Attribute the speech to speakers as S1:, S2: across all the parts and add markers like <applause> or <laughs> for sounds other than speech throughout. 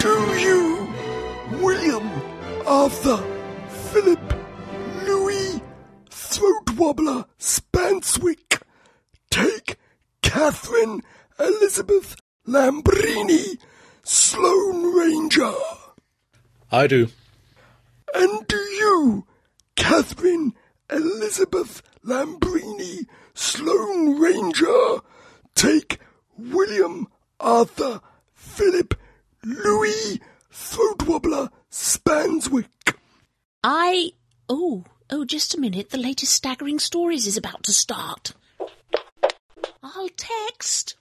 S1: To you, William Arthur Philip Louis Throatwobbler Spanswick. Take Catherine Elizabeth Lambrini Sloan Ranger.
S2: I do.
S1: And to you, Catherine Elizabeth Lambrini Sloan Ranger. Take William Arthur Philip Louis Throatwobbler Spanswick.
S3: I. Oh, oh, just a minute. The latest Staggering Stories is about to start. I'll text.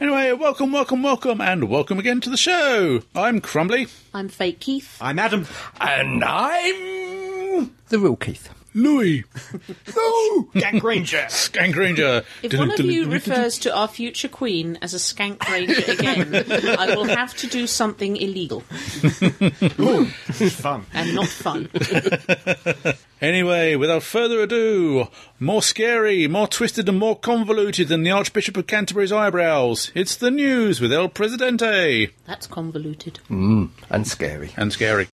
S2: Anyway, welcome, welcome, welcome, and welcome again to the show. I'm Crumbly.
S3: I'm fake Keith.
S4: I'm Adam.
S1: And I'm.
S4: The real Keith.
S2: Louis.
S1: No!
S4: Jack Granger.
S2: Skank Ranger.
S3: If one of you refers to our future queen as a skank ranger again, I will have to do
S4: <laughs>
S3: something illegal
S4: Fun.
S3: and not fun.
S2: Anyway, without further ado, more scary, more twisted, and more convoluted than the Archbishop of Canterbury's eyebrows. It's the news with El Presidente.
S3: That's convoluted.
S4: <laughs> And scary.
S2: And scary.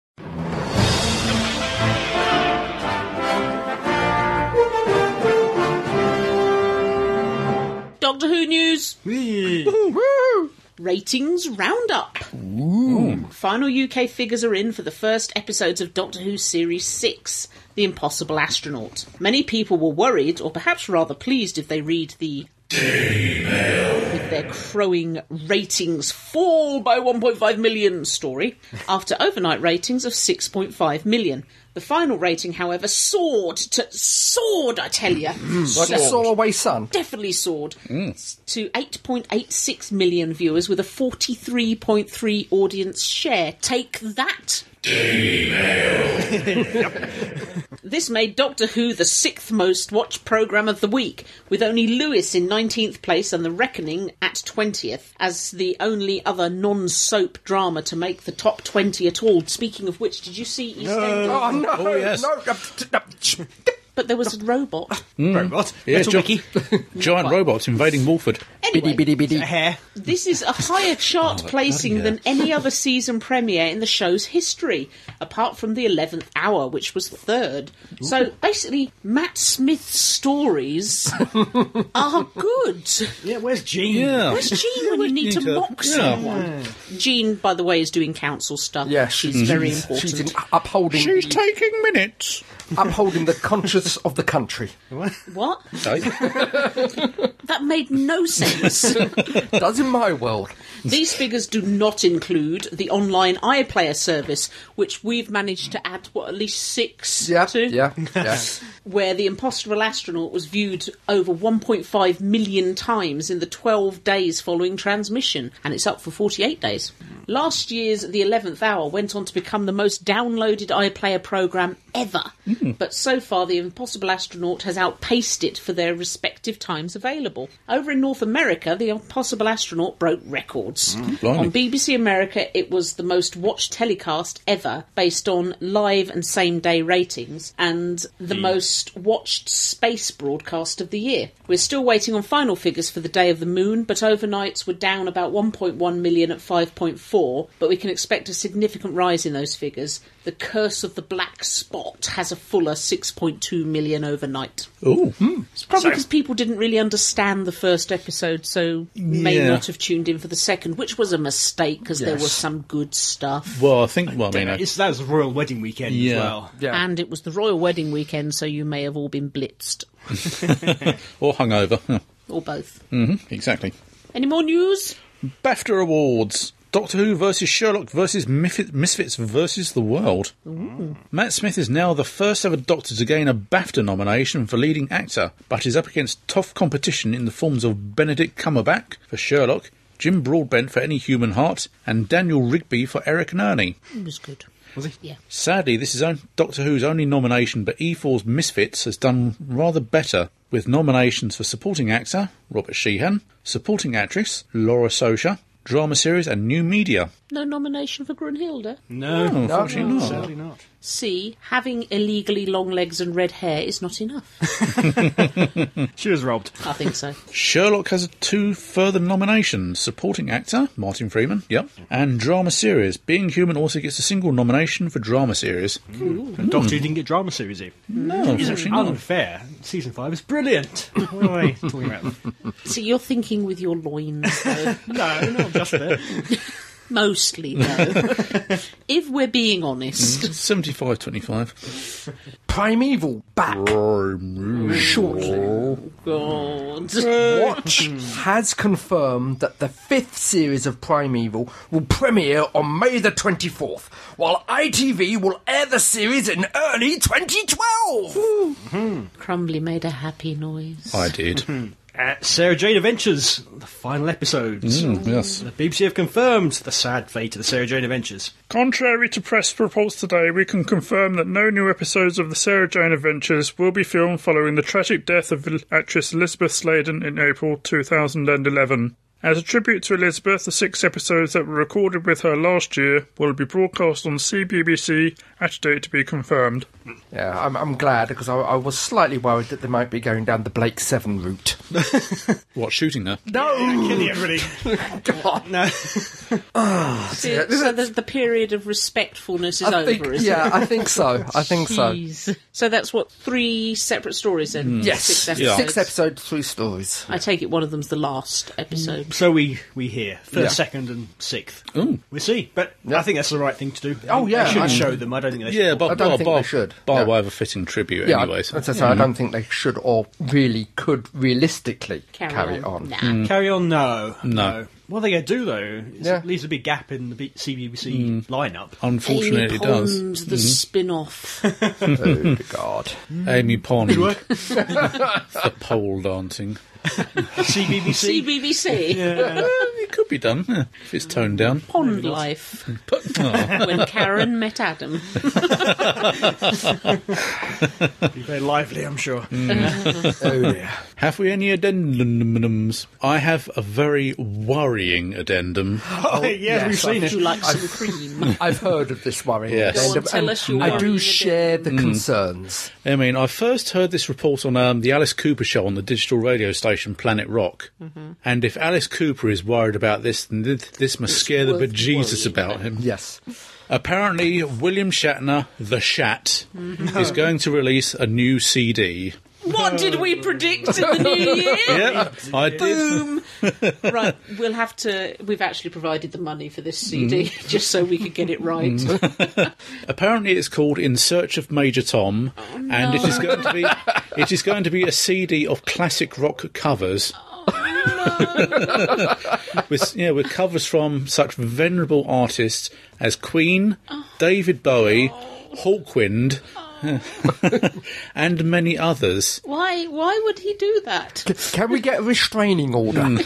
S3: Doctor Who news
S4: Woo.
S3: <laughs> ratings roundup. Mm. Final UK figures are in for the first episodes of Doctor Who Series 6, The Impossible Astronaut. Many people were worried, or perhaps rather pleased, if they read the. With their crowing ratings fall by 1.5 million story after overnight ratings of 6.5 million. The final rating, however, soared to soared, I tell you
S4: Like a saw away sun.
S3: definitely soared to 8.86 million viewers with a 43.3 audience share. Take that. this made Doctor Who the sixth most watched programme of the week, with only Lewis in 19th place and The Reckoning at 20th, as the only other non soap drama to make the top 20 at all. Speaking of which, did you see EastEnders?
S4: Oh, no.
S2: Oh, yes.
S4: No. uh, no.
S3: But there was a robot.
S4: Robot.
S2: Yes,
S4: Little
S2: John-
S4: Wiki.
S2: Giant robots invading Walford.
S3: Anyway,
S4: bitty bitty. Hair.
S3: This is a higher
S4: Oh,
S3: chart placing than any other season premiere in the show's history, apart from the 11th hour, which was third. So basically, Matt
S4: <laughs>
S3: Smith's stories are good.
S4: Yeah, where's Gene?
S2: Yeah.
S3: Where's Jean when you need to mock
S2: yeah.
S3: someone? Jean, by the way, is doing council stuff.
S4: Yeah,
S3: she's
S4: she's-
S3: very important.
S4: Mm-hmm. She's in, upholding,
S2: She's
S4: the,
S2: taking minutes.
S4: upholding the conscience of the country.
S3: What? That made no
S4: <laughs>
S3: sense.
S4: Does in my world.
S3: These figures do not include the online iPlayer service, which we've managed to add, what, at least six
S4: Yeah,
S3: to?
S4: yeah, yeah.
S3: where the impossible astronaut was viewed over 1.5 million times in the 12 days following transmission, and it's up for 48 days. Last year's The 11th Hour went on to become the most downloaded iPlayer program ever, but so far The Impossible Astronaut has outpaced it for their respective times available. Over in North America, The Impossible Astronaut broke records.
S2: Blimey.
S3: On BBC America, it was the most watched telecast ever based on live and same day ratings and the most watched space broadcast of the year. We're still waiting on final figures for the Day of the Moon, but overnights were down about 1.1 million at 5.4, but we can expect a significant rise in those figures. The Curse of the Black Spot has a fuller 6.2 million overnight.
S2: Oh,
S3: It's probably because people didn't really understand the first episode, so may
S2: Yeah.
S3: not have tuned in for the second, which was a mistake because there was
S4: Yes.
S3: some good stuff.
S2: well, I think. Well, I mean, I-
S5: It's, that was the royal wedding weekend
S2: Yeah.
S5: as well.
S4: Yeah.
S3: And it was the royal wedding weekend, so you may have all been blitzed.
S2: or hungover. Huh,
S4: Hmm.
S3: Or both.
S2: Exactly.
S3: Any more news?
S2: E BAFTA awards. Doctor Who versus Sherlock versus Mif- Misfits versus the World. Matt Smith is now the first ever Doctor to gain a BAFTA nomination for leading actor, but is up against tough competition in the forms of Benedict Cumberbatch for Sherlock, Jim Broadbent for Any Human Heart, and Daniel Rigby for Eric and Ernie.
S3: It was good.
S4: Was he?
S3: Yeah.
S2: Sadly, this is on- Doctor Who's only nomination, but E4's Misfits has done rather better with nominations for supporting actor Robert Sheehan, supporting actress Laura Socher, drama series, and new media.
S3: No nomination for Grunhilde.
S5: No,
S2: Oh, unfortunately not.
S5: sadly not.
S3: C. Having illegally long legs and red hair is not enough.
S5: She was robbed.
S3: I think
S4: <laughs>
S3: so.
S2: Sherlock has two further nominations supporting actor Martin Freeman, yep, and drama series. Being Human also gets a single nomination for drama series.
S5: And Doctor Who didn't get drama series either.
S2: No, unfortunately not.
S5: Unfair. Season five is brilliant. <laughs> What are they talking about?
S3: So you're thinking with your loins, though.
S5: No, not just there.
S3: Mostly, though.
S4: <laughs>
S3: if we're being honest.
S2: 75 25.
S4: <laughs> Primeval back shortly.
S3: God.
S4: Watch has confirmed that the fifth series of Primeval will premiere on May the 24th, while ITV will air the series in early 2012.
S3: Crumbly made a happy noise.
S2: I did.
S5: Uh, Sarah Jane Adventures, the final episodes.
S2: Mm, yes.
S5: The BBC have confirmed the sad fate of the Sarah Jane Adventures.
S6: Contrary to press reports today, we can confirm that no new episodes of the Sarah Jane Adventures will be filmed following the tragic death of actress Elizabeth Sladen in April 2011. As a tribute to Elizabeth, the six episodes that were recorded with her last year will be broadcast on CBBC at a date to be confirmed.
S4: Yeah, I'm, I'm glad because I, I was slightly worried that they might be going down the Blake 7 route.
S2: What, shooting her?
S4: No!
S5: Killing everybody.
S4: God.
S5: No.
S3: So, so the, the period of respectfulness is
S4: I
S3: over,
S4: think,
S3: is
S4: yeah, I think so. I think so. Mm.
S3: Jeez. So that's what three separate stories then.
S4: Yes.
S3: six
S4: Yeah.
S3: episodes.
S4: Six episodes, three stories.
S3: I take it one of them's the last
S4: Mm.
S3: episode.
S5: <laughs> So we, we hear first,
S4: Yeah.
S5: second, and sixth. We see, but I think that's the right thing to do.
S4: Oh, yeah,
S5: they should
S4: I-
S5: show them. I don't think they should.
S2: Yeah, but
S4: I don't
S2: by,
S4: think
S2: by,
S4: they should.
S2: by
S4: No.
S2: way of a fitting tribute,
S4: Yeah,
S2: anyways.
S4: I, as I say, I don't think they should or really could realistically carry, on. Mm.
S3: Nah.
S5: Carry on, no,
S2: No.
S5: What are they going to do though? It's-
S4: Yeah.
S5: It leaves a big gap in the B-
S2: Mm.
S5: CBBC lineup.
S2: Unfortunately,
S3: Amy
S2: it
S3: Pond,
S2: does.
S4: Mm-hmm.
S3: the <laughs> spin-off.
S4: <laughs> oh, God.
S2: Amy Pond, the <laughs>
S5: work?
S2: pole dancing. <laughs> Um,
S5: CBBC.
S3: CBBC.
S5: Yeah.
S2: It could be done yeah, if it's toned down.
S3: <laughs> Pond life.
S2: But, oh,
S3: <laughs> when Karen met Adam.
S4: <laughs>
S5: Be very lively, I'm sure.
S4: <laughs> Oh, dear.
S2: have we any addendums? I have a very worrying addendum.
S5: <laughs> Oh, yes, we've
S4: yes,
S5: seen
S3: Would
S5: it.
S3: you like some cream?
S4: <laughs> I've heard of this worry.
S2: Yes. Go
S3: on,
S4: And-
S3: tell
S4: and
S3: us your
S4: I do
S3: worry.
S4: share the concerns.
S2: I mean, I first heard this report on um, the Alice Cooper show on the digital radio station Planet Rock.
S4: Mm-hmm.
S2: And if Alice Cooper is worried about this, then this, this must scare the
S3: worth
S2: bejesus
S3: worrying
S2: about him.
S4: Yes.
S2: Apparently, William Shatner, the Shat, is going to release a new CD.
S3: what did we predict in
S4: <laughs>
S3: the new year?
S2: Yeah, I did.
S3: Boom! right, we'll have to. We've actually provided the money for this CD
S4: Mm-hmm.
S3: <laughs> just so we could get it right.
S2: Apparently, it's called "In Search of Major Tom," and it is going to be it is going to be a CD of classic rock covers. with yeah, with covers from such venerable artists as Queen, David Bowie, Hawkwind, <laughs> and many others.
S3: <laughs> Why? Why would he do that?
S4: Can we get a restraining order?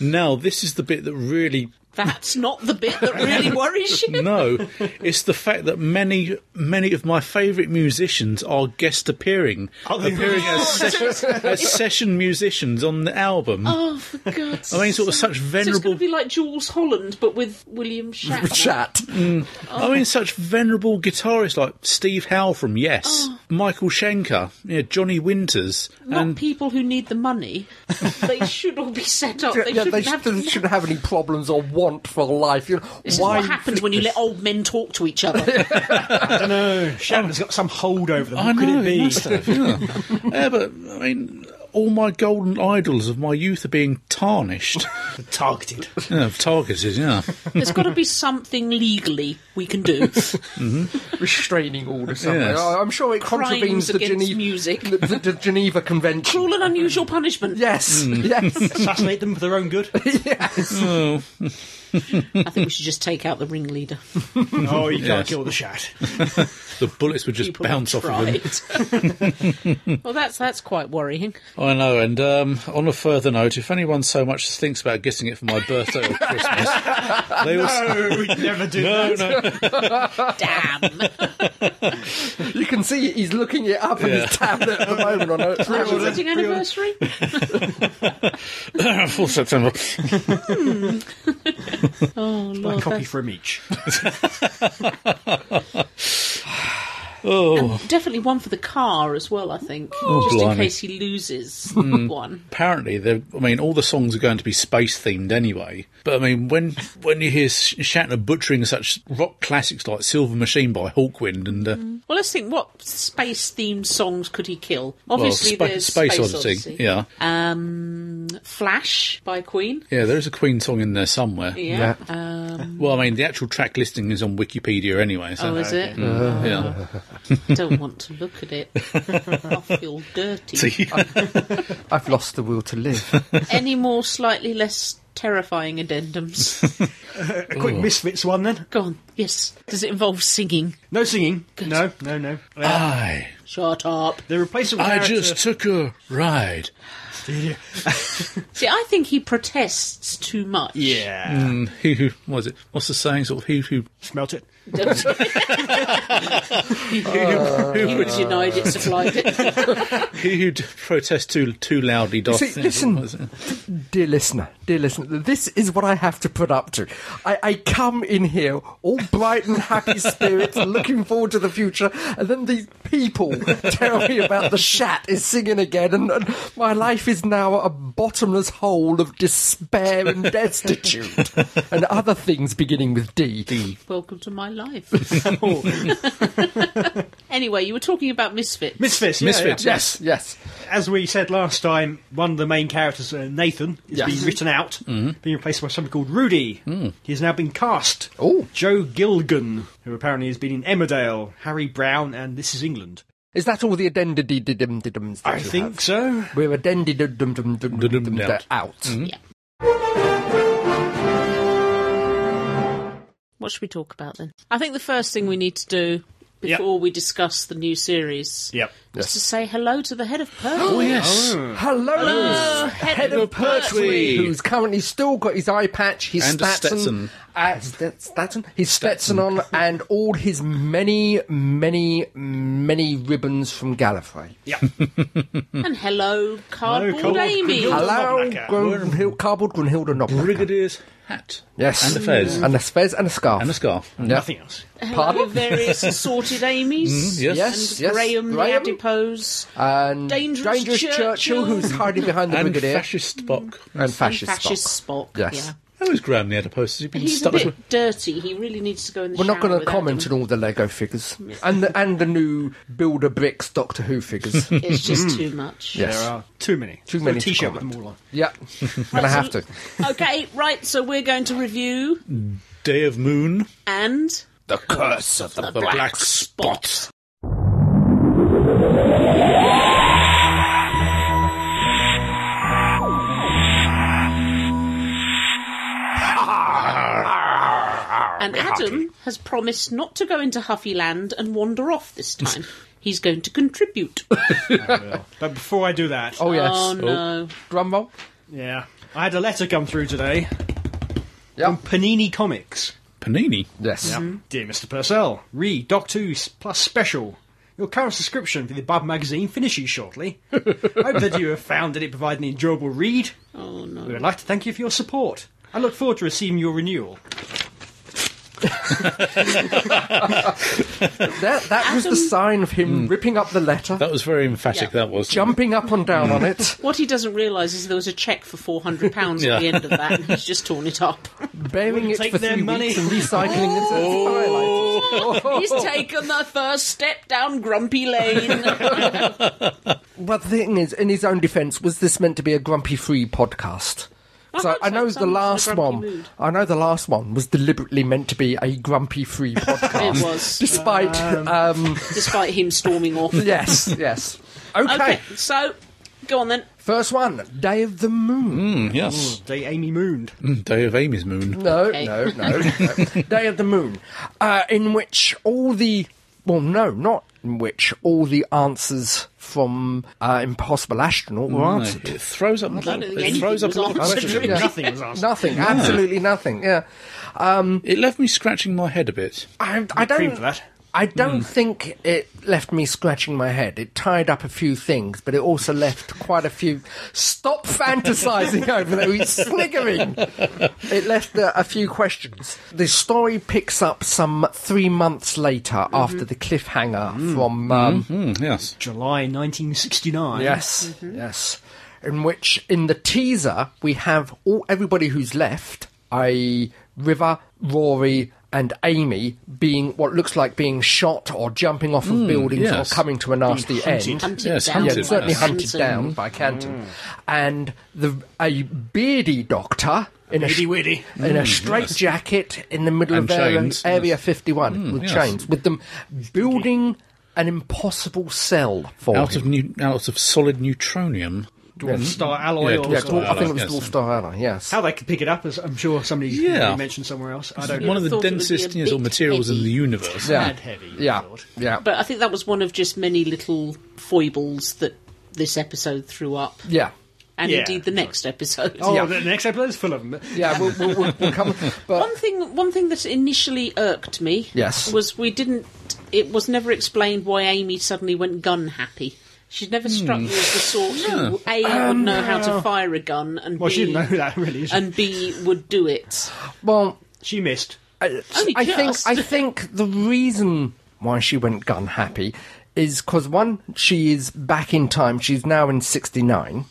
S2: Now, this is the bit that really
S3: That's not the bit
S2: <laughs>
S3: that really worries you.
S2: No, it's the fact that many, many of my favourite musicians are guest appearing,
S5: Oh,
S2: appearing as, session, as session musicians on the album.
S3: Oh, for God's
S2: I mean, sort of
S3: sake.
S2: such
S3: So it's going
S2: venerable.
S3: to be like Jules Holland, but with William Shatner. <laughs>
S4: Chat.
S2: I mean, such venerable guitarists like Steve Howe from Yes, Michael Schenker, yeah, Johnny Winters,
S3: Not
S2: and
S3: people who need the money. they should all be set up. They
S4: yeah,
S3: shouldn't
S4: they
S3: have
S4: shouldn't,
S3: to.
S4: shouldn't have any problems or want for life. You know,
S3: This
S4: why?
S3: is what happens when you let old men talk to each
S2: <laughs>
S3: other.
S5: I don't know. Shannon's got some hold over them.
S2: I
S5: What could
S2: know,
S5: it be?
S2: must
S5: <laughs>
S2: have, yeah. yeah, but I mean, all my golden idols of my youth are being tarnished, <laughs>
S5: Targeted.
S2: yeah, targeted. Yeah.
S3: There's got to be something legally we
S2: <laughs>
S3: can do.
S4: restraining order somewhere.
S2: Yes.
S4: I- I'm sure it
S3: Crimes
S4: contravenes the
S3: against
S4: Geneva,
S3: music.
S4: the, the- the Geneva Convention.
S3: <laughs> Cruel and
S4: Mm.
S3: unusual punishment.
S4: Yes, yes.
S2: <laughs>
S5: Assassinate them for their own good.
S3: I think we should just take out the ringleader.
S5: Oh, you can't
S2: Yes.
S5: kill the shat.
S2: The bullets would just
S3: People
S2: bounce off of him.
S3: tried. <laughs> well, that's that's
S2: <laughs>
S3: quite worrying.
S2: I know. And um, on a further note, if anyone so much as thinks about getting it for my birthday or Christmas, <laughs> they will. s-
S5: No, we'd never
S2: <laughs>
S5: do
S2: No,
S5: that.
S2: no.
S3: Damn.
S4: You can see he's looking it up in
S2: Yeah.
S4: his tablet at the moment on
S3: Our
S4: a
S3: wedding anniversary?
S2: <coughs> Full September.
S3: Oh,
S5: Buy a
S3: Lord.
S5: copy
S3: that-
S5: from each.
S2: Oh,
S3: Definitely one for the car as well, I think. just in
S2: blimey. Hmm.
S3: case he loses one.
S2: apparently, they're- I mean, all the songs are going to be space themed anyway. But I mean, when when you hear Sh- Shatner butchering such rock classics like Silver Machine by Hawkwind and uh,
S3: Well, let's think what space themed songs could he kill? Obviously,
S2: well, spa-
S3: there's
S2: Space, Odyssey, yeah,
S3: Um, Flash by Queen.
S2: yeah, there is a Queen song in there somewhere.
S3: Yeah.
S4: Yeah.
S3: Um,
S2: Well, I mean, the actual track listing is on Wikipedia anyway. So
S3: oh, is it?
S2: yeah, Uh. <laughs>
S3: I don't want to look at it. I feel dirty.
S4: I've lost the will to live.
S2: <laughs>
S3: Any more slightly less terrifying addendums?
S2: <laughs>
S5: A quick
S2: Oh.
S5: Misfits one then.
S3: Go on. Yes. Does it involve singing?
S5: No singing. No, no, no. Uh,
S2: I
S3: Shut up.
S5: they replace it with
S2: I
S5: character-
S2: just took a ride.
S3: See, I think he protests too much.
S5: Yeah.
S2: And Mm, he who what is it? What's the saying? Sort of he who
S5: Smelt it.
S3: he would denied it, supplied it.
S2: he who d- protests too too loudly doth.
S4: See,
S2: things.
S4: listen.
S2: What is it?
S4: dear listener, dear listener, this is what I have to put up to. I, I come in here all bright and
S2: <laughs>
S4: happy spirits, looking forward to the future, and then these people tell me about the shat is singing again, and, and my life is now a bottomless hole of despair
S2: <laughs>
S4: and destitute, and other things beginning with D. D.
S3: <laughs> Welcome to my life. Anyway, you were talking about misfits.
S5: Misfits. yeah,
S2: Misfits.
S5: yeah.
S4: Yes, yes.
S5: As we said last time, one of the main characters, uh, Nathan, is
S4: Yes. Mm-hmm. Mm.
S5: being written out, being replaced by somebody called Rudy. He has now been cast.
S4: Oh.
S5: Joe Gilgan, who apparently has been in Emmerdale, Harry Brown, and This Is England.
S4: Is that all the addendidididums that
S5: I
S4: you
S5: think
S4: have?
S5: so.
S4: We're addendididum
S2: Out.
S4: out.
S3: Yeah. What should we talk about then? I think the first thing we need to do
S5: Yep.
S3: before we discuss the new series
S5: Yep.
S3: is to say hello to the head of Purple.
S2: Oh
S3: <gasps>
S2: yes.
S4: Hello,
S3: head
S4: head
S3: of
S4: of Pertwee,
S2: Pertwee.
S4: who's currently still got his eye patch, his
S2: And a
S4: Stetson,
S2: Stetson.
S4: uh, Stet- Stetson, his Stetson on, and all his many, many, many ribbons from Gallifrey. <laughs>
S3: And hello, Cardboard
S5: Cardboard
S3: Amy.
S5: Grimhild.
S4: Hello,
S5: Knocker.
S4: Grunhild, cardboard Grunhilda Knocker.
S2: Brigadier's hat
S4: Yes,
S2: And a fez.
S4: and a fez, and a scarf,
S2: and a scarf.
S5: Nothing else.
S3: Hello, various assorted Amy's.
S2: yes.
S4: Yes,
S3: And
S4: yes,
S3: Graham,
S4: Graham.
S3: the adipose.
S4: and
S3: Dangerous
S4: Churchill,
S3: Churchill.
S4: who's hiding behind the
S2: And
S4: brigadier,
S2: fascist Spock.
S4: and fascist,
S3: and fascist
S4: Spock.
S3: Spock.
S4: Yes.
S3: Yeah.
S2: How is Graham the adipose? Has he been
S3: He's a
S2: stuck
S3: bit
S2: with?
S3: dirty. He really needs to go in the
S4: We're not
S3: shower
S4: going to
S3: without
S4: comment
S3: them.
S4: on all the Lego figures and the, and the new Builder Bricks Doctor Who
S5: <laughs>
S4: figures.
S3: It's
S4: <laughs>
S3: just too much.
S4: yes.
S5: There are too many.
S4: Too
S5: So
S4: many
S5: A
S4: to
S5: t-shirt with
S4: comment.
S5: them all on.
S4: Yeah, gonna have to.
S3: okay, right, so we're going to review
S2: Day of Moon.
S3: and
S1: The curse of
S2: The Black, Spot.
S3: and Adam has promised not to go into Huffyland and wander off this
S4: <laughs>
S3: time. He's going to contribute.
S5: But before I do that,
S4: Oh yes,
S3: Oh no.
S4: drum roll.
S5: yeah, I had a letter come through today
S4: Yeah.
S5: from Panini Comics.
S2: Panini.
S4: Yes.
S5: Dear Mr. Purcell, read Doc 2 Plus Special. Your current subscription for the Bub magazine finishes shortly. I hope that you have found that it provided an enjoyable read.
S3: Oh
S5: We
S3: no.
S5: would like to thank you for your support. I look forward to receiving your renewal.
S4: That that was the
S3: Adam-
S4: sign of
S5: Hmm.
S4: him ripping up the letter,
S2: That was very emphatic.
S3: Yeah.
S2: That was.
S4: jumping up and down on
S5: <laughs>
S4: it,
S3: What he doesn't realise is there was a cheque for four hundred pounds
S4: <laughs>
S3: at the
S2: Yeah.
S3: end of that and he's just torn it up.
S4: burying it
S5: Take
S4: for
S5: their
S4: three
S5: money. Oh.
S4: weeks and recycling it until it's highlighted.
S3: He's taken the first step down
S4: <laughs>
S3: Grumpy Lane.
S4: But the thing is, in his own defence, was this meant to be a grumpy-free podcast?
S3: I
S4: So
S3: hope
S4: I
S3: so,
S4: know
S3: so
S4: the
S3: I'm in a
S4: last
S3: grumpy
S4: one.
S3: mood.
S4: I know the last one was deliberately meant to be a grumpy-free
S3: <laughs>
S4: podcast.
S3: It was.
S4: <laughs> despite um, <laughs>
S3: despite him storming off.
S4: yes, yes. Okay.
S3: Okay, so Go on then.
S4: First one, Day of the Moon.
S2: Mm, yes.
S5: Day Amy mooned.
S2: Mm, Day of Amy's Moon.
S4: No,
S3: Okay.
S4: no, no, no. <laughs> Day of the Moon, uh, in which all the well, no, not in which all the answers from uh, Impossible Astronaut were
S2: No, <laughs>
S4: answered.
S2: it throws up.
S3: don't think
S2: It throws up a
S3: anything
S2: lot of
S3: was
S2: questions.
S3: answered.
S5: Nothing was asked.
S4: Nothing, absolutely nothing. Yeah,
S2: It left me scratching my head a bit.
S4: I, I
S5: cream
S4: don't.
S5: for that. Hmm.
S4: I don't think it left me scratching my head. It tied up a few things, but it also left quite a few. Stop fantasizing over that. He's sniggering. It left uh, a, a few questions. The story picks up some three months later
S5: Mm-hmm.
S4: after the cliffhanger from. Um,
S2: Mm, yes.
S5: July
S2: Mm-hmm.
S5: 1969.
S4: Yes, yes. In which, in the teaser, we have all everybody who's left, i.e., River, Rory, and Amy, being what looks like being shot or jumping off of buildings
S2: Mm, yes.
S4: or coming to a nasty end.
S3: Hunted
S2: Yes,
S3: down.
S4: Yeah,
S2: hunted, Mm.
S3: by
S4: certainly
S2: yes.
S4: hunted
S3: Hanson.
S4: down by Canton, and the a beardy doctor in a, sh-
S5: Itty-witty.
S4: in a straight jacket in the middle
S2: Mm, And
S4: of Area,
S2: chains, Mm,
S4: area 51 with
S2: yes.
S4: chains, with them building an impossible cell for
S2: Out
S4: him.
S2: of new, out of solid neutronium.
S5: Dwarf Star Alloy
S2: Yeah,
S5: or
S4: Yeah,
S2: Dwarf
S5: something.
S4: Dwarf, I think it was
S2: Yes.
S4: Dwarf Star Ally, yes.
S5: How they could pick it up, as I'm sure somebody
S2: Yeah.
S5: mentioned somewhere else. I don't know.
S2: One of the
S3: thought it would be a
S2: densest you know, sort of
S3: bit
S2: materials in
S3: heavy.
S2: the universe.
S4: yeah.
S5: Mad heavy, you
S4: Yeah,
S5: thought.
S4: yeah,
S3: But I think that was one of just many little foibles that this episode threw up,
S4: yeah.
S3: and
S5: Yeah.
S3: indeed the next episode.
S5: Oh,
S4: Yeah.
S5: the next episode is full of them.
S4: Yeah, we'll, we'll, we'll, we'll
S3: <laughs>
S4: come. But
S3: One thing, one thing that initially irked me,
S4: Yes.
S3: was we didn't. It was never explained why Amy suddenly went gun happy. She'd
S5: Hmm.
S3: never struck me as the sort who a would know how to fire a gun and
S5: Um, Well,
S3: b
S5: she didn't know that, really. She,
S3: and b would do it.
S4: well,
S5: she missed.
S4: I,
S3: Only
S4: I think
S3: just.
S4: I think the reason why she went gun happy is because one, she is back in time. She's now in '69,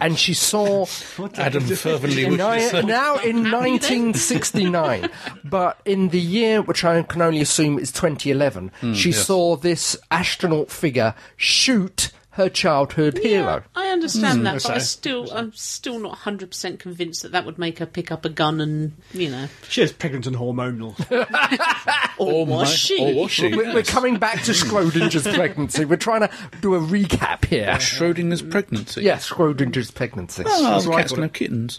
S4: and she
S3: <laughs>
S4: saw
S2: Adam fervently
S4: in
S2: wishes.
S4: ni- now in 1969, but in the year which I can only assume is 2011,
S3: Hmm,
S4: she saw this astronaut figure shoot her childhood hero.
S3: I understand that, but I
S5: Okay.
S3: still, I'm still not 100 percent convinced that that would make her pick up a gun and you know,
S5: She was pregnant and hormonal.
S3: or,
S2: Or
S3: was
S2: my-
S3: she?
S2: Or was she?
S4: We're, we're
S2: yes.
S4: coming back to Schrodinger's pregnancy. We're trying to do a recap here.
S2: Schrodinger's pregnancy.
S4: Yeah, Schrodinger's pregnancy.
S2: Oh,
S5: That's
S2: the
S5: what I
S2: cats can have kittens.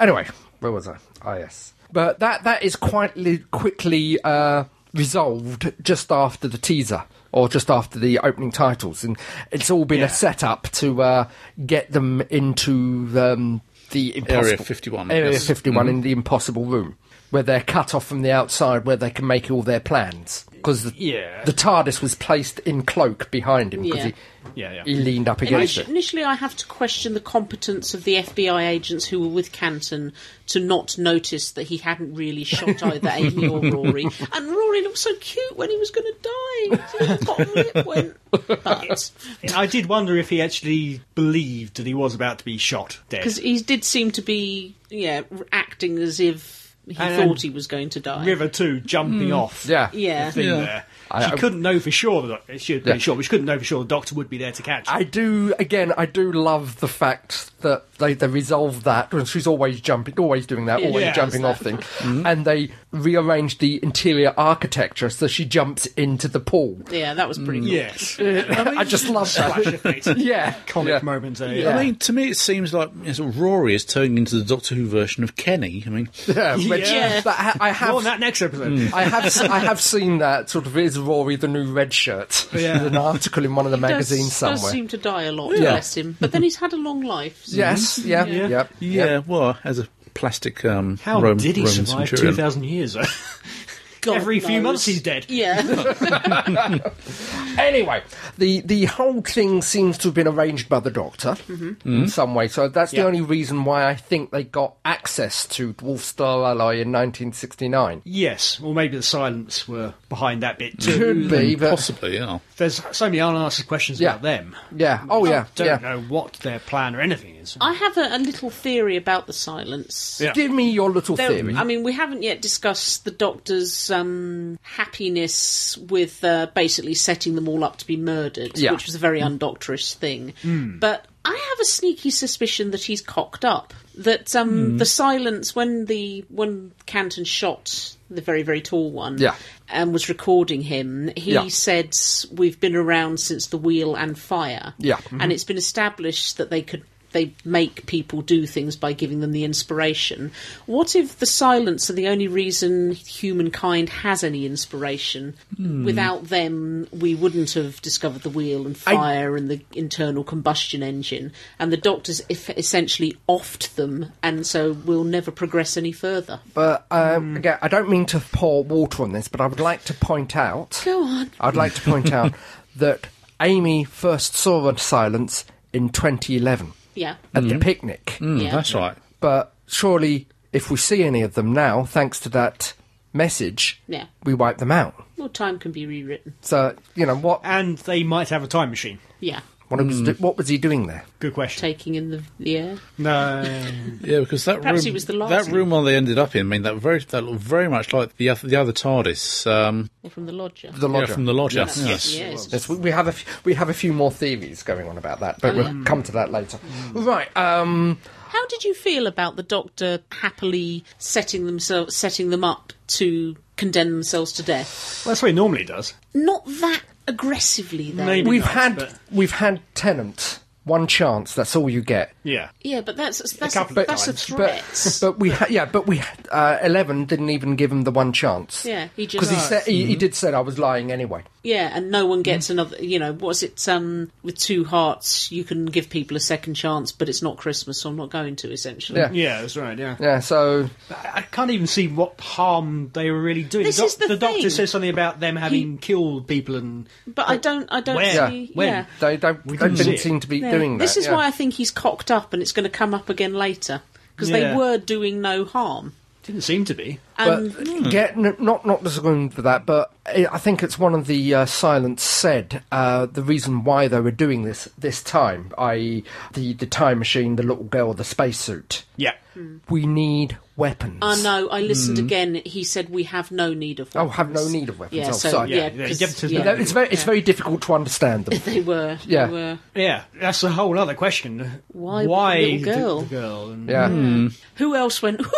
S4: Anyway, where was I? Ah, yes. But that that is quite li- quickly uh, resolved just after the teaser or just after the opening titles, and it's all been
S5: Yeah.
S4: a setup to uh, get them into um, the impossible,
S2: Area 51,
S4: Area
S2: yes.
S4: 51
S5: Mm-hmm.
S4: in the impossible room. Where they're cut off from the outside, where they can make all their plans. Because the,
S5: Yeah.
S4: the TARDIS was placed in cloak behind him because
S3: Yeah.
S5: Yeah, yeah.
S4: he, he leaned up against
S3: Initially,
S4: it.
S3: initially, I have to question the competence of the FBI agents who were with Canton to not notice that he hadn't really shot either Amy or Rory. And Rory looked so cute when he was going to die. His little bottom lip went. But
S5: I did wonder if he actually believed that he was about to be shot dead.
S3: because he did seem to be, yeah, r- acting as if he
S5: And-
S3: thought he was going to die.
S5: River too jumping off.
S4: Yeah.
S3: Hmm. Yeah.
S5: Thing
S2: Yeah.
S5: there.
S4: I-
S5: she
S4: I-
S5: couldn't know for sure. The doc- she was pretty
S4: Yeah.
S5: sure, but she couldn't know for sure the doctor would be there to catch. her.
S4: I do again. I do love the fact that they, they resolved that when she's always jumping, always doing that,
S3: Yeah,
S4: always
S5: yeah,
S4: jumping off
S3: that's
S5: <laughs>
S4: thing,
S3: Mm-hmm.
S4: and they rearranged the interior architecture so she jumps into the
S5: <laughs>
S4: pool.
S3: Yeah, that was
S5: Mm.
S3: pretty
S4: <laughs>
S3: cool.
S5: yes.
S4: I just love
S5: Flash
S4: that.
S5: effect.
S4: <laughs> Yeah,
S5: Comic
S4: yeah.
S5: moments. eh?
S4: <laughs> Yeah.
S2: I mean, to me, it seems like you know, sort of Rory is turning into the Doctor Who version of Kenny. I mean,
S4: <laughs> Yeah, but
S5: Yeah.
S4: that ha- I
S5: More
S4: have.
S5: on that next episode.
S4: I have s- I have seen that sort of is Rory the new red shirt?
S5: Yeah.
S4: There's an article in one of the
S3: Does-
S4: magazines
S3: does,
S4: somewhere.
S3: seem to die a lot,
S4: Yeah.
S3: bless him. But then he's had a long life. so-
S4: yes, yeah, yeah, yeah.
S2: yeah, well, as a plastic um,
S5: How
S2: Rome-
S5: did he
S2: Roman
S5: survive
S2: centurion.
S5: two thousand years? though? <laughs>
S3: God
S5: Every few
S3: knows.
S5: months he's dead. <laughs>
S3: Yeah.
S4: Anyway, the the whole thing seems to have been arranged by the Doctor in some way. So that's the
S5: Mm-hmm. Yeah.
S4: only reason why I think they got access to Dwarf Star Ally in 1969.
S5: Yes, or maybe the silence were behind that bit too.
S4: Could be, but
S2: Possibly, yeah.
S5: There's so many unanswered questions
S4: Hmm. Yeah.
S5: about them.
S4: yeah. Oh yeah,
S5: Don't
S4: yeah.
S5: know what their plan or anything is.
S3: I have a, a little theory about the silence.
S5: Yeah.
S4: Give me your little
S3: There-
S4: theory.
S3: I mean, we haven't yet discussed the Doctor's um, happiness with uh, basically setting them all up to be murdered,
S4: Yeah. Hmm.
S3: which was a very undoctorish thing. But I have a sneaky suspicion that he's cocked up. That
S4: Hmm.
S3: um, the silence when the when Canton shot the very very tall one,
S4: Yeah.
S3: and was recording him, he
S4: Yeah.
S3: said, "We've been around since the Wheel and Fire."
S4: Yeah. Mm-hmm.
S3: and it's been established that they could they make people do things by giving them the inspiration. What if the silence are the only reason humankind has any inspiration?
S4: Hmm.
S3: Without them, we wouldn't have discovered the wheel and fire and the internal combustion engine. And the doctors eff essentially offed them, and so we'll never progress any further.
S4: But um,
S5: Mm.
S4: again, I don't mean to pour water on this, but I would like to point out.
S3: Go on.
S4: I'd like to point
S5: <laughs>
S4: out that Amy first saw a silence in 2011
S3: Yeah.
S4: at
S5: Mm.
S4: the picnic.
S3: yeah.
S2: Hmm, That's right.
S4: But surely, if we see any of them now, thanks to that message,
S3: Yeah.
S4: we wipe them out.
S3: Well, time can be rewritten.
S4: So you know what?
S5: And they might have a time machine.
S3: Yeah.
S4: What, was, do- what was he doing there?
S5: Good question.
S3: Taking in the, the air.
S5: No.
S2: Yeah, because that
S3: Perhaps
S2: room,
S3: it was the last
S2: that
S3: one.
S2: room where they ended up in, I mean, that very that looked very much like the other, the other TARDIS um,
S3: Or from the lodger.
S4: The
S2: yeah,
S4: lodger.
S2: from the lodger. Yes,
S3: Yes.
S4: Yes, we, we have a few, we have a few more theories going on about that, but
S3: Oh,
S4: we'll come to that later.
S3: Mm.
S4: Right. Um.
S3: How did you feel about the Doctor happily setting themselves setting them up to condemn themselves to death?
S5: That's what he normally does.
S3: Not that aggressively, though.
S5: Maybe.
S4: We've
S5: nice,
S4: had
S5: but-
S4: we've had Tenant one chance. That's all you get.
S5: Yeah.
S3: Yeah, but that's that's a,
S5: couple of
S3: that's a
S5: times.
S3: threat.
S4: <laughs> But but we ha- yeah, but we uh, eleven didn't even give him the one chance.
S3: yeah, he just
S4: because he said he, he did said I was lying anyway.
S3: yeah, and no one gets another. You know, what's it? Um, with two hearts, you can give people a second chance, but it's not Christmas, so I'm not going to. Essentially,
S4: Yeah.
S5: Yeah, that's right, yeah.
S4: Yeah, so
S5: I I can't even see what harm they were really doing.
S3: This
S5: the doc-
S3: is the
S5: doctor
S3: thing.
S5: says something about them having killed people and.
S3: but I don't, I don't
S5: Where?
S3: see.
S5: When?
S3: Yeah.
S4: they don't they
S5: didn't see
S4: didn't
S5: it.
S4: seem to be
S3: Yeah.
S4: doing that.
S3: This is
S4: yeah.
S3: why I think he's cocked up, and it's going to come up again later because
S5: Yeah.
S3: they were doing no harm.
S5: Didn't seem to be.
S3: And
S4: but
S5: Hmm.
S4: get n- not not disagreeing with that, but I I think it's one of the uh, silence said uh, the reason why they were doing this this time, i.e., the the time machine, the little girl, the spacesuit.
S5: Yeah.
S3: Hmm.
S4: We need weapons.
S3: I know. Ah, I listened again. He said we have no need of.
S4: Hmm. Oh,
S3: Weapons.
S4: have no need of weapons.
S3: Yeah,
S4: oh,
S3: so
S4: sorry.
S3: yeah,
S5: Yeah, yeah,
S3: 'cause-
S5: Jefferson's
S3: yeah,
S5: not-
S4: It's very it's very difficult to understand
S3: <laughs>
S4: them.
S3: they were. they
S4: Yeah.
S3: were.
S5: Yeah, that's a whole other question.
S3: Why with
S5: Why
S3: the little
S5: the-
S3: girl?
S5: The, girl and,
S4: Yeah.
S3: Who else went <laughs>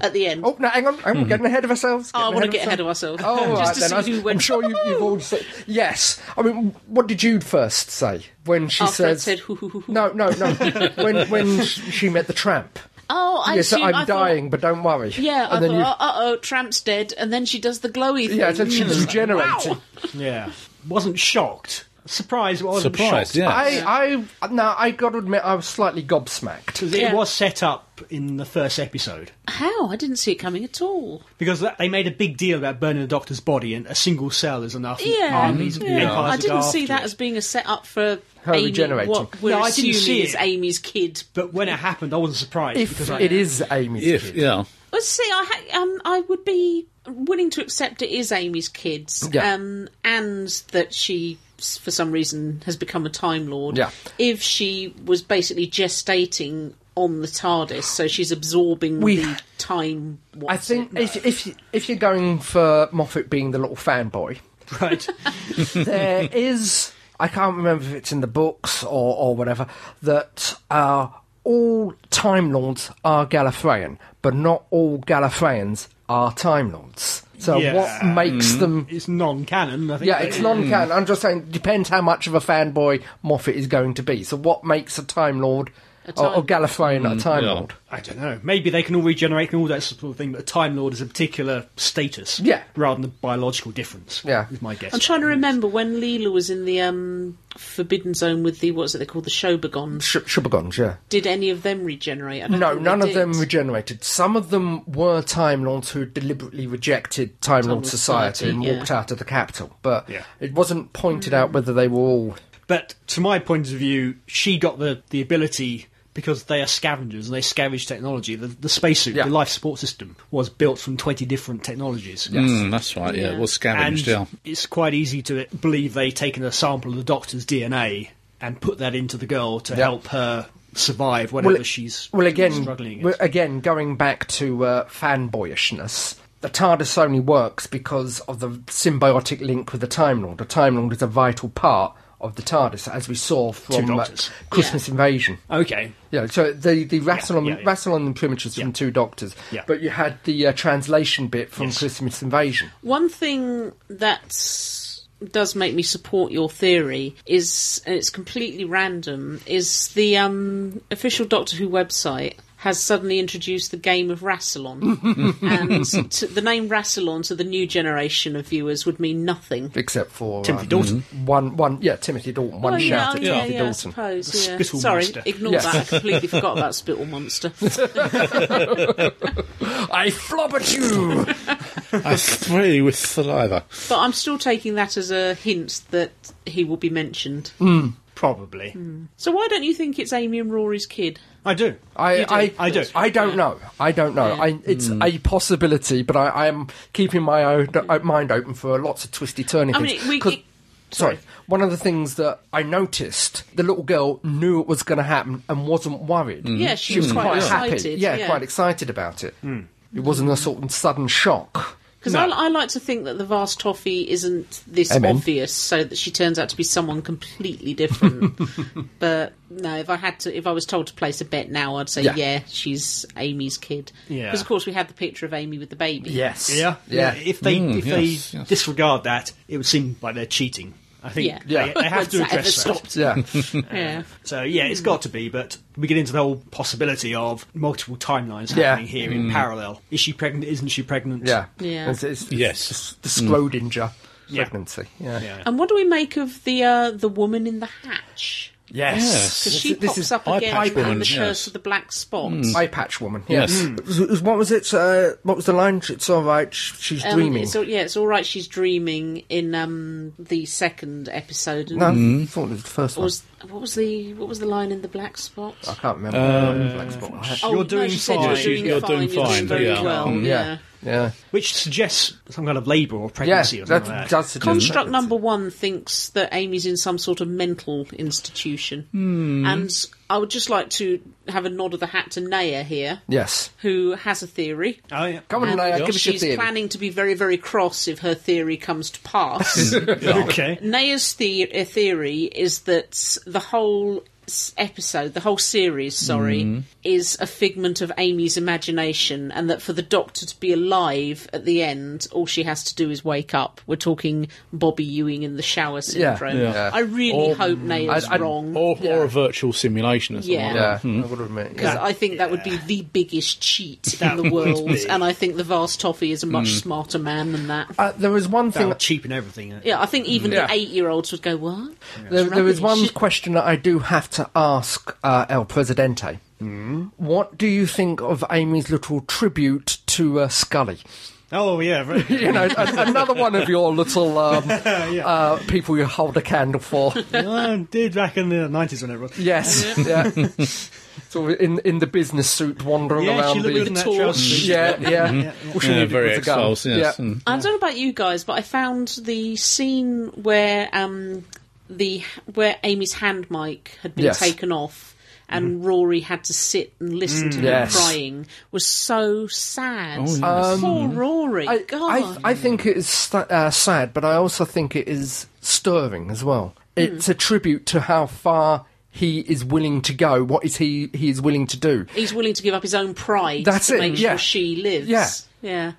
S3: at the end?
S4: Oh no, hang on, hang
S5: Hmm.
S4: on, getting ahead of ourselves.
S3: Oh, I
S4: getting
S3: want to get ahead of ourselves.
S4: Oh, all right,
S3: <laughs> just to
S4: then. I,
S3: see who
S4: I'm
S3: went. Oh!
S4: sure you, you've all said yes. I mean, what did you first say when she
S3: After I'd
S4: says?
S3: said, "Hoo, hoo, hoo, hoo."
S4: no, no, no.
S3: <laughs>
S4: when when sh- she met the tramp.
S3: <laughs> Oh, I
S4: Yes,
S3: assume,
S4: I'm
S3: I thought-
S4: dying, but don't worry.
S3: yeah,
S4: and
S3: I
S4: then
S3: thought, uh oh, Tramp's dead, and then she does the glowy
S4: you,
S3: thing.
S4: yeah, so she's
S3: It's like,
S4: regenerating.
S3: wow.
S5: Yeah. Wasn't shocked. Surprised, but wasn't
S2: Surprised,
S5: shocked.
S2: yeah.
S4: I, I, now I got to admit, I was slightly gobsmacked.
S5: Because
S3: Yeah.
S5: it was set up in the first episode.
S3: How? I didn't see it coming at all.
S5: Because that, they made a big deal about burning the doctor's body, and a single cell is enough. and
S3: Yeah,
S5: armies and
S3: yeah.
S5: empires
S3: I
S5: to go
S3: didn't see
S5: after
S3: that
S5: it.
S3: as being a setup for
S4: Her
S3: Amy,
S4: regenerating.
S3: What we're
S5: No, I
S3: assuming
S5: didn't see
S3: is
S5: it.
S3: Amy's kid.
S5: But when it happened, I wasn't surprised.
S4: If
S5: because
S4: it is
S5: I,
S4: Amy's
S2: If
S4: kid.
S2: yeah,
S3: Well, see, I ha- um, I would be willing to accept it is Amy's kids,
S4: Yeah.
S3: um, and that she, s- for some reason, has become a Time Lord.
S4: Yeah.
S3: If she was basically gestating on the TARDIS, so she's absorbing
S4: We-
S3: the time.
S4: I
S3: what's
S4: think
S3: it?
S4: if, if if you're going for Moffat being the little fanboy,
S5: <laughs> Right.
S4: there Uh, <laughs> is I can't remember if it's in the books or, or whatever that uh, all Time Lords are Gallifreyan, but not all Gallifreyans are Time Lords. So
S5: Yeah.
S4: what makes them?
S5: it's non-canon. I think.
S4: Yeah, it's non-canon. I'm just saying, depends how much of a fanboy Moffat is going to be. So what makes a Time Lord or, or
S3: Time-
S4: Gallifreyan a Time
S2: yeah.
S4: Lord?
S5: I don't know. Maybe they can all regenerate and all that sort of thing, but a Time Lord is a particular status.
S4: Yeah.
S5: Rather than a biological difference.
S4: Yeah.
S5: Is my guess.
S3: I'm trying to remember when Leela was in the um, Forbidden Zone with the what's it they called the Shobagons.
S4: Sh- Shubagons, yeah.
S3: Did any of them regenerate? I don't
S4: No,
S3: think they
S4: none of
S3: did.
S4: them regenerated. Some of them were Time Lords who deliberately rejected Time, Lord Society,
S3: Society,
S4: and
S3: yeah. Mm-hmm.
S4: walked out of the capital. But
S5: Yeah.
S4: it wasn't pointed out whether they were all.
S5: But to my point of view, she got the, the ability because they are scavengers and they scavenge technology. The, the spacesuit,
S4: Yeah.
S5: the life support system, was built from 20 different technologies.
S2: Mm, that's right. Yeah,
S3: Yeah.
S2: it was
S5: And
S2: scavenged. Yeah,
S5: <laughs> it's quite easy to believe they've taken a sample of the doctor's DNA and put that into the girl to help her survive whatever she's
S4: Well, again,
S5: struggling
S4: well,
S5: against.
S4: again, going back to uh, fanboyishness. The TARDIS only works because of the symbiotic link with the Time Lord. The Time Lord is a vital part of the TARDIS, as we saw from uh,
S5: Doctors.
S4: Christmas Invasion.
S5: Okay.
S4: Yeah, so the the rattle on
S5: yeah, yeah.
S4: rattle on the perimeters from
S5: Yeah.
S4: two doctors,
S5: Yeah.
S4: but you had the uh, translation bit from
S5: Yes.
S4: Christmas Invasion.
S3: One thing that does make me support your theory is, and it's completely random, is the um, official Doctor Who website has suddenly introduced the game of Rassilon. and to, the name Rassilon to the new generation of viewers would mean nothing.
S4: Except for
S5: Timothy
S4: um,
S5: Dalton.
S4: one one yeah Timothy Dalton one
S3: Oh,
S4: shout at
S3: yeah, yeah,
S4: Timothy
S3: yeah, I
S4: Dalton.
S3: suppose. Yeah.
S5: Spittle
S3: Sorry,
S5: Monster.
S3: ignore
S4: Yeah.
S3: that. I completely
S4: <laughs>
S3: forgot about Spittle Monster.
S4: I flob at you.
S2: I spray with saliva.
S3: But I'm still taking that as a hint that he will be mentioned.
S4: Hmm.
S5: Probably.
S3: So why don't you think it's Amy and Rory's kid?
S5: I do.
S4: I, I,
S5: I do.
S4: I don't know. I don't know. I, it's a possibility, but I, I am keeping my own, uh, mind open for lots of twisty turny
S3: I
S4: things.
S3: mean, it- we-
S4: 'Cause-
S3: it-
S4: sorry. One of the things that I noticed, the little girl knew it was going to happen and wasn't worried.
S3: Mm-hmm. Yeah, she was quite
S4: happy.
S3: excited,
S4: Yeah,
S3: yeah.
S4: quite excited about it. It wasn't a sort of sudden shock.
S3: Because
S5: No.
S3: I, I like to think that the vast toffee isn't this
S4: Amen.
S3: obvious, so that she turns out to be someone completely different. but no, if I had to, if I was told to place a bet now, I'd say
S4: Yeah.
S3: yeah, she's Amy's kid.
S5: Yeah.
S3: because of course we had the picture of Amy with the baby.
S4: Yes.
S5: Yeah,
S4: Yeah. Mm,
S5: If they if
S2: yes,
S5: they
S2: yes.
S5: disregard that, it would seem like they're cheating. I think
S3: Yeah.
S5: they-
S4: Yeah.
S5: They,
S3: <laughs>
S5: have to
S3: Once that
S5: address
S3: ever
S5: that.
S4: <laughs> Yeah.
S3: stopped. Yeah.
S5: So yeah,
S3: Mm.
S5: it's got to be. But we get into the whole possibility of multiple timelines
S4: Yeah. Mm.
S5: happening here in parallel. Is she pregnant? Isn't she pregnant?
S4: yeah.
S3: Yeah. Hmm.
S4: It's, it's,
S2: Yes.
S4: it's the Schrodinger
S5: Yeah.
S4: pregnancy. Yeah.
S5: Yeah.
S3: And what do we make of the uh, the woman in the hatch?
S2: Yes.
S3: Because she
S4: This- this
S3: pops
S4: is
S3: up
S2: eye
S3: again
S2: patch
S3: and
S2: woman,
S3: the
S2: yes.
S3: curse of the black spot.
S4: Eye patch woman.
S2: Yes.
S4: It was- it was- Mm. What was it? Uh, what was the line? It's all right. sh- She's
S3: Um,
S4: dreaming.
S3: It's, all- yeah, it's all right. She's dreaming in um, the second episode. And
S4: No, I thought it was the first
S3: what
S4: one.
S3: was what was the what was the line in the black spot?
S4: I can't remember. Um, Black spot on my head.
S3: Oh,
S5: You're
S3: no,
S5: doing
S3: she said
S5: fine.
S3: You're doing
S2: You're
S3: fine.
S2: doing
S3: You're
S2: fine,
S3: doing very
S2: yeah.
S3: well.
S2: Mm.
S3: yeah.
S4: yeah, yeah,
S5: Which suggests some kind of labour or
S4: yeah.
S5: pregnancy or
S4: That
S5: something like that.
S4: does suggest
S3: Construct
S4: that.
S3: number one thinks that Amy's in some sort of mental institution, and I would just like to have a nod of the hat to Naya here,
S4: Yes.
S3: who has a theory.
S5: Oh, yeah.
S4: Come on,
S3: And
S4: Naya, give us your
S3: Um, she's
S4: theory.
S3: planning to be very, very cross if her theory comes to pass.
S4: <laughs>
S5: Okay.
S3: Naya's the- uh, theory is that the whole s- episode, the whole series, sorry, is a figment of Amy's imagination, and that for the Doctor to be alive at the end, all she has to do is wake up. We're talking Bobby Ewing in the shower syndrome.
S2: yeah.
S3: I really
S2: Or-
S3: hope Naya's
S4: I'd- I'd-
S3: wrong.
S2: Or, or a virtual simulation or something
S3: Yeah.
S2: like that.
S4: Yeah, Mm. I would admit.
S3: because
S4: Yeah.
S3: I think that would be the biggest cheat
S5: That
S3: in the
S5: would
S3: world,
S5: be.
S3: and I think the vast toffee is a much smarter man than that.
S4: Uh, there was one
S5: That
S4: thing.
S5: would cheapen everything. uh,
S3: yeah, I think even
S4: Yeah.
S3: the eight-year-olds would go, "What?"
S4: There, there is one
S3: Rubbish.
S4: question that I do have to ask uh, El Presidente. What do you think of Amy's little tribute to uh, Scully?
S5: Oh yeah.
S3: <laughs>
S5: Very,
S4: <laughs> You know, a- another one of your little
S5: <laughs>
S4: um, uh, people you hold a candle for.
S5: I Oh, did back in the nineties when everyone.
S4: Yes. Yeah. sort of in in the business suit wandering
S5: Yeah,
S4: around
S5: she looked
S4: the
S5: good in that
S3: torch.
S5: trousers.
S4: yeah, yeah. <laughs> Wishing
S2: Yeah,
S4: it
S2: very
S4: was a gun.
S2: X-Files, yes.
S4: Yeah.
S2: Mm.
S3: I don't know about you guys, but I found the scene where um, the where Amy's hand mic had been
S4: Yes. Mm-hmm.
S3: taken off and Rory had to sit and listen to her
S4: Mm, Yes. Oh,
S3: crying was so sad.
S2: yes.
S3: Poor Rory.
S4: Um, I, I,
S3: God.
S4: I think it is st- uh, sad, but I also think it is stirring as well.
S5: Hmm.
S4: It's a tribute to how far he is willing to go. What is he he is willing to do?
S3: He's willing to give up his own pride
S4: That's
S3: to
S4: it,
S3: make
S4: yeah.
S3: sure she lives.
S4: Yeah.
S3: Yeah.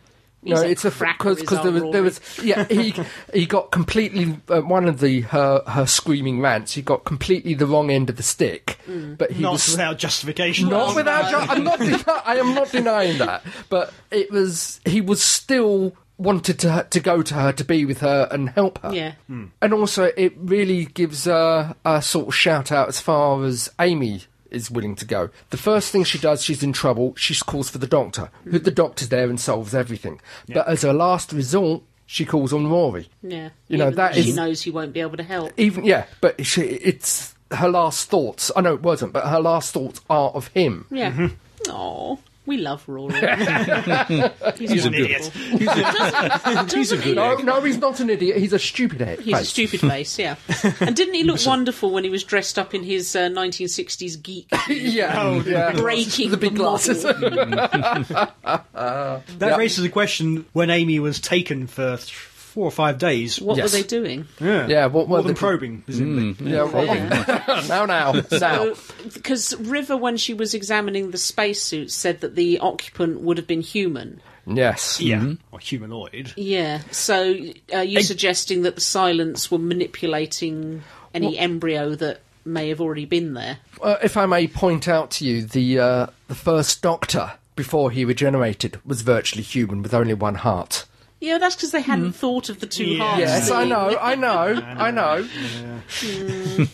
S4: No,
S3: He's a
S4: it's a
S3: cracker,
S4: because
S3: is
S4: because there
S3: old
S4: was there
S3: Rory.
S4: was yeah he he got completely uh, one of the her her screaming rants. He got completely the wrong end of the stick,
S3: Mm.
S4: but he
S5: Not
S4: was
S5: without justification.
S4: Not
S5: Oh,
S4: without.
S5: no.
S4: ju- I'm not. Deni- I am not denying that. But it was. He was still wanted to to go to her to be with her and help her.
S3: Yeah.
S4: And also, it really gives her a sort of shout out as far as Amy is willing to go. The first thing she does, she's in trouble. She calls for the doctor. Who The doctor's there and solves everything. But as her last resort, she calls on Rory.
S3: Yeah.
S4: You know,
S3: Even though
S4: that
S3: she
S4: is-
S3: knows he won't be able to help.
S4: Even yeah, but she, it's her last thoughts. I know it wasn't, but her last thoughts are of him.
S3: Yeah. Oh, we love
S4: <laughs>
S3: Rory. He's,
S2: He's a good-
S3: wonderful.
S2: He's a-
S3: Doesn't
S2: He's a
S3: he
S2: good
S4: No,
S3: look-
S2: egg.
S4: no, he's not an idiot. He's a stupid egg.
S3: He's a
S4: Right.
S3: stupid face, yeah. And didn't he look wonderful when he was dressed up in his uh, 1960s
S4: <coughs>
S3: geek,
S4: <laughs> Yeah, Oh, yeah.
S3: breaking
S4: the big
S3: model?
S4: glasses. <laughs>
S5: That raises the question: When Amy was taken for th- four or five days.
S3: What
S4: Yes.
S3: were they doing?
S5: Yeah,
S4: Yeah, what- what
S5: more than
S4: the- Mm-hmm.
S5: probing, presumably.
S4: Yeah, well, <laughs> now, now, now.
S3: Because River, when she was examining the spacesuit, said that the occupant would have been human.
S4: Yes.
S5: Yeah, or humanoid.
S3: Yeah. So are you suggesting that the Silence were manipulating any embryo that may have already been there?
S4: Uh, if I may point out to you, the uh, the first Doctor before he regenerated was virtually human with only one heart.
S3: Yeah, that's because they hadn't thought of the two
S5: Yeah.
S3: halves.
S4: Hmm. Yes, I
S3: thing.
S4: know, I know, I know.
S5: No,
S3: It's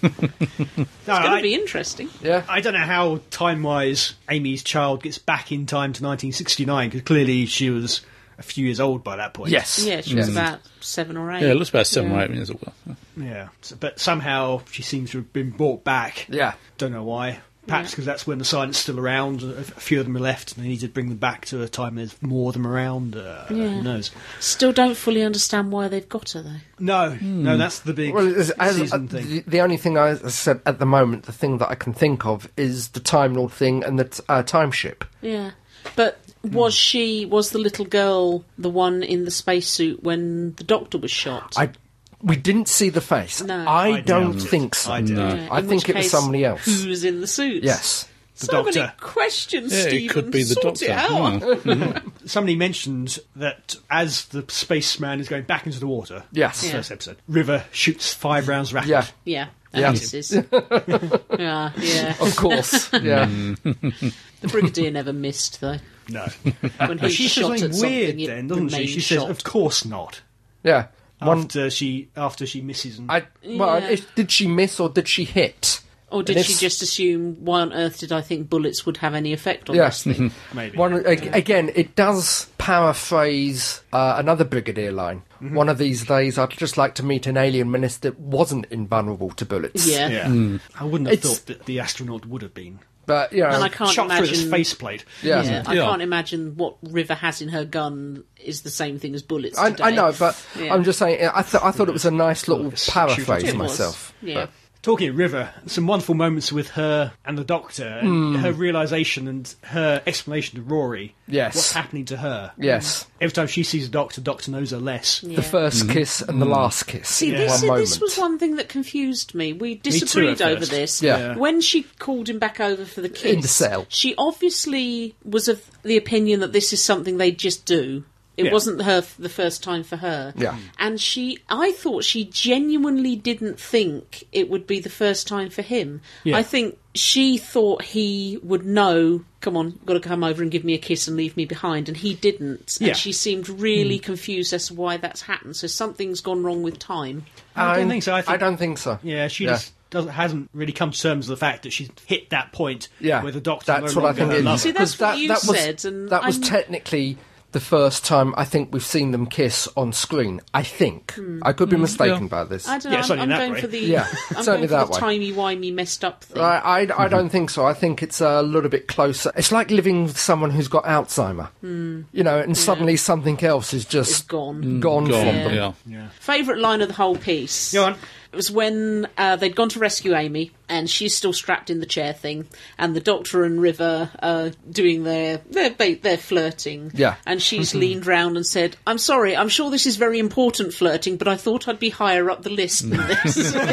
S3: going
S5: I,
S3: to be interesting.
S4: Yeah,
S5: I don't know how time wise Amy's child gets back in time to 1969 because clearly she was a few years old by that point.
S4: yes,
S3: Yeah, she
S4: Hmm.
S3: was about seven or eight.
S2: Yeah, it looks about seven or eight minutes. Well.
S5: Yeah. So, but somehow she seems to have been brought back.
S4: yeah.
S5: Don't know why. Perhaps because that's when the silent's still around. A a few of them are left, and they need to bring them back to a time there's more of them around. Uh, Who knows?
S3: Still don't fully understand why they've got her though.
S5: No, no, that's the big
S4: Hmm. Well, as, as-
S5: season
S4: uh,
S5: thing.
S4: The, the only thing I I said at the moment, the thing that I can think of is the Time Lord thing and the t- uh, time ship.
S3: Yeah. But was she was the little girl the one in the spacesuit when the doctor was shot?
S4: I we didn't see the face.
S3: No.
S4: I,
S5: I
S4: don't
S5: doubt it.
S4: think so.
S5: I doubt No. it.
S3: Yeah,
S4: uh, I
S3: in
S4: think
S3: which
S4: it was
S3: case,
S4: somebody else.
S3: Who was in the suit?
S4: Yes.
S5: The
S3: so many
S5: doctor.
S3: questions,
S2: Yeah,
S3: Stephen.
S2: it could be the
S3: Sort
S2: doctor.
S3: It out.
S2: Hmm.
S5: Somebody mentioned that as the spaceman is going back into the water.
S4: Yes.
S3: Yeah.
S5: First episode. River shoots five rounds rapid.
S4: Yeah.
S3: Yeah.
S4: Yeah.
S3: Yeah. yeah, yeah.
S4: Of
S3: <laughs>
S4: course. yeah.
S5: Mm.
S3: The brigadier never missed though.
S5: No.
S4: <laughs>
S3: When he
S5: But she says
S3: shot at
S5: something
S3: something,
S5: weird
S3: it
S5: then, doesn't she?
S3: remained
S5: She says,
S3: shot.
S5: "Of course not."
S4: Yeah. One.
S5: After she after she misses and
S4: I well,
S3: Yeah.
S4: if, did she miss or did she hit?
S3: Or did
S4: And
S3: she
S4: if-
S3: just assume why on earth did I think bullets would have any effect
S4: <laughs>
S3: on
S4: Yeah.
S3: this <laughs> thing?
S5: maybe
S4: One ag- again, it does paraphrase uh, another brigadier line.
S5: Mm-hmm.
S4: One of these days, I'd just like to meet an alien menace that wasn't invulnerable to bullets.
S3: yeah.
S5: Yeah.
S4: Hmm.
S5: I wouldn't have
S4: It's-
S5: thought that the astronaut would have been
S4: but you know,
S3: And I can't
S5: shot
S3: imagine
S5: through his faceplate.
S4: yeah.
S3: Yeah, I
S2: Yeah.
S3: can't imagine what River has in her gun is the same thing as bullets.
S4: I,
S3: today.
S4: I know, but
S3: Yeah.
S4: I'm just saying. I, th- I thought it was a nice little
S5: It's-
S4: paraphrase
S5: it
S3: It was.
S4: myself.
S3: Yeah,
S5: Talking of River, some wonderful moments with her and the Doctor, and
S4: Hmm.
S5: her realization and her explanation to Rory.
S4: Yes.
S5: what's happening to her?
S4: Yes,
S5: Every time she sees the Doctor, Doctor knows her less.
S4: the
S3: Yeah.
S4: first
S5: Mm-hmm.
S4: kiss and the
S5: Mm.
S4: last kiss.
S3: See,
S4: in
S3: this,
S4: one moment.
S3: this was one thing that confused me. We
S5: too,
S3: disagreed
S5: at
S3: over
S5: first.
S3: this.
S4: Yeah. Yeah.
S3: When she called him back over for the kiss,
S4: the cell.
S3: she obviously was of the opinion that this is something they just do. It
S5: Yeah.
S3: wasn't her the first time for her.
S4: Yeah.
S3: And she, I thought she genuinely didn't think it would be the first time for him. I think she thought he would know. Come on, got to come over and give me a kiss and leave me behind, and he didn't.
S5: Yeah. Hmm.
S3: And she seemed really confused as to why that's happened. So something's gone wrong with time.
S5: I don't think so. I think-
S4: don't think so.
S5: Yeah, she just doesn't hasn't really come to terms with the fact that she's hit that point
S4: Yeah,
S5: where the Doctor
S4: That's
S5: no
S4: what I
S5: longer
S4: think.
S5: her
S4: It
S5: lover.
S4: is.
S3: See, that's
S4: Because
S3: what
S4: that,
S3: you
S4: that was,
S3: said, and
S4: that was
S3: I'm-
S4: technically the first time I think we've seen them kiss on screen. I think I could be mistaken by this.
S3: Hmm. I
S4: I,
S3: don't
S5: Yeah,
S3: know. I'm,
S5: certainly
S3: I'm
S5: that
S3: going
S5: way.
S3: for the
S4: Yeah, certainly
S3: I'm going for
S4: that
S3: the
S4: way.
S3: timey wimey messed up thing.
S4: I,
S5: Mm-hmm.
S4: I don't think so. I think it's a little bit closer. It's like living with someone who's got Alzheimer, you know, and suddenly something else is
S3: It's
S4: just
S3: Hmm. gone.
S5: Mm,
S4: gone from
S2: Gone,
S4: them.
S2: yeah.
S3: Favorite line of the whole piece.
S5: Go on.
S3: It was when uh, they'd gone to rescue Amy, and she's still strapped in the chair thing, and the Doctor and River are doing their their ba- their flirting.
S4: Yeah. Mm-hmm.
S3: and she's leaned round and said, "I'm sorry, I'm sure this is very important flirting, but I thought I'd be higher up the list
S4: <laughs>
S3: than this." <laughs>
S5: <laughs>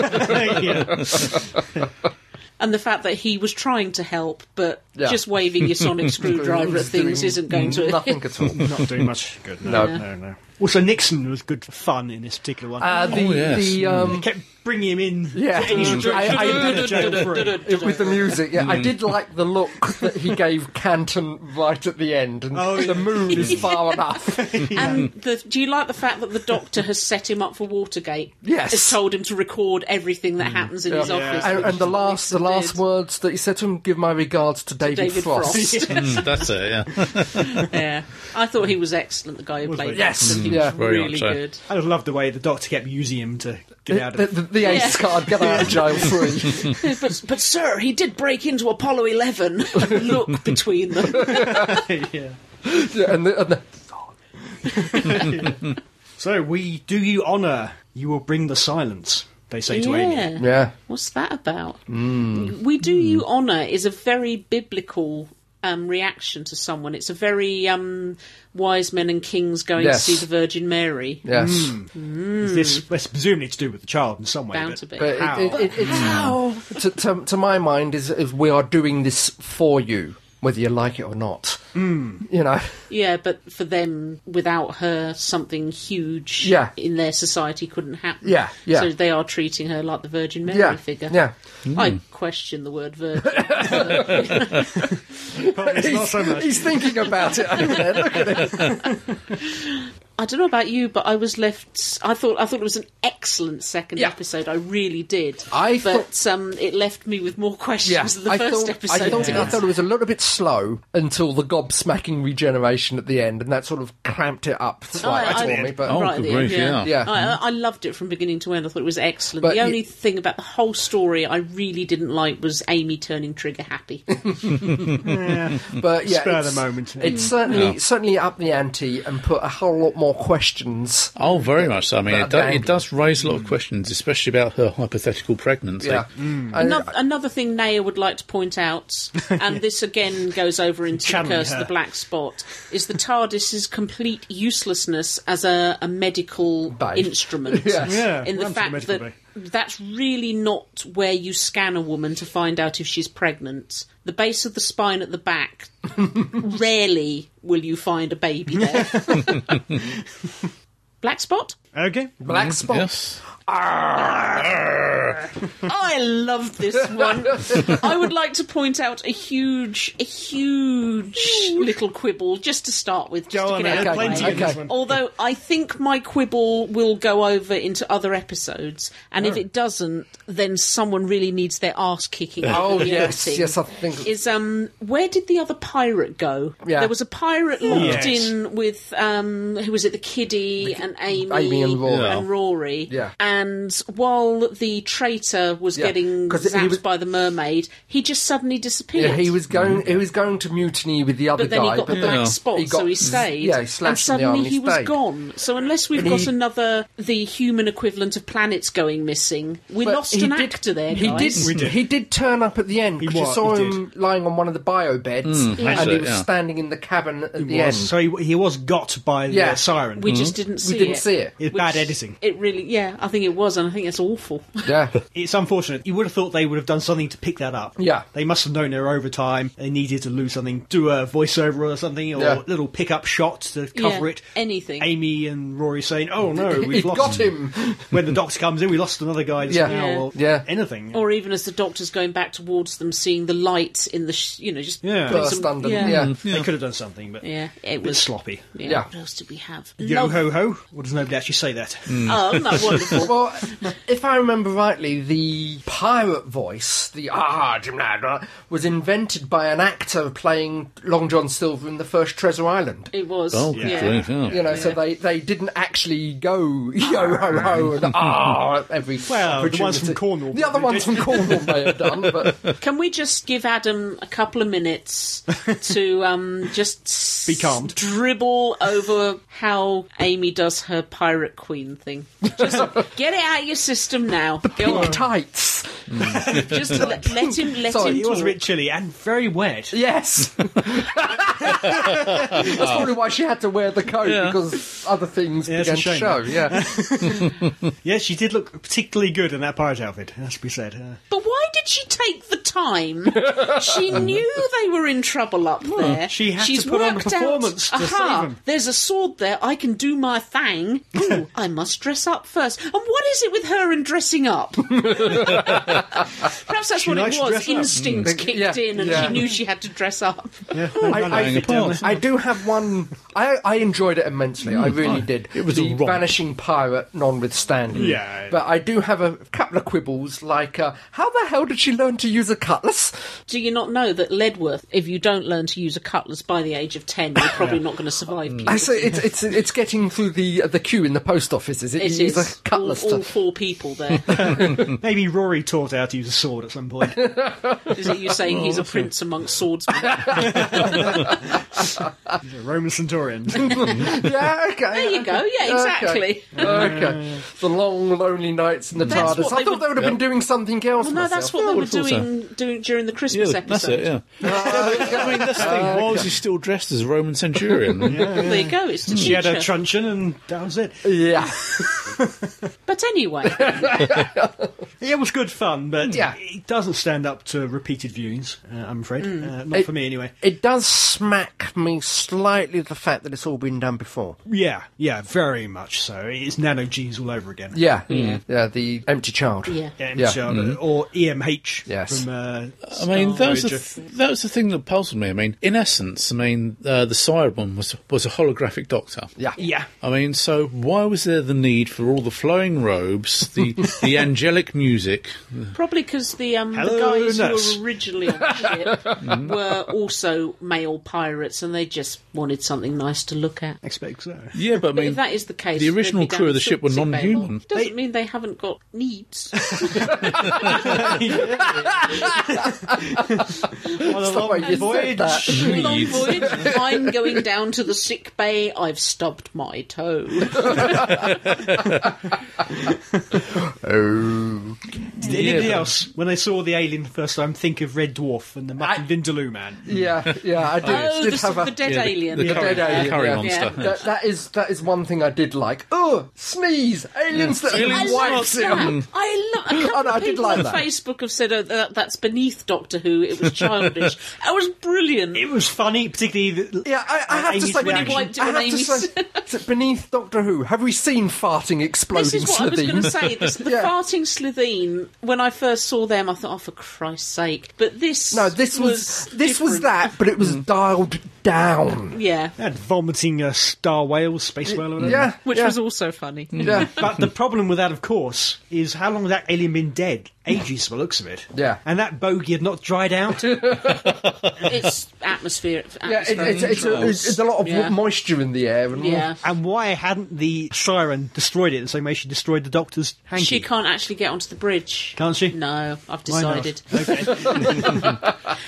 S5: yeah.
S3: and the fact that he was trying to help, but
S4: Yeah.
S3: just waving
S4: <laughs>
S3: your sonic screwdriver at
S4: It's doing
S3: things isn't going to <laughs>
S4: nothing at all.
S5: Not doing much good.
S4: No.
S5: No, no, no, Also, Nixon was good fun in this particular one.
S4: Uh, the
S2: Oh, yes.
S4: the um,
S5: They kept bringing him in.
S4: Yeah.
S5: for any
S4: Mm.
S5: instructions
S4: I- I
S5: about
S4: did-
S3: <laughs>
S5: Joe Briggs.
S4: with the music, yeah,
S3: Mm.
S4: I did like the look that he gave Canton right at the end, and
S5: Oh,
S4: the
S5: yeah.
S4: moon is far
S3: <laughs>
S4: enough.
S3: And the, do you like the fact that the doctor has set him up for Watergate?
S4: Yes. Mm.
S3: Has told him to record everything that happens in his
S4: Yeah.
S3: office.
S4: And, and the last, the last
S3: Did.
S4: words that he said to him, "Give my regards to David,
S3: David
S4: Frost." <laughs>
S3: Frost.
S2: Mm, that's it, yeah.
S3: <laughs> yeah. I thought he was excellent, the guy who played
S5: very
S4: Yes.
S3: him. He
S4: Yeah.
S3: was
S2: Very
S3: really
S2: much so.
S3: good.
S5: <laughs>
S3: <laughs>
S5: I just loved the way the doctor kept using him to get
S4: The,
S5: out
S4: the, <laughs>
S5: of
S4: the, the ace
S3: Yeah.
S4: card, get
S3: <laughs>
S4: out of jail free.
S3: But, but, sir, he did break into Apollo 11. <laughs>
S4: <laughs>
S3: Look between them.
S5: it. yeah.
S4: Yeah, and the, and the,
S5: So we do you honour. You will bring the silence. They say to Amy.
S3: yeah.
S4: yeah, Mm.
S3: What's that about? We do you honour is a very biblical um, reaction to someone. It's a very um, wise men and kings going
S4: Yes.
S3: to see the Virgin Mary.
S4: Yes.
S5: Is this that's presumably to do with the child in some way.
S3: Bound
S5: but
S3: to be.
S4: But
S5: How?
S4: It, it, it, it's To, to, to my mind is, is we are doing this for you, whether you like it or not. You know,
S3: Yeah, but for them, without her, something huge
S4: Yeah.
S3: in their society couldn't happen.
S4: Yeah, yeah.
S3: So they are treating her like the Virgin Mary
S4: yeah,
S3: figure.
S4: yeah.
S3: I question the word virgin.
S5: Probably it's not so
S4: <laughs> He's,
S5: much.
S4: he's thinking about it over there. Look at it.
S3: I don't know about you, but I was left. I thought I thought it was an excellent second
S4: Yeah.
S3: episode. I really did.
S4: I
S3: but um, it left me with more <laughs> questions
S4: <laughs> Yeah,
S3: than the
S4: I
S3: first
S4: thought,
S3: episode.
S4: I, thought,
S3: did.
S4: I thought it was a little bit slow until the gobsmacking regeneration at the end, and that sort of clamped it up
S3: Oh, I-
S4: slightly
S3: I-
S4: for me. But
S2: Oh, good
S3: right at the end,
S2: grief,
S4: yeah.
S3: yeah,
S4: Yeah.
S3: I, I loved it from beginning to end. I thought it was excellent.
S4: But
S3: the
S4: you-
S3: only thing about the whole story I really didn't like was Amy turning trigger happy.
S4: but yeah,
S5: Spur of the
S4: it's-
S5: moment.
S4: It's certainly certainly up the ante and put a whole lot more questions.
S2: Oh, very much. so. I mean, it, do,
S4: That
S2: it
S4: angle.
S2: does raise a lot of questions, especially about her hypothetical pregnancy.
S4: Yeah,
S5: Mm.
S4: And-
S3: Another, another thing Naya would like to point
S5: <laughs>
S3: out, and this again goes over into the
S5: Channeling
S3: Curse of
S5: her.
S3: the Black Spot, is the TARDIS's complete uselessness as a, a medical
S4: Babe.
S5: <laughs>
S3: instrument.
S4: Yes.
S5: Yeah,
S3: in the
S5: Ramsey
S3: fact
S5: medical
S3: that that's really not where you scan a woman to find out if she's pregnant. The base of the spine at the
S5: <laughs>
S3: back, rarely will you find a baby
S5: <laughs>
S3: there. Black Spot?
S5: Okay.
S4: black spot. Ah!
S2: Yes.
S3: I love this one. I would like to point out a huge, a huge little quibble just to start with. Just
S5: Go
S3: to
S5: on,
S3: get
S5: there's
S3: it out of the
S5: plenty
S3: way.
S5: in this one.
S3: Although I think my quibble will go over into other episodes, and if it doesn't, then someone really needs their ass kicking.
S4: Oh
S3: for the
S4: yes,
S3: outing.
S4: yes. I think
S3: Is um where did the other pirate go?
S4: Yeah.
S3: There was a pirate locked
S5: Yes.
S3: in with um who was it? The kiddie and Amy,
S4: Amy and Rory.
S2: Yeah.
S3: and Rory.
S4: Yeah.
S3: And while the traitor was
S4: Yeah,
S3: getting
S4: 'cause he
S3: zapped
S4: was-
S3: by the mermaid, he just suddenly disappeared.
S4: yeah, he was going. He was going to mutiny with the other
S3: But then
S4: guy.
S3: he got the
S4: but
S3: black
S4: then
S3: spot,
S4: he got-
S3: so he stayed.
S4: Yeah, he
S3: and
S4: slashed in the
S3: suddenly
S4: arm and
S3: he
S4: he
S3: was
S4: stayed.
S3: gone. So unless we've
S4: And
S3: got
S4: he-
S3: another the human equivalent of planets going missing, we
S4: But
S3: lost
S4: he
S3: an
S4: did-
S3: actor there.
S4: He
S3: guys.
S4: did, He did turn up at the end because you
S5: was,
S4: saw
S5: he
S4: him lying on one of the bio
S3: Mm.
S4: beds, and
S2: actually,
S4: he was
S2: yeah.
S4: standing in the cabin at the end.
S5: So he, he was got by the
S4: Yeah.
S5: uh, siren.
S3: We just didn't see
S4: we didn't
S3: it.
S4: see it.
S5: it's bad editing.
S3: It really, yeah, I think it was, and I think that's awful.
S4: Yeah,
S5: It's unfortunate. You would have thought they would have done something to pick that up.
S4: Yeah.
S5: They must have known their overtime. They needed to lose something, do a voiceover or something, or
S4: Yeah.
S5: a little pickup shot to <laughs> cover
S3: Yeah,
S5: it.
S3: anything.
S5: Amy and Rory saying,
S4: <laughs>
S5: "Oh no,
S4: he
S5: we've lost
S4: got him.
S5: <laughs> When the doctor comes in, we lost another guy. just
S4: Yeah.
S5: now,"
S3: Yeah.
S5: or
S4: Yeah.
S5: Anything.
S3: or even as the doctor's going back towards them, seeing the light in the, sh- you know, just
S5: Yeah.
S3: putting
S4: Burst under.
S3: yeah. Mm.
S4: Yeah, yeah.
S5: They could have done something, but
S3: Yeah, it
S5: a bit
S3: was
S5: sloppy.
S3: Yeah.
S4: Yeah.
S3: What else did we have?
S5: Yo
S3: Love-
S5: ho ho! Or does nobody actually say that?
S3: Oh, isn't that wonderful?
S4: Well, if I remember rightly, the pirate voice, the ah, Jim Ladd, uh, was invented by an actor playing Long John Silver in the first Treasure Island.
S3: it was.
S2: Oh, good
S3: yeah.
S2: grief. Yeah.
S4: You know, so they, they didn't actually go <laughs> yo ho ho and ah at every
S5: Well, the
S4: opportunity.
S5: one's from Cornwall.
S4: The other ones from Cornwall may have done,
S5: <laughs>
S4: but
S3: Can we just give Adam a couple of minutes to um, just
S5: Be calmed.
S3: s- dribble over how Amy does her pirate queen thing? Just get it out of your system now. Go
S4: pink
S3: on.
S4: tights.
S3: Just let, let him. Let
S4: Sorry,
S3: him.
S5: It was a
S3: talk.
S5: bit chilly and very wet. <laughs>
S4: Yes. That's probably why she had to wear the coat because other things
S5: Yeah, it's
S4: began
S5: a
S4: to
S5: shame.
S4: show. Yeah.
S5: <laughs> Yes, she did look particularly good in that pirate outfit. It has to be said. Uh,
S3: But why did she take the
S5: <laughs>
S3: time? She knew they were in trouble up there.
S5: she had
S3: She's
S5: to put on a
S3: worked
S5: performance to
S3: out, Aha,
S5: save 'em."
S3: there's a sword there. I can do my
S5: <laughs>
S3: thing. Ooh, I must dress up first. And what is it with her and dressing
S5: <laughs>
S3: up? Perhaps that's what
S5: likes
S3: it
S5: to
S3: was.
S5: dress up.
S3: Instinct
S4: Mm.
S3: kicked
S4: Yeah,
S3: in, and
S4: yeah.
S3: she knew she had to dress up.
S5: yeah,
S4: Hmm. I, um, I,
S2: Hang apart.
S4: I do have one. I, I enjoyed it immensely. I
S5: Mm. Oh,
S4: really did. It
S2: was a
S4: the
S2: romp.
S4: vanishing pirate, notwithstanding.
S5: Yeah.
S4: But I do have a couple of quibbles, like uh, how the hell did she learn to use a cutlass?
S3: Do you not know that Ledworth, if you don't learn to use a cutlass by the age of ten, you're probably not going to survive.
S4: I
S5: Mm.
S3: puberty.
S4: say it's it's it's getting through the uh, the queue in the post office. Is it?
S3: It
S4: you use a
S3: is
S4: cutlass
S3: all, all
S4: to.
S3: four people there.
S5: Maybe Rory taught her how to use
S4: <laughs>
S5: a sword at some point.
S3: <laughs> Is it you saying he's a prince amongst swordsmen?
S5: He's a
S4: <laughs>
S5: Roman centurion.
S4: <laughs> yeah, okay.
S3: There you go. Yeah, exactly.
S4: Okay. The long, lonely nights in the
S3: That's
S4: TARDIS.
S3: what
S4: I
S3: they
S4: thought they would have been doing something else.
S3: Well, no, that's
S4: myself.
S3: what they were
S2: would've thought so.
S3: doing doing during the
S2: Yeah,
S3: Christmas episode.
S2: that's it, yeah. Uh, I mean, that's the thing. Why was he still dressed as a Roman <laughs> centurion?
S3: Well, there you go. It's to
S2: Mm.
S5: she had a
S3: teach her.
S5: truncheon and that was it.
S4: Yeah.
S3: But anyway,
S2: <laughs>
S5: It was good fun, but
S4: Yeah.
S5: it doesn't stand up to repeated viewings, uh, I'm afraid. Uh, not
S4: Hmm. It-
S5: for me, anyway.
S4: <laughs> It does smack me slightly of the fact that it's all been done before.
S5: Yeah, yeah, very much so. It's nano genes all over again.
S4: Yeah. Yeah, the empty child.
S3: yeah.
S5: Um,
S4: Yeah. Mm-hmm.
S5: so, uh, Or EMH
S4: Yes.
S5: from uh,
S2: I mean,
S5: Star
S2: that was, the
S5: Voyager.
S2: th- that was the thing that puzzled me. I mean, in essence, I mean, uh, the Cyberman was was a holographic doctor.
S4: Yeah.
S5: yeah.
S2: I mean, so why was there the need for all the flowing robes, the
S4: <laughs>
S2: the angelic music?
S3: Probably because the um the
S5: Hello,
S3: guys
S5: nurse.
S3: who were originally
S2: <laughs>
S3: on the ship were also male pirates, and they just wanted something nice to look at.
S4: <laughs>
S5: expect so.
S2: Yeah, but I
S3: But
S2: mean,
S3: if that is the case,
S2: the
S3: they'd be
S2: original
S3: down
S2: crew of
S3: in
S2: the ship were
S3: sick bay a lot.
S2: non-human.
S3: Doesn't mean they haven't got needs.
S2: <laughs>
S3: <laughs>
S5: On a long
S4: way you said
S5: voyage.
S4: that.
S3: Long voyage.
S2: <laughs>
S3: I'm going down to the sick bay. I've stubbed my toe.
S4: Oh.
S5: Did anybody
S2: but-
S5: else, when they saw the alien first time, think of Red Dwarf and the Martin Vindaloo man?
S4: Yeah, yeah, I did.
S3: Oh,
S4: did
S3: the,
S4: have a,
S3: the dead
S2: Yeah, the-
S3: alien.
S2: the
S3: Yeah.
S2: curry,
S4: dead alien,
S2: curry
S4: yeah.
S2: monster.
S3: Yeah.
S4: that, that is that is one thing I did like. Oh, sneeze! Aliens that
S2: Aliens
S4: have
S2: that
S4: wiped
S2: are
S4: him.
S3: Yeah, I lo- a couple
S4: <laughs> Oh, no, I
S3: of
S4: did
S3: people
S4: like
S3: on
S4: that.
S3: Facebook have said oh, that, that's beneath Doctor Who. It
S4: <laughs>
S3: was childish. that was brilliant.
S5: It was funny, particularly. The,
S4: Yeah, I, I
S5: Uh,
S4: have to
S5: Amy's
S4: say,
S5: reaction.
S4: I
S3: Wiped it
S4: have
S3: on
S4: to
S3: Amy's-
S4: say,
S3: <laughs>
S4: that beneath Doctor Who, have we seen farting, exploding
S3: This is what I was going to
S4: Slitheen?
S3: say. This,
S4: <laughs>
S3: the
S4: Yeah.
S3: farting Slitheen. When I first saw them, I thought, "Oh, for Christ's sake!" But this,
S4: No, this was, this was
S3: different.
S4: that, but it was dialed down.
S3: yeah,
S5: They had vomiting uh, star whales, space whale, or whatever.
S4: Yeah,
S3: Mm. which
S4: yeah,
S3: was also funny.
S4: <laughs> yeah.
S5: But the problem with that, of course, is how long had that alien been dead? Ages, by the looks of it.
S4: Yeah.
S5: And that bogey had not dried out.
S3: It's atmosphere.
S4: Yeah, it,
S3: atmosphere
S4: it's, Mm. it's, a, it's, it's a lot of
S3: Yeah.
S4: moisture in the air. And
S3: yeah.
S5: and why hadn't the siren destroyed it the same way she destroyed the doctor's hanky?
S3: She can't actually get onto the bridge.
S5: Can't she?
S3: No, I've
S5: Why not?
S3: decided.
S5: Okay.
S3: <laughs>
S5: <laughs>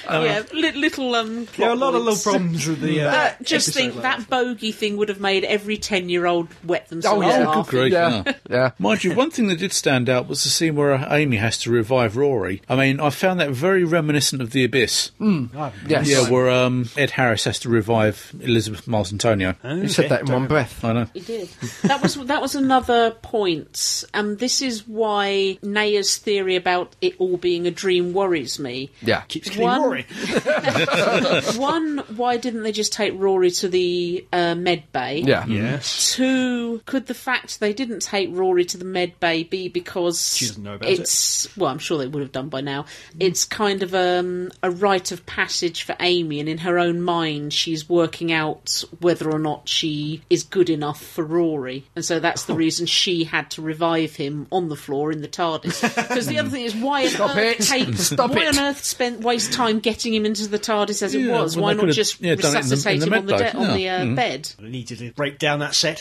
S3: yeah, li- little um.
S5: there are a
S3: <laughs>
S5: lot of little
S3: points.
S5: problems with the. Uh,
S3: <laughs> But just
S5: episode
S3: think
S5: like
S3: that bogey thing would have made every ten-year-old wet
S4: Oh,
S3: themselves.
S4: yeah.
S2: Good
S3: laughing.
S2: grief,
S4: Yeah.
S2: yeah.
S4: Yeah.
S2: Mind you, one thing that did stand out was the scene where uh, Amy has to revive Rory. I mean, I found that very reminiscent of The Abyss.
S5: that.
S4: Mm. Yes.
S2: Yeah, where um, Ed Harris has to revive Elizabeth Miles Antonio.
S4: You said that in one breath.
S2: I know.
S3: He did. That was that was another point, and this is why Naya's theory about it all being a dream
S4: <laughs>
S3: worries me.
S4: Yeah.
S5: Keeps killing
S3: One-
S5: Rory.
S3: One, why didn't they just take Rory to the uh, med bay?
S4: Yeah.
S5: Yes.
S3: Two, could the fact they didn't take Rory to the med bay be because
S5: She doesn't know about
S3: it's well, I'm sure they would have done by now. It's kind of um, a rite of passage for Amy, and in her own mind, she's working out whether or not she is good enough for Rory, and so that's
S2: Oh.
S3: the reason she had to revive him on the floor in the TARDIS. Because the other thing is, why on
S4: Stop it.
S2: <laughs>
S3: earth take-
S4: Stop
S3: why
S4: it.
S3: on earth spend waste time getting him into the TARDIS as it
S2: Yeah,
S3: was?
S2: well,
S3: Why
S2: they
S3: not
S2: could have,
S3: just
S2: yeah, done it in the-
S3: resuscitate
S2: in the
S3: him on the,
S2: med bay,
S3: de- on the
S2: yeah. Mm.
S3: uh, bed?
S5: I needed to break down that set.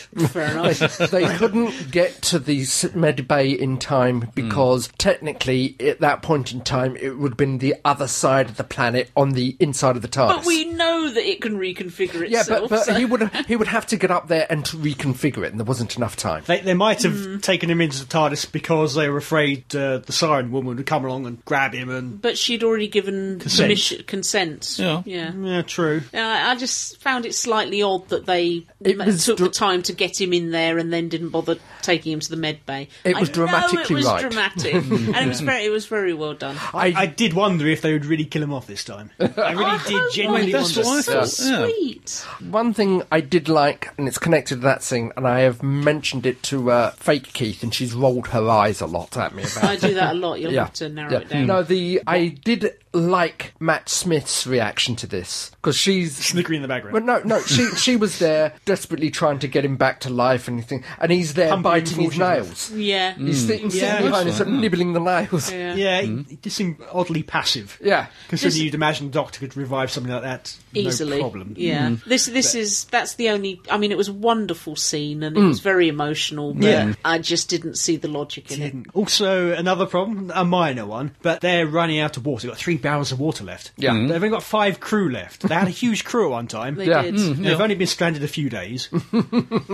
S2: <laughs>
S3: Fair enough.
S4: they couldn't get to the s- med bay in time because technically, at that point in time, it would have been the other side of the planet on the inside of the TARDIS.
S3: But we know that it can reconfigure
S4: yeah,
S3: itself.
S4: but, but
S3: so-
S4: he would he would have to get up there and to reconfigure it, and there wasn't enough time.
S5: They, they might have
S3: Mm.
S5: taken him into the TARDIS because they were afraid uh, the siren woman would come along and grab him and.
S3: But she'd already given
S5: Consent.
S3: permission, consent.
S2: Yeah.
S3: yeah.
S5: Yeah, true.
S3: Uh, I just found it slightly odd that they
S4: It
S3: ma-
S4: was
S3: took
S4: dra-
S3: the time to get him in there and then didn't bother taking him to the med bay.
S4: It was
S3: I know it
S4: dramatically
S3: was
S4: right. <laughs>
S3: dramatic, and it was very, it was very well done.
S5: I, I did wonder if they would really kill him off this time. I really did genuinely
S2: that's
S5: wonder.
S2: what I
S3: so
S2: thought, yeah.
S3: sweet.
S4: One thing I did like, and it's connected to that scene, and I have mentioned it to uh, fake Keith, and she's rolled her eyes a lot at me about
S3: <laughs> I do that a lot. You'll
S4: Yeah.
S3: have to narrow
S4: yeah.
S3: it down.
S4: No, the I did like Matt Smith's reaction to this because she's.
S5: Snickering in the background.
S4: Well, no, no, she she was there desperately trying to get him back to life and anything, and he's there
S5: Humping
S4: biting his
S5: fortune.
S4: nails.
S3: Yeah.
S4: He's sitting, sitting
S5: Yeah.
S4: behind us and nibbling the nails.
S3: yeah.
S5: Yeah, he he did seem oddly passive.
S4: Yeah.
S5: Considering you'd imagine the doctor could revive something like that
S3: Easily,
S5: no problem.
S3: yeah. This this is that's the only. I mean, it was a wonderful scene and it was very emotional, but
S5: Yeah.
S3: I just didn't see the logic in it.
S5: Also, another problem, a minor one, but they're running out of water. They've got three barrels of water left.
S4: Yeah. Mm-hmm.
S5: They've only got five crew left. They had a huge crew at one time.
S3: They
S5: They-
S4: Yeah.
S3: did.
S4: Mm.
S5: have only been stranded a few
S4: <laughs>
S5: days.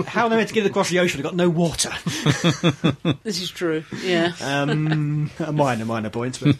S5: How are they meant to get across the ocean? They've got no water.
S3: This is true. Yeah.
S5: Um, minor, minor points. But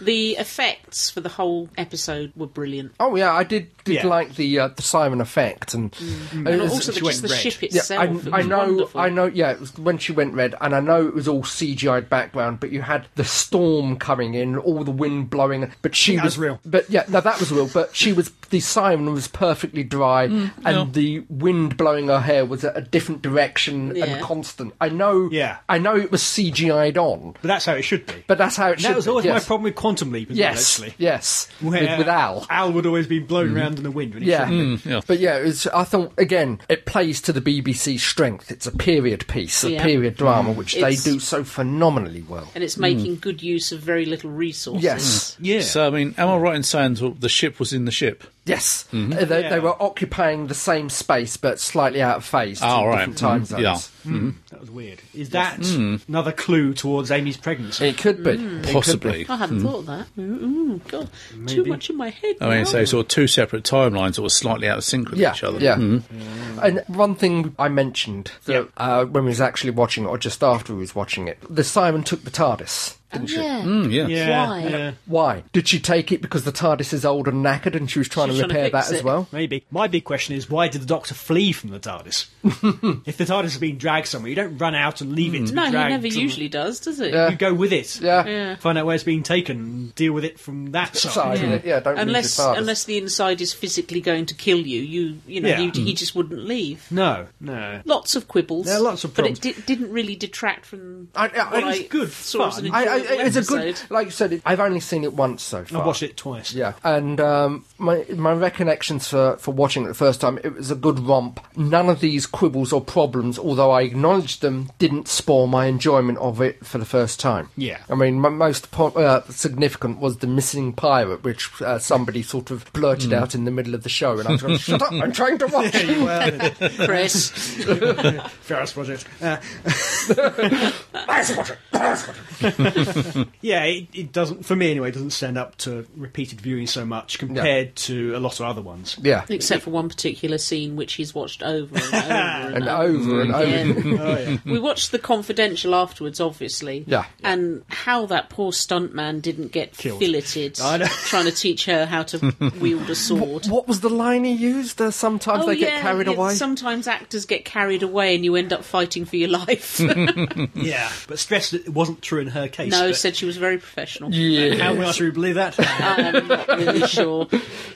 S3: the effects for the whole episode were brilliant.
S4: Oh yeah, I did did
S5: Yeah.
S4: like the uh, the siren effect and, and
S3: Mm. And
S4: it was-
S3: also the,
S5: she
S3: just
S5: went
S3: the
S5: red.
S3: ship
S4: yeah,
S3: itself.
S4: I,
S3: it
S4: I
S3: was
S4: know,
S3: wonderful.
S4: I know. Yeah, it was when she went red, and I know it was all CGI background, but you had the storm coming in, all the wind blowing. But she
S5: That was real.
S4: But yeah, no, that was real. But she was the siren was perfectly dry,
S3: Mm.
S4: and
S2: no.
S4: the wind blowing her hair was at a different direction
S3: Yeah.
S4: and constant. I know.
S5: Yeah.
S4: I know it was CG'd on,
S5: But that's how it should be.
S4: but that's how it
S5: And
S4: should.
S5: that was
S4: be,
S5: always my
S4: yes.
S5: problem with Quantum Leap as
S4: Yes,
S5: well, actually.
S4: yes,
S5: Where
S4: with, with Al. Mm-hmm.
S5: Al would always be blown around in the wind. When he
S4: Yeah.
S5: shouldn't be.
S2: Mm, yeah.
S4: But yeah, it's, I thought again, it plays to the BBC's strength. It's a period piece, a
S3: Yeah. Mm-hmm.
S4: period drama, which
S3: It's-
S4: they do so phenomenally well.
S3: and it's making good use of very little resources.
S4: Yes.
S5: Yeah.
S2: So, I mean, am I right in saying that the ship was in the ship?
S4: Yes,
S2: Mm-hmm.
S4: Uh, they,
S5: Yeah.
S4: they were occupying the same space but slightly out of phase.
S2: Oh,
S4: to
S2: right.
S4: different time
S2: Mm,
S4: zones.
S2: yeah.
S5: that was weird. Is that
S4: Mm.
S5: another clue towards Amy's pregnancy?
S4: It could be
S2: Possibly.
S3: Mm. I hadn't thought of that. Ooh, ooh, God, too much in my head.
S2: I mean,
S3: now.
S2: Oh, so sort of two separate timelines that were slightly out of sync with
S4: Yeah,
S2: each other. Mm-hmm.
S4: yeah.
S3: Mm.
S4: And one thing I mentioned that, uh, when we was actually watching it, or just after we was watching it, the Simon took the TARDIS,
S3: Oh,
S4: didn't she?
S3: yeah.
S2: Mm, yeah.
S5: Yeah.
S3: Why?
S5: yeah.
S4: Why did she take it? Because the TARDIS is old and knackered, and she was trying
S3: She's
S4: to
S3: trying to
S4: repair
S3: fix
S4: that as
S3: it.
S4: well.
S5: Maybe. My big question is why did the Doctor flee from the TARDIS? if the TARDIS has been dragged somewhere, you don't run out and leave it to
S3: No,
S5: be
S3: he
S5: dragged.
S3: never
S5: to-
S3: usually does, does he?
S4: Yeah.
S5: You go with it.
S4: Yeah.
S3: Yeah.
S5: Find out where it's being taken and deal with it from that side.
S4: Side, yeah. don't leave
S3: Unless
S4: your TARDIS.
S3: unless the inside is physically going to kill you, you you know
S5: Yeah.
S3: you, he just wouldn't leave.
S5: No, no.
S3: Lots of quibbles.
S5: There are lots of problems.
S3: but it di- didn't really detract from.
S4: I- I-
S3: what
S5: it's good
S3: saw as an
S5: fun.
S4: I, I,
S3: enjoyable
S4: it's a good,
S3: episode.
S4: like you said, it, I've only seen it once so
S5: I
S4: far.
S5: watched it twice.
S4: Yeah, and um, my my recollections for, for watching it the first time, it was a good romp. None of these quibbles or problems, although I acknowledged them, didn't spoil my enjoyment of it for the first time.
S5: Yeah.
S4: I mean, my most po- uh, significant was the missing pirate, which uh, somebody sort of blurted
S5: Hmm.
S4: out in the middle of the show, and I was
S5: <laughs>
S4: going, "Shut up! I'm trying to watch." it."
S5: Well,
S3: Chris.
S5: Ferris Project. Uh, yeah, it, it doesn't, for me anyway, it doesn't stand up to repeated viewing so much compared to a lot of other ones.
S4: Yeah,
S3: Except for one particular scene which he's watched over and over
S4: <laughs>
S3: and,
S4: and over and over.
S3: again.
S5: Oh, yeah.
S3: we watched the confidential afterwards, obviously.
S4: Yeah.
S3: And how that poor stuntman didn't get
S5: Killed.
S3: filleted
S5: I
S3: <laughs>
S5: know.
S3: trying to teach her how to wield a sword.
S4: <laughs> What was the line he used? Uh, sometimes
S3: Oh,
S4: they
S3: yeah,
S4: get carried
S3: yeah,
S4: away.
S3: Sometimes actors get carried away and you end up fighting for your <laughs> life.
S5: Yeah, but stressed that it wasn't true in her case.
S3: no,
S5: but
S3: said she was very professional.
S4: yeah.
S5: how well should we
S3: <laughs>
S5: believe that?
S3: I'm not
S4: <laughs>
S3: um, really sure,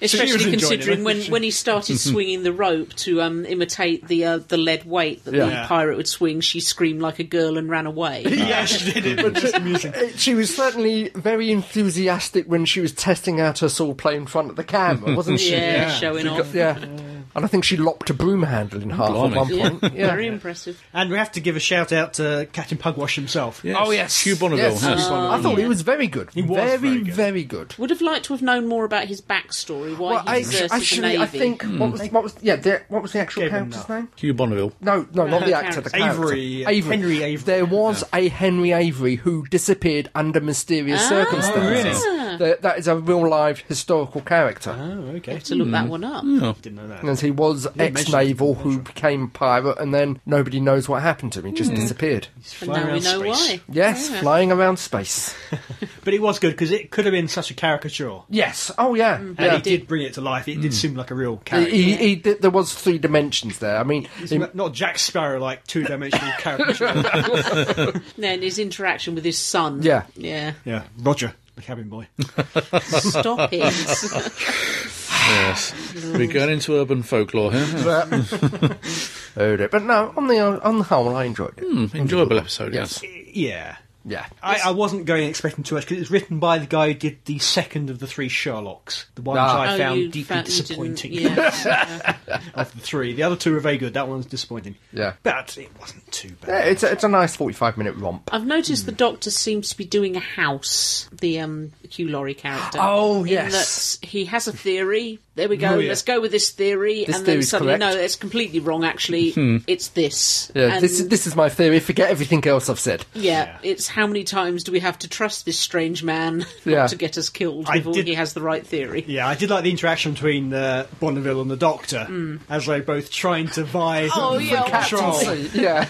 S3: especially
S5: enjoying it,
S3: considering when,
S5: wasn't she?
S3: when he started
S4: Mm-hmm.
S3: swinging the rope to um, imitate the uh, the lead weight that
S4: Yeah.
S3: the pirate would swing. She screamed like a girl and
S4: <laughs>
S3: ran away.
S5: yeah, she did it. It's amusing.
S4: Uh, She was certainly very enthusiastic when she was testing out her sword play in front of the
S5: <laughs>
S4: camera, wasn't she?
S3: Yeah,
S5: Yeah.
S3: showing off.
S4: Yeah. And I think she lopped a broom handle in half
S2: Blimey.
S4: at one
S3: Yeah,
S4: point. Yeah.
S5: <laughs>
S3: Very impressive.
S5: And we have to give a shout out to Captain Pugwash himself.
S2: Oh, yes. Hugh Bonneville, yes.
S4: I thought he was very good. He
S5: was
S4: very,
S5: very good.
S4: very good.
S3: Would have liked to have known more about his backstory, why
S4: Well,
S3: he
S4: I,
S3: deserted
S4: actually,
S3: the
S4: I
S3: navy.
S4: think what
S5: Hmm.
S4: was what was yeah the, what was the actual
S5: Gave him
S4: character's
S5: that.
S4: name?
S2: Hugh Bonneville.
S4: No, no, not the
S3: the
S4: actor, the character.
S5: character. Avery, uh, Henry Avery.
S4: There was a Henry Avery who disappeared under
S3: Ah.
S4: mysterious circumstances. That- that is a real live historical character.
S5: Oh, okay.
S3: to look
S4: Hmm.
S3: that one up.
S2: Oh,
S5: Didn't know that.
S4: And he was ex naval who became pirate, and then nobody knows what happened to him. He just disappeared.
S3: And now we know why.
S4: Yes,
S3: Hmm. Yeah.
S4: flying around space.
S5: But it was good because it could have been such a caricature.
S4: Yes. Oh, yeah.
S3: Mm,
S5: And
S4: yeah.
S5: it did bring it to life. It did seem like a real
S4: He,
S5: character.
S4: he, he did- there was three dimensions there. I mean,
S5: It's
S4: he-
S5: not- not Jack Sparrow, like two dimensional caricature. <laughs>
S3: Then his interaction with his son.
S4: Yeah. <laughs>
S3: Yeah.
S5: yeah, Roger, the cabin boy.
S3: Stop it.
S4: <laughs>
S2: Yes. Mm-hmm. We're going into urban folklore here.
S4: <laughs> heard it. but no, on the on the whole, I enjoyed it.
S3: Hmm.
S2: Um, Enjoyable episode, yes.
S5: Yeah.
S4: Yeah.
S5: I, I wasn't going expecting too much because it was written by the guy who did the second of the three Sherlocks, the one
S4: Ah.
S5: which I
S3: Oh,
S5: found
S3: you
S5: deeply
S3: found- you didn't-
S5: disappointing
S3: yeah.
S5: of the three. The other two were very good. That one's disappointing.
S4: Yeah.
S5: but it wasn't too bad.
S4: Yeah, it's a, it's a nice forty-five minute romp.
S3: I've noticed the Doctor seems to be doing a house, the um, Hugh Laurie character.
S4: Oh,
S3: in
S4: yes.
S3: that he has a theory. There we go.
S5: Oh, yeah.
S3: Let's go with this theory.
S4: This
S3: and then
S4: theory's
S3: suddenly,
S4: correct. Hmm.
S3: no, it's completely wrong, actually. it's this.
S4: Yeah,
S3: And
S4: this is this is my theory. Forget everything else I've said.
S3: yeah, it's how many times do we have to trust this strange man <laughs> not
S4: Yeah.
S3: to get us killed
S5: I
S3: before
S5: did-
S3: he has the right theory?
S5: Yeah, I did like the interaction between uh, Bonneville and the Doctor as they both trying to vie
S3: Mm. <laughs> Oh, yeah,
S5: for control.
S4: Absolutely, yeah.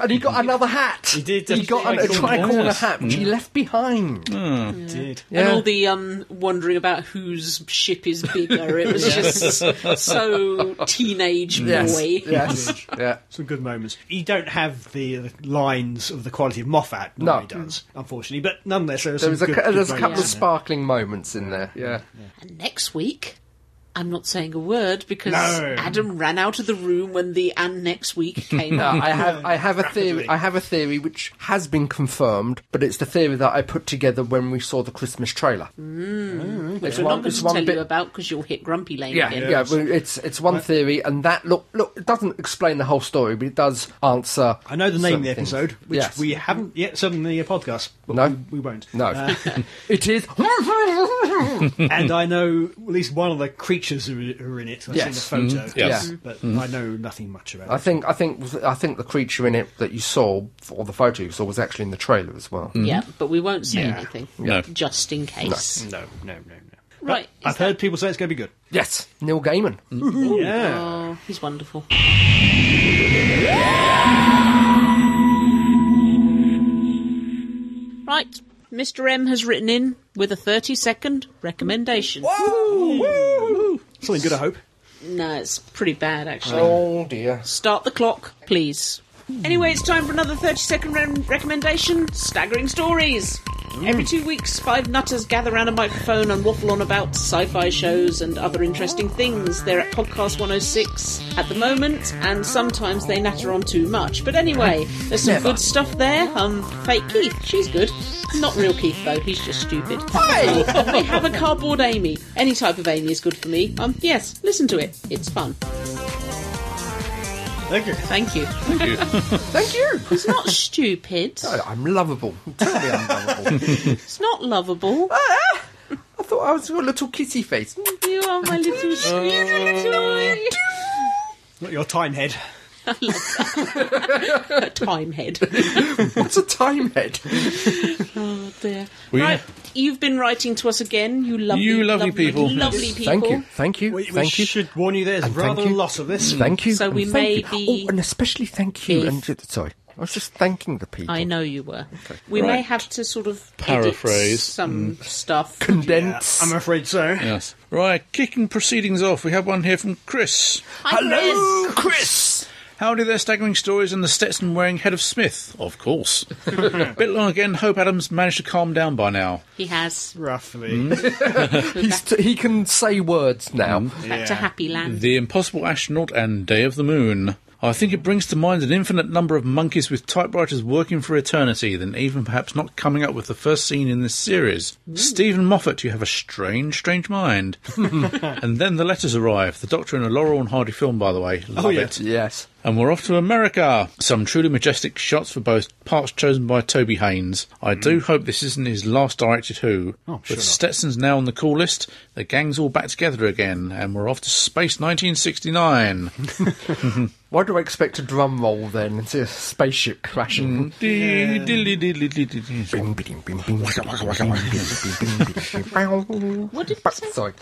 S4: And he got another hat. He
S5: did
S4: He got an, a Hmm.
S5: definitely like
S4: tricorner
S2: Yes.
S4: hat, which he left behind.
S3: Hmm.
S5: Did.
S3: And
S4: Yeah.
S3: all the um, wondering about whose ship is bigger.
S4: <laughs>
S3: It was just so teenage
S4: Yes.
S3: boy.
S4: Yes. yeah.
S5: Some good moments. You don't have the uh, lines of the quality of Moffat
S4: No.
S5: normally
S4: Mm.
S5: does, unfortunately, but nonetheless, there
S4: There
S5: are some
S4: was a,
S5: good,
S4: cou-
S5: good
S4: there's a couple of
S5: moments in there.
S4: sparkling moments in there. Yeah.
S3: And next week, I'm not saying a word because
S5: No.
S3: Adam ran out of the room when the and
S4: <laughs>
S3: next week came
S4: No,
S3: up.
S4: I have I have a theory. I have a theory which has been confirmed, but it's the theory that I put together when we saw the Christmas trailer.
S3: Which
S5: Oh,
S4: It's
S3: we're
S4: one-
S3: not going
S4: it's
S3: to
S4: one
S3: Mm. tell
S4: bit-
S3: you about because you'll hit Grumpy Lane
S4: Yeah,
S3: again.
S4: yeah. well, it's it's one theory, and that look look it doesn't explain the whole story, but it does answer.
S5: I know the name of the
S4: some things.
S5: episode, which
S4: Yes.
S5: we haven't yet said in the podcast, but
S4: No.
S5: we, we won't. <laughs>
S4: No, <laughs>
S5: Uh,
S4: it is. <laughs>
S5: and I know at least one of the creatures who are who are in it. I've
S4: Yes.
S5: seen the photo,
S2: Yes.
S4: Yeah.
S5: but I know nothing much about
S4: I
S5: it.
S4: think I think I think the creature in it that you saw, or the photo you saw, was actually in the trailer as well.
S3: Yeah, but we won't say
S5: Yeah.
S3: anything.
S2: No.
S3: Just in case.
S5: No, no, no, no.
S3: Right. is
S5: I've heard people say it's going to be good.
S4: Yes, Neil Gaiman.
S5: Yeah.
S3: Oh, he's wonderful. Right, Mr. M has written in with a 30 second recommendation.
S5: Something good, I hope.
S3: No, it's pretty bad actually.
S4: Oh dear.
S3: Start the clock, please. Anyway, it's time for another 30 second rem- recommendation Staggering Stories. Every two weeks, five nutters gather around a microphone and waffle on about sci fi shows and other interesting things. They're at Podcast 106 at the moment, and sometimes they natter on too much. But anyway, there's some good stuff there. Um, fake Keith, she's good. Not real Keith, though, he's just stupid. Um, they have a cardboard Amy. Any type of Amy is good for me. Um, yes, listen to it. It's fun.
S5: Thank you.
S3: Thank you. <laughs>
S4: Thank you.
S3: It's not stupid.
S4: I- I'm lovable. Totally unlovable.
S3: It's not lovable.
S2: Ah.
S4: I thought I was a little kitty face.
S3: You are
S2: <laughs>
S3: my
S2: Oh.
S3: little sweet
S5: Not your time head.
S3: toy. Time head.
S2: <laughs>
S3: Oh
S4: What's a time head?
S3: dear.
S2: We-
S3: Right, you've been writing to us again. You lovely,
S2: You lovely people.
S3: lovely people.
S4: Thank you. Thank you.
S5: We, we
S4: thank you.
S5: should warn you there's
S4: And
S5: rather
S4: thank
S5: a
S4: you.
S5: lot of this.
S4: Thank you.
S3: So we
S4: and thank
S3: may
S4: you.
S3: be-
S4: Oh, and especially thank you.
S3: If-
S4: And ju- sorry, I was just thanking the people.
S3: I know you were. We may
S2: Right.
S3: have to sort of edit
S2: Paraphrase. Mm.
S3: some stuff.
S4: Condense.
S5: I'm afraid so.
S2: Yes. Right, kicking proceedings off. We have one here from Chris.
S3: Hi, Chris.
S4: Chris.
S2: Howdy there, staggering stories and the Stetson wearing head of Smith, of <laughs> course. Bit long again, hope Adam's managed to calm down by now.
S3: He has
S5: Roughly.
S4: Mm. He's t- he can say words now.
S3: back to Happy Land.
S2: The Impossible Astronaut and Day of the Moon. I think it brings to mind an infinite number of monkeys with typewriters working for eternity, than even perhaps not coming up with the first scene in this series. Stephen Moffat, you have a strange, strange mind. and then the letters arrive. The Doctor in a Laurel and Hardy film, by the way. Love
S5: yeah.
S2: it.
S4: Yes.
S2: And we're off to America. Some truly majestic shots for both parts chosen by Toby Haynes. I do hope this isn't his last directed Who. but Stetson's now on the call list. The gang's all back together again, and we're off to space 1969.
S4: Why do I expect a drum roll then into a spaceship crashing?
S2: Dee- diddly- diddly- diddly- diddly.
S4: Bing, bing, bing, bing, bing, bing, bing, bing,
S3: What
S4: bing.
S3: did you say?
S4: Sorry.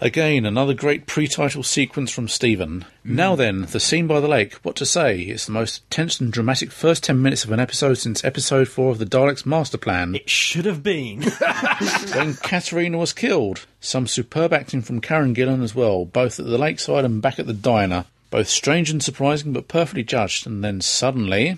S2: Again, another great pre-title sequence from Stephen. Now then, the scene by the lake. What to say? It's the most tense and dramatic first ten minutes of an episode since episode four of the Daleks' Master Plan.
S5: <laughs> It should
S4: <laughs>
S5: have been.
S2: when Katerina was killed. Some superb acting from Karen Gillan as well, both at the lakeside and back at the diner. Both strange and surprising, but perfectly judged. And then suddenly,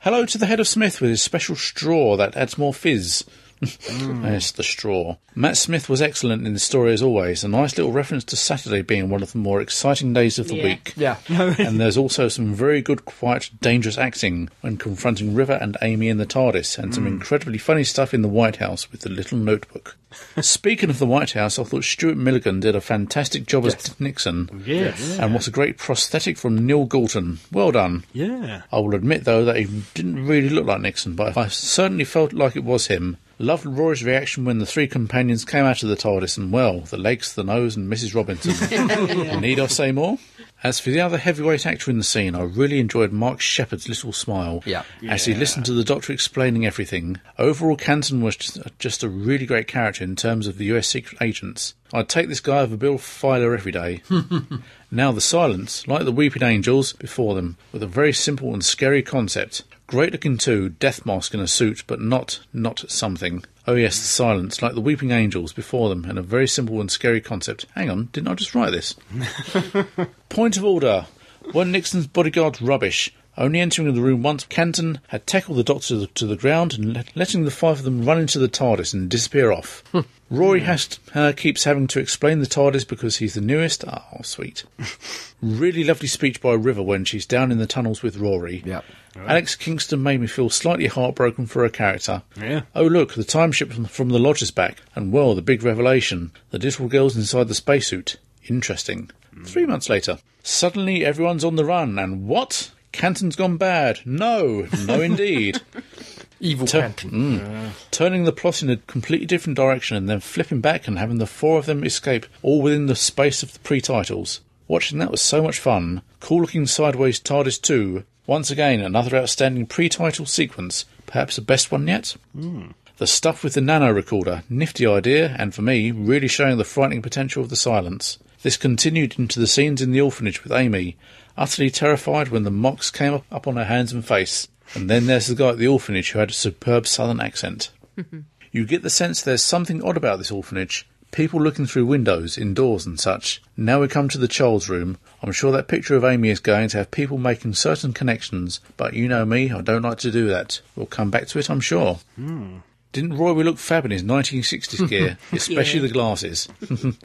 S2: hello to the head of Smith with his special straw that adds more fizz. <laughs> Yes, the straw. Matt Smith was excellent in the story as always. A nice little reference to Saturday being one of the more exciting days of the
S3: Yeah.
S2: week.
S4: Yeah.
S2: and there's also some very good, quiet, dangerous acting when confronting River and Amy in the TARDIS, and some incredibly funny stuff in the White House with the little notebook. Speaking of the White House, I thought Stuart Milligan did a fantastic job as Nixon.
S5: Yes.
S2: And what a great prosthetic from Neil Galton. Well done.
S5: Yeah.
S2: I will admit, though, that he didn't really look like Nixon, but I certainly felt like it was him. Loved Rory's reaction when the three companions came out of the TARDIS, and well, the legs, the nose, and Mrs. Robinson. Need I say more? As for the other heavyweight actor in the scene, I really enjoyed Mark Shepard's little smile
S4: Yeah.
S2: as he listened to the doctor explaining everything. Overall, Canton was just- just a really great character in terms of the US secret agents. I'd take this guy over Bill Filer every day. now, the silence, like the Weeping Angels before them, with a very simple and scary concept. Great looking too, death mask and a suit, but not, not something. Oh yes, the silence, like the Weeping Angels before them, and a very simple and scary concept. Hang on, didn't I just write this? Point of order. When Nixon's bodyguard rubbish, only entering the room once, Canton had tackled the doctor to the, to the ground and let, letting the five of them run into the TARDIS and disappear off. Rory has to, uh, keeps having to explain the TARDIS because he's the newest. Oh, sweet. really lovely speech by River when she's down in the tunnels with Rory.
S4: Yep.
S2: Alex Kingston made me feel slightly heartbroken for her character.
S5: Yeah.
S2: Oh, look, the time ship from, from the lodge is back. And, well, the big revelation. The little girl's inside the spacesuit. Interesting. Three months later, suddenly everyone's on the run, and what? Canton's gone bad. No, no, indeed.
S4: Evil
S2: Tur-
S4: Canton.
S2: Mm. Turning the plot in a completely different direction and then flipping back and having the four of them escape all within the space of the pre titles. Watching that was so much fun. Cool looking sideways TARDIS 2. Once again, another outstanding pre title sequence, perhaps the best one yet. The stuff with the nano recorder, nifty idea, and for me, really showing the frightening potential of the silence. This continued into the scenes in the orphanage with Amy, utterly terrified when the mocks came up, up on her hands and face. And then there's the guy at the orphanage who had a superb southern accent. you get the sense there's something odd about this orphanage. People looking through windows, indoors, and such. Now we come to the child's room. I'm sure that picture of Amy is going to have people making certain connections, but you know me, I don't like to do that. We'll come back to it, I'm sure. Didn't Roy look fab in his 1960s gear, especially the glasses? <laughs>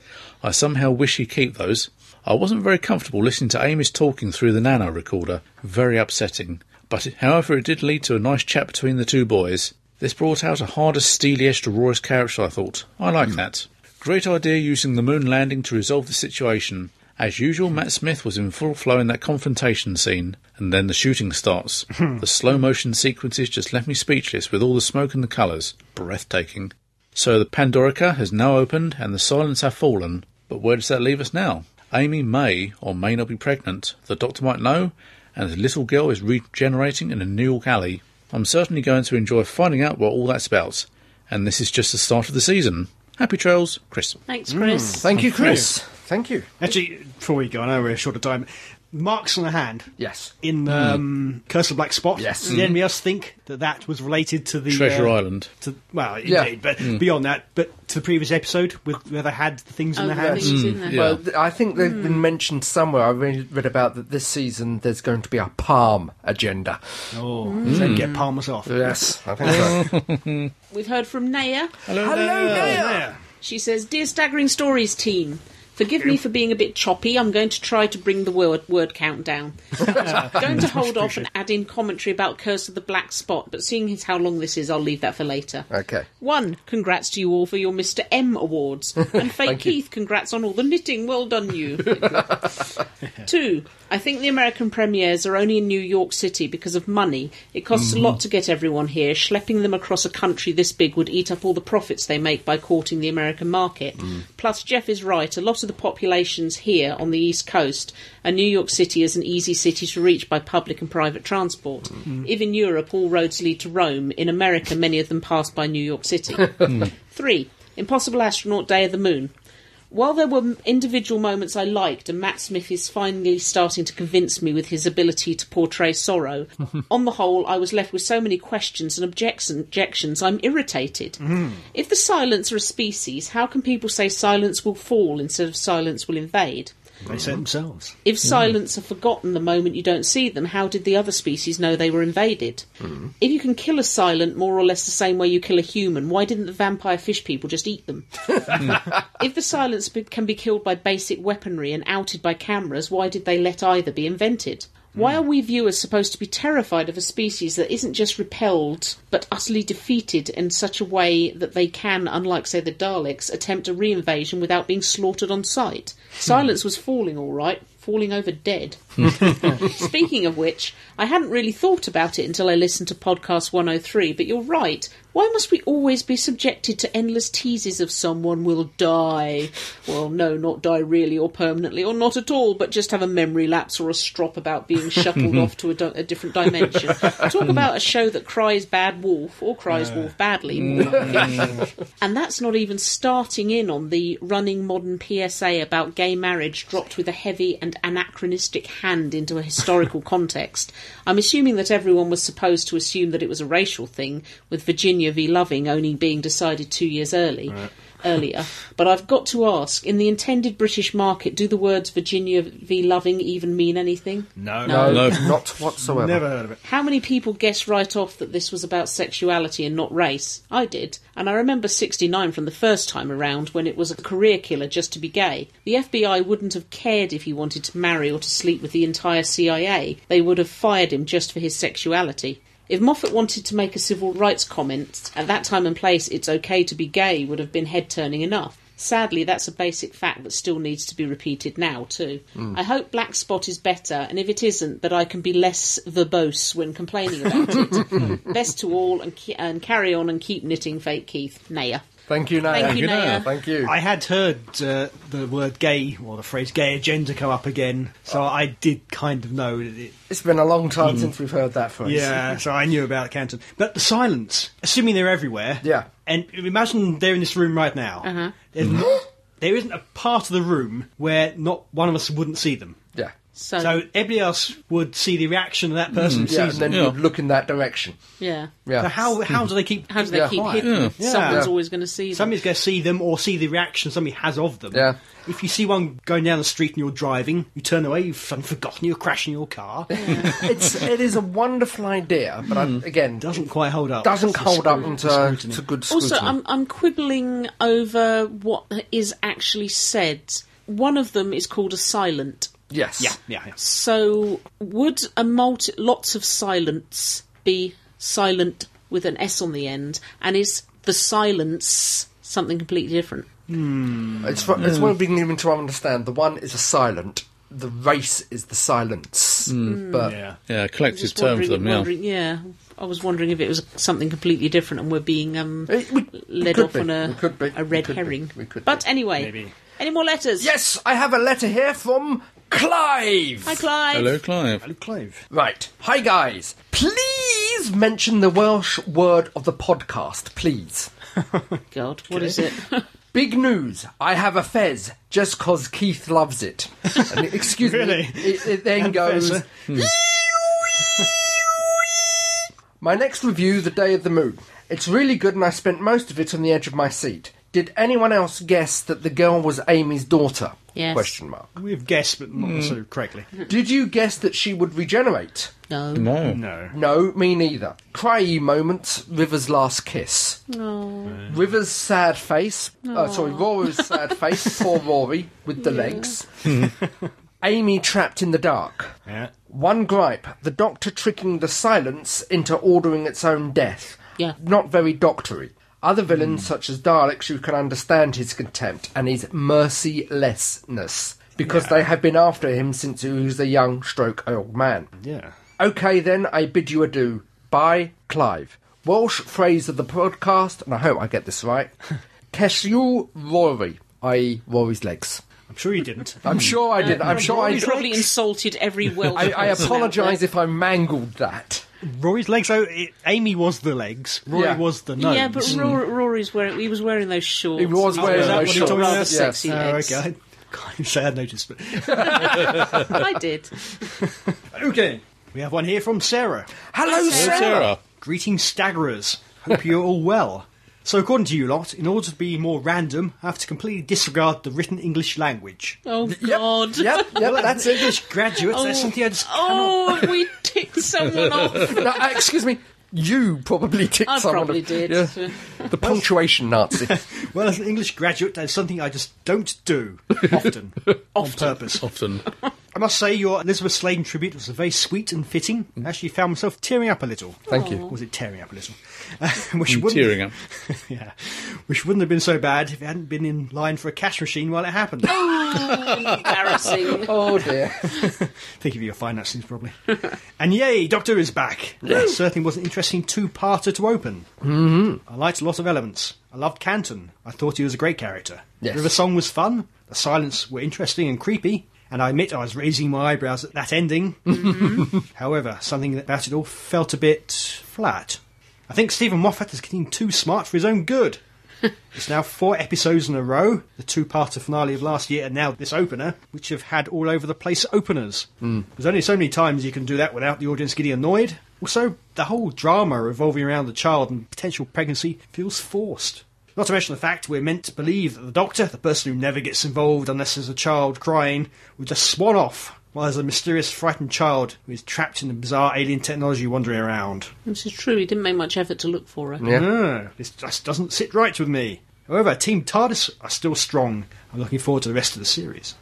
S2: I somehow wish he'd keep those. I wasn't very comfortable listening to Amos talking through the nano recorder. Very upsetting. But, however, it did lead to a nice chat between the two boys. This brought out a harder, steely edge to Roy's character, I thought. I like that. Great idea using the moon landing to resolve the situation. As usual, Matt Smith was in full flow in that confrontation scene, and then the shooting starts. the slow motion sequences just left me speechless with all the smoke and the colours. Breathtaking. So the Pandorica has now opened and the silence have fallen, but where does that leave us now? Amy may or may not be pregnant, the doctor might know, and the little girl is regenerating in a New York alley. I'm certainly going to enjoy finding out what all that's about, and this is just the start of the season. Happy trails, Chris.
S3: Thanks,
S2: Mm.
S3: Chris.
S4: Thank you, Chris. Thank you.
S5: Actually, before we go, I know we're short of time. Marks on the hand.
S4: Yes.
S5: In um, Curse of the Black Spot.
S4: Hmm. Yes.
S5: Did anybody else think that that was related to the
S2: Treasure
S5: uh,
S2: Island.
S5: To, well, indeed,
S4: Yeah. Hmm.
S5: but beyond that, but to the previous episode with where they had the things in
S3: Oh,
S5: the
S3: the
S5: hands.
S3: things in there.
S2: Mm. Yeah.
S4: Well, th- I think they've been mentioned somewhere. I re- read about that this season there's going to be a palm agenda.
S5: Oh, so
S4: Hmm.
S5: get palmers off.
S4: Yes, I think so.
S3: We've heard from Naya.
S4: Hello there.
S5: Yeah.
S3: She says, Dear Staggering Stories team, forgive me for being a bit choppy. I'm going to try to bring the word, word count down. I'm going to hold off and add in commentary about Curse of the Black Spot, but seeing as how long this is, I'll leave that for later.
S4: Okay.
S3: One, congrats to you all for your Mr. M awards. And Faye Keith, congrats on all the knitting. Well done, you. Two, I think the American premieres are only in New York City because of money. It costs a lot to get everyone here. Schlepping them across a country this big would eat up all the profits they make by courting the American market. Plus, Jeff is right. A lot of the population's here on the East Coast, and New York City is an easy city to reach by public and private transport. If in Europe all roads lead to Rome, in America many of them pass by New York City. Three, Impossible Astronaut Day of the Moon. While there were individual moments I liked, and Matt Smith is finally starting to convince me with his ability to portray sorrow, on the whole, I was left with so many questions and objection- objections, I'm irritated. If the silence are a species, how can people say silence will fall instead of silence will invade?
S5: They said themselves.
S3: If silence are forgotten the moment you don't see them, how did the other species know they were invaded? If you can kill a silent more or less the same way you kill a human, why didn't the vampire fish people just eat them? if the silence be- can be killed by basic weaponry and outed by cameras, why did they let either be invented? Why are we viewers supposed to be terrified of a species that isn't just repelled, but utterly defeated in such a way that they can, unlike, say, the Daleks, attempt a reinvasion without being slaughtered on sight? Silence was falling all right. falling over dead. Speaking of which, I hadn't really thought about it until I listened to Podcast 103, but you're right. Why must we always be subjected to endless teases of someone will die? Well, no, not die really or permanently or not at all, but just have a memory lapse or a strop about being shuffled off to a, di- a different dimension. Talk about a show that cries bad wolf or cries wolf badly. more likely. and that's not even starting in on the running modern PSA about gay marriage dropped with a heavy and anachronistic hand into a historical context. I'm assuming that everyone was supposed to assume that it was a racial thing, with Virginia v. Loving only being decided two years early. Earlier, but I've got to ask: in the intended British market, do the words Virginia v. Loving even mean anything?
S5: No.
S4: No,
S2: No.
S4: not whatsoever.
S5: Never heard of it.
S3: How many people guessed right off that this was about sexuality and not race? I did, and I remember 69 from the first time around when it was a career killer just to be gay. The FBI wouldn't have cared if he wanted to marry or to sleep with the entire CIA, they would have fired him just for his sexuality. If Moffat wanted to make a civil rights comment, at that time and place, it's okay to be gay would have been head turning enough. Sadly, that's a basic fact that still needs to be repeated now, too. I hope Black Spot is better, and if it isn't, that I can be less verbose when complaining about it. Best to all, and, ke- and carry on and keep knitting fake Keith. Naya.
S4: Thank you, Naya.
S3: Thank you,
S2: you, Naya.
S3: Naya.
S4: Thank you.
S5: I had heard uh, the word gay, or the phrase gay agenda come up again,
S4: Oh.
S5: so I did kind of know that it
S4: It's been a long time since we've heard that phrase.
S5: Yeah, so I knew about Canton. But the silence, assuming they're everywhere.
S4: Yeah. Mm.
S5: And imagine they're in this room right now. Uh-huh. there isn't a part of the room where not one of us wouldn't see them.
S4: Yeah.
S3: So,
S5: So everybody else would see the reaction of that person who
S4: Mm. Yeah, and
S5: sees
S4: then
S5: them.
S2: Yeah.
S4: you'd look in that direction.
S3: yeah.
S4: Yeah.
S5: So how, how do they keep.
S3: How do they
S4: Yeah.
S3: keep
S4: Quiet.
S3: hidden?
S5: Yeah.
S3: Someone's
S5: Yeah.
S3: always going to see them.
S5: Somebody's going to see them or see the reaction somebody has of them.
S4: Yeah.
S5: If you see one going down the street and you're driving, you turn away, you've fucking forgotten, you're crashing
S4: <laughs>
S5: your car.
S4: it's it is a wonderful idea, but I, again,
S5: Doesn't quite hold up.
S4: doesn't
S5: It's a
S4: hold up
S5: scru-
S4: into
S5: it's a scrutiny.
S4: to good scrutiny.
S3: Also, um, I'm, I'm quibbling over what is actually said. One of them is called a silent.
S4: yes.
S5: Yeah, yeah, yeah.
S3: So, would a multi lots of silence be silent with an S on the end? And is the silence something completely different?
S4: It's for, it's well being given to understand. The one is a silent. The race is the silence. Mm. But
S5: Yeah.
S2: Yeah, collective
S3: Just
S2: term
S3: wondering,
S2: for them, yeah.
S3: wondering- yeah. I was wondering if it was something completely different, and we're being um,
S4: It- Eh, we- we
S3: led
S4: could
S3: off
S4: be.
S3: on
S4: We
S3: a,
S4: could be.
S3: a
S4: We
S3: red
S4: could be.
S3: herring.
S4: We could
S3: but
S4: be.
S3: anyway,
S5: Maybe.
S3: any more letters?
S4: yes, I have a letter here from Clive.
S3: Hi, Clive.
S2: Hello, Clive.
S5: Hello, Clive.
S4: Right. Hi, guys. Please mention the Welsh word of the podcast, please.
S3: God, what is it? <laughs>
S4: Big news. I have a fez just 'cause Keith loves
S5: <laughs>
S4: it. And it- excuse
S5: Really?
S4: me. It, it then
S5: fez,
S4: goes.
S5: huh?
S4: My next review, The Day of the Moon. It's really good and I spent most of it on the edge of my seat. Did anyone else guess that the girl was Amy's daughter?
S3: Yes.
S4: Question mark.
S5: We've guessed, but not
S4: Mm.
S5: so correctly.
S4: Did you guess that she would regenerate?
S3: no.
S2: No.
S5: No.
S4: No, me neither. Cryy moment, River's last kiss. River's sad face. Uh, sorry, Rory's sad face. Poor Rory with the legs. Amy trapped in the dark.
S5: Yeah.
S4: One gripe the doctor tricking the silence into ordering its own death.
S3: Yeah.
S4: Not very doctory. Other
S5: Hmm.
S4: villains, such as Daleks, you can understand his contempt and his mercilessness because they have been after him since he was a young stroke old man.
S5: Yeah.
S4: Okay, then, I bid you adieu. Bye, Clive. Welsh phrase of the podcast, and I hope I get this
S5: <laughs>
S4: right. Cesiw Rory, i.e., Rory's legs.
S5: I'm sure you didn't.
S4: I'm sure I
S5: Uh,
S4: did. I'm sure I
S3: You
S4: did.
S3: Oh, probably insulted every
S4: <laughs>
S3: Welsh.
S4: I, I
S3: person out
S4: apologise
S3: there.
S4: if I mangled that.
S5: Rory's legs. Oh, it, Amy was the legs. Rory
S4: Yeah.
S5: was the nose.
S3: Yeah, but Rory, Rory's wearing. He was wearing those shorts.
S4: Mm. He was
S2: Oh,
S3: He's
S4: wearing
S3: got
S4: those
S3: rather
S5: shorts,
S3: Rather
S5: yes.
S3: sexy
S5: Oh,
S3: legs.
S5: okay. <laughs> I kind of sad notice, but
S4: <laughs>
S3: I did.
S5: okay. We have one here from Sarah.
S4: Hello,
S2: Hello,
S4: Sarah.
S2: Sarah.
S5: Greetings, staggerers. Hope you're all well. So, according to you lot, in order to be more random, I have to completely disregard the written English language.
S3: Oh God.
S4: Yep, yep, that's it.
S5: English graduates, that's something I just
S3: Oh, we ticked someone off.
S4: No, uh, excuse me. You probably ticked
S3: I
S4: someone.
S3: probably did.
S4: Yeah. The punctuation Nazi.
S5: Well, as
S4: <laughs>
S3: <laughs>
S5: an English graduate, that's something I just don't do often, on purpose.
S2: Often.
S4: I
S5: must say, your Elizabeth Sladen tribute was very sweet and fitting. I actually found myself tearing up a little.
S4: Mm. Thank you. Mm,
S5: Was it tearing up a little? <laughs> which
S2: I'm tearing
S3: <laughs>
S2: up.
S5: <laughs> yeah, which wouldn't have been so bad if it hadn't been in line for a cash machine while it happened.
S3: Embarrassing.
S4: <laughs> Oh dear.
S5: <laughs> Think of your finances, probably. <laughs> and yay, Doctor is back. That certainly was an interesting two-parter to open. Mm-hmm. I liked a lot of elements. I loved Canton. I thought he was a great character.
S4: Yes.
S5: River Song was fun. The silence were interesting and creepy. And I admit I was raising my eyebrows at that ending. <laughs> However, something about it all felt a bit flat. I think Stephen Moffat is getting too smart for his own good. It's now four episodes in a row, the two-parter finale of last year and now this opener, which have had all over the place openers. Mm. There's only so many times you can do that without the audience getting annoyed. Also, the whole drama revolving around the child and potential pregnancy feels forced. Not to mention the fact we're meant to believe that the doctor, the person who never gets involved unless there's a child crying, will just swan off while there's a mysterious frightened child who is trapped in the bizarre alien technology wandering around.
S3: This is true. He didn't make much effort to look for her.
S5: No, this just doesn't sit right with me. However, Team TARDIS are still strong. I'm looking forward to the rest of the series.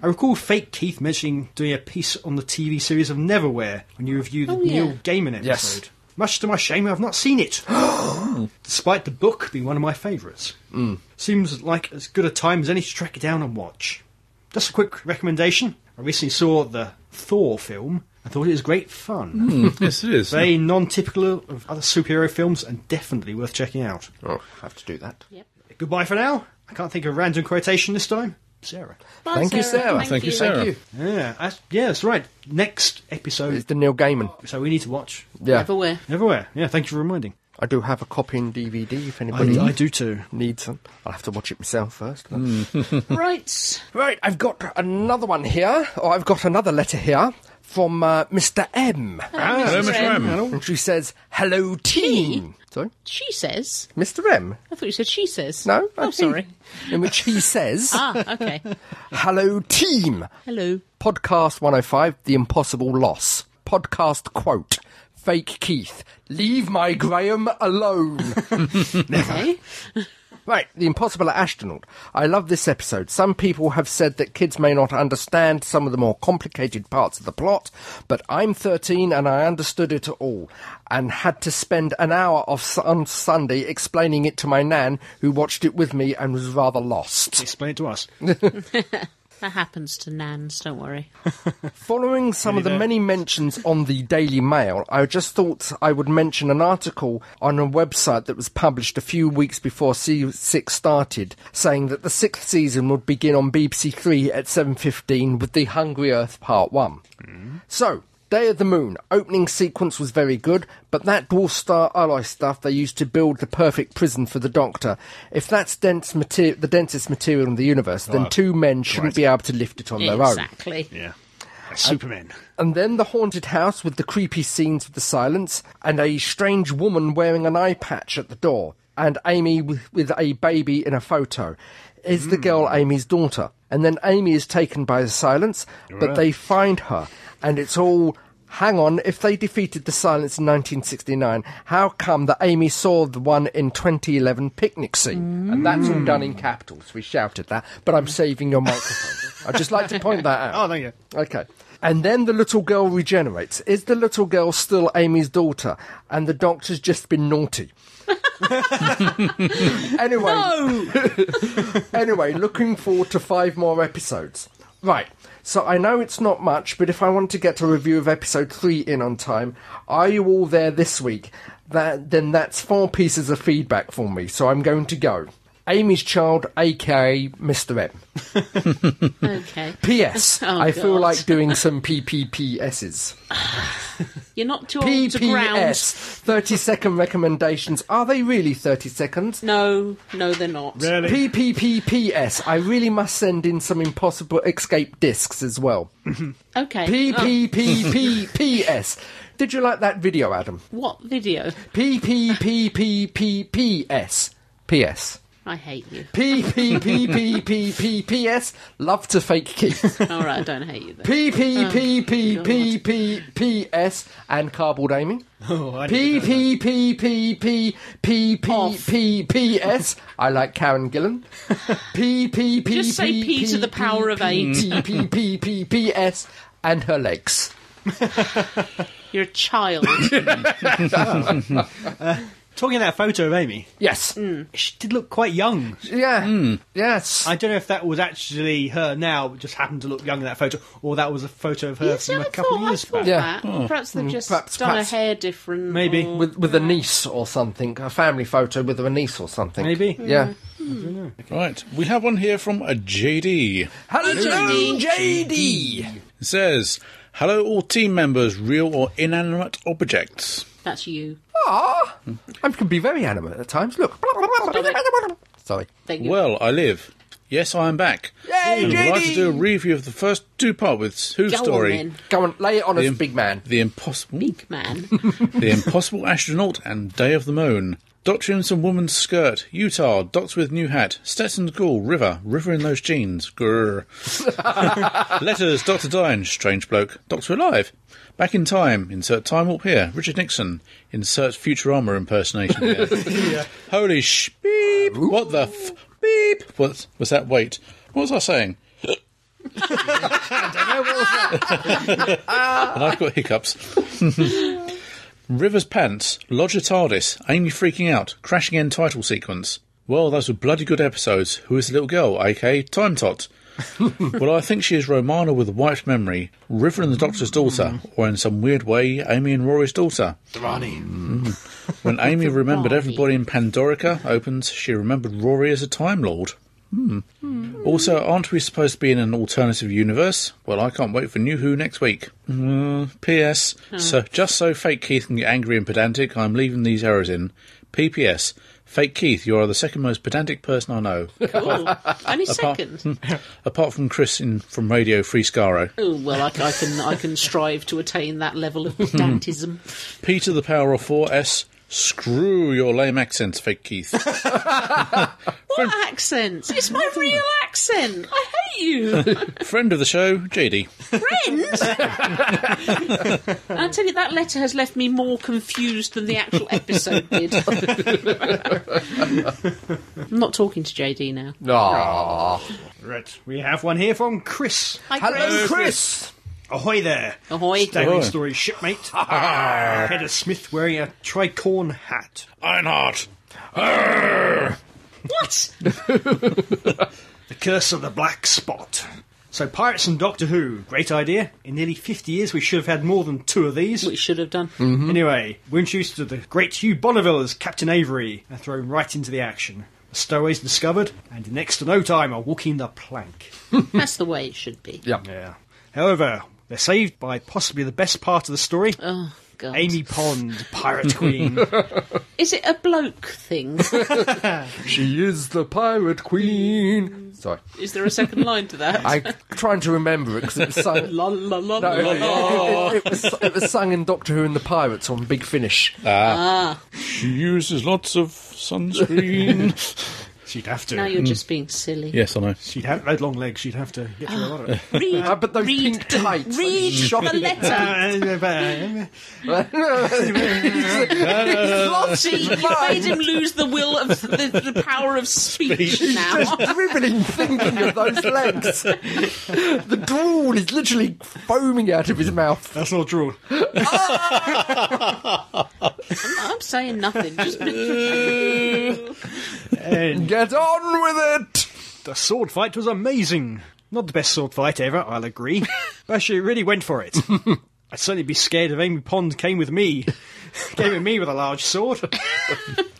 S5: I recall Fake Keith mentioning doing a piece on the TV series of Neverwhere when you reviewed the
S3: Oh, yeah.
S5: Neil Gaiman episode.
S4: Yes.
S5: Much to my shame, I've not seen it, <gasps> despite the book being one of my favourites. Mm. Seems like as good a time as any to track it down and watch. Just a quick recommendation. I recently saw the Thor film. I thought it was great fun.
S2: yes, it is.
S5: Very non-typical of other superhero films and definitely worth checking out.
S4: Oh, have to do that.
S3: Yep.
S5: Goodbye for now. I can't think of a random quotation this time. Sarah.
S3: Bye,
S4: Thank you, Sarah.
S2: Thank you, Sarah.
S4: Thank you.
S5: Yeah, that's, yeah, that's right. Next episode.
S4: It's the Neil Gaiman.
S5: So we need to watch
S4: Yeah.
S3: Everywhere.
S5: everywhere. Yeah, thank you for reminding.
S4: I do have a copy in DVD if
S5: I,
S4: anybody
S5: I do Hmm. too.
S4: needs them. I'll have to watch it myself first.
S3: right.
S4: Right, I've got another one here, or I've got another letter here from uh, Mr. M.
S2: Hello, Mr.
S3: Rem.
S2: Rem.
S4: And she says, Hello, team. Sorry?
S3: She says.
S4: Mr. M?
S3: I thought you said she says.
S4: No?
S3: Oh,
S4: Okay.
S3: sorry.
S4: In which he says,
S3: Ah, okay.
S4: Hello, team.
S3: Hello.
S4: Podcast 105, The Impossible Loss. Podcast quote, Fake Keith, leave my Graham
S3: <laughs>
S4: alone.
S3: Okay.
S4: Right, The Impossible Astronaut. I love this episode. Some people have said that kids may not understand some of the more complicated parts of the plot, but I'm 13 and I understood it all and had to spend an hour of s- on Sunday explaining it to my nan who watched it with me and was rather lost.
S5: <laughs> Explain it to us.
S3: That happens to Nans, don't worry.
S4: Oh, Following some of the many mentions on the Daily Mail, I just thought I would mention an article on a website that was published a few weeks before C6 started, saying that the sixth season would begin on BBC Three at 7:15 with The Hungry Earth Part One. So. Day of the Moon opening sequence was very good, but that dwarf star alloy stuff they used to build the perfect prison for the Doctor. If that's dense mater- the densest material in the universe, then two men shouldn't be able to lift it on their own.
S3: exactly.
S5: Yeah. Like Superman.
S4: And then the haunted house with the creepy scenes with the silence and a strange woman wearing an eye patch at the door and Amy with, with a baby in a photo. Is the girl Amy's daughter? And then Amy is taken by the silence, but they find her and it's all hang on, if they defeated the silence in 1969, how come that Amy saw the one in 2011 picnic scene? And that's all done in capitals. We shouted that, but I'm saving your microphone. I'd just like to point that out.
S5: <laughs> Oh, thank you.
S4: Okay. And then the little girl regenerates. Is the little girl still Amy's daughter? And the doctor's just been naughty. anyway, <laughs> anyway, looking forward to five more episodes. Right. So I know it's not much, but if I want to get a review of episode three in on time, are you all there this week? That then that's four pieces of feedback for me. So I'm going to go. Amy's child, aka Mr. M.
S3: Okay.
S4: P.S.
S3: <laughs> Oh,
S4: I feel
S3: God.
S4: like doing some
S3: <laughs>
S4: PPPSs.
S3: You're not too old Oh, to ground.
S4: PPS. 30 second recommendations. Are they really 30 seconds?
S3: No, no, they're not.
S4: PPPPS. I really must send in some impossible escape discs as well.
S3: Okay. Oh,
S4: PPPPPS. Did you like that video, Adam?
S3: what video?
S4: PPPPPPS. PS.
S3: I hate you.
S4: P P P P P P P S. Love to fake
S3: <laughs>
S4: Keith.
S3: All right, I don't hate you then.
S4: P P P P P P P S and cardboard aiming.
S5: Oh, I
S4: P
S5: didn't know
S4: P P P P P P
S3: Off.
S4: P P S. I like Karen Gillan. P P P
S3: Just say P to the power of eight.
S4: P P P P P S and her legs.
S3: You're a child.
S5: that. Talking about that photo of Amy,
S4: Yes.
S3: Mm.
S5: she did look quite young.
S4: Yeah. Yes.
S5: Hmm. I don't know if that was actually her now, but just happened to look young in that photo, or that was a photo of her
S3: You see, I
S5: from a
S3: thought,
S5: couple of
S3: I
S5: years
S3: thought
S5: back.
S4: Yeah.
S3: that. Perhaps they've just
S4: Perhaps-
S3: done
S4: perhaps-
S3: a hair different.
S5: Maybe.
S3: or-
S4: with with a niece or something, a family photo with a niece or something.
S5: Maybe.
S3: Mm.
S4: Yeah.
S2: Right, we have one here from a JD.
S4: Hello,
S3: JD.
S4: JD.
S2: It says, Hello, all team members, real or inanimate objects.
S3: That's you.
S4: Ah, I can be very animate at times. Look. Sorry.
S3: Thank you.
S2: Well, I live. Yes, I am back.
S4: Yay,
S2: and would like
S4: JD.
S2: to do a review of the first two part with Who's
S3: Go on
S2: Story.
S3: then.
S4: Go on, lay it on us,
S2: im-
S4: big man.
S2: The impossible,
S3: Big man.
S2: the impossible astronaut, and Day of the Moon. Doctor in some woman's skirt, Utah. Doctor with new hat, Stetson Gall, River, River in those jeans. Grrr. <laughs> Letters, Doctor Dine, strange bloke, Doctor alive. Back in time, insert time warp here. Richard Nixon, insert Futurama impersonation here. Holy sh! Beep. What the f? Beep. What was that? Wait, what was I saying? and I've got hiccups. Rivers Pants, Lodger TARDIS, Amy Freaking Out, Crashing End title sequence. Well, those were bloody good episodes. Who is the little girl, aka Time Tot? well, I think she is Romana with a wiped memory, River and the Doctor's daughter, or in some weird way, Amy and Rory's daughter. Mm. When Amy remembered everybody in Pandorica opens, she remembered Rory as a Time Lord. Also, aren't we supposed to be in an alternative universe? Well, I can't wait for New Who next week. Mm, P.S. So, just so fake Keith can get angry and pedantic, I'm leaving these errors in. P.P.S. Fake Keith, you are the second most pedantic person I know,
S3: Cool. Only second.
S2: apart from Chris in, from Radio Free Scaro.
S3: Oh, well, I, I can I can strive to attain that level of pedantism.
S2: P to the power of four S. Screw your lame accents, fake Keith.
S3: What accents? It's my real accent. I hate you,
S2: Friend of the show, JD.
S3: friend. I tell you, that letter has left me more confused than the actual episode did. I'm not talking to JD now.
S4: Aww.
S5: Right. We have one here from Chris.
S3: Hi,
S4: Ah. Hello, Chris.
S3: Chris.
S5: Ahoy there.
S3: Ahoy.
S5: Daily story shipmate. Head of Smith wearing a tricorn hat.
S2: Ironheart.
S3: What?
S5: <laughs> The curse of the black spot. So pirates and Doctor Who, great idea. In nearly 50 years, we should have had more than two of these.
S3: We should have done.
S4: Hmm.
S5: Anyway, we're introduced to the great Hugh Bonneville as Captain Avery and thrown right into the action. The stowaways discovered, and in next to no time are walking the plank.
S3: That's the way it should be.
S4: Yeah.
S5: Yeah. However, they're saved by possibly the best part of the story.
S3: Oh God.
S5: Amy Pond,
S3: <laughs>
S5: Pirate Queen.
S3: Is it a bloke thing?
S4: She is the pirate queen. Sorry.
S3: Is there a second line to that?
S4: I'm trying to remember it because it was
S3: <laughs>
S4: sung.
S3: La, la, la,
S4: No,
S3: la,
S4: it,
S3: la, la.
S4: it- it- it was, it was sung in Doctor Who and the Pirates on Big Finish.
S2: She uses lots of sunscreen.
S5: she'd have to.
S3: Now
S4: Hmm.
S3: you're just being silly.
S2: <laughs> yes, I know.
S5: she'd have those long legs. She'd have to get through a lot of it.
S3: Read,
S4: Uh, but those
S3: read,
S4: pink tights.
S3: read the
S4: <laughs>
S3: letter. See, you made him lose the will of the, the power of speech, now.
S4: dribbling thinking of those legs. The drool is literally foaming out of his mouth.
S5: That's not true.
S3: I'm saying nothing. Just
S5: And
S4: Get on with it!
S5: the sword fight was amazing. Not the best sword fight ever, I'll agree. but she really went for it. I'd certainly be scared if Amy Pond came with me. came at me with a large sword.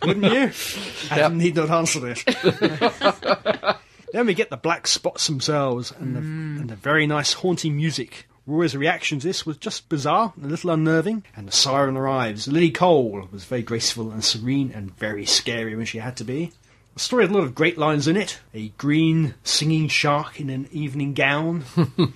S5: Wouldn't you? I
S4: Yep.
S5: need not answer this. then we get the black spots themselves and the, and the very nice haunting music. Rory's reaction to this was just bizarre and a little unnerving. And the siren arrives. Lily Cole was very graceful and serene and very scary when she had to be. The story had a lot of great lines in it. A green singing shark in an evening gown.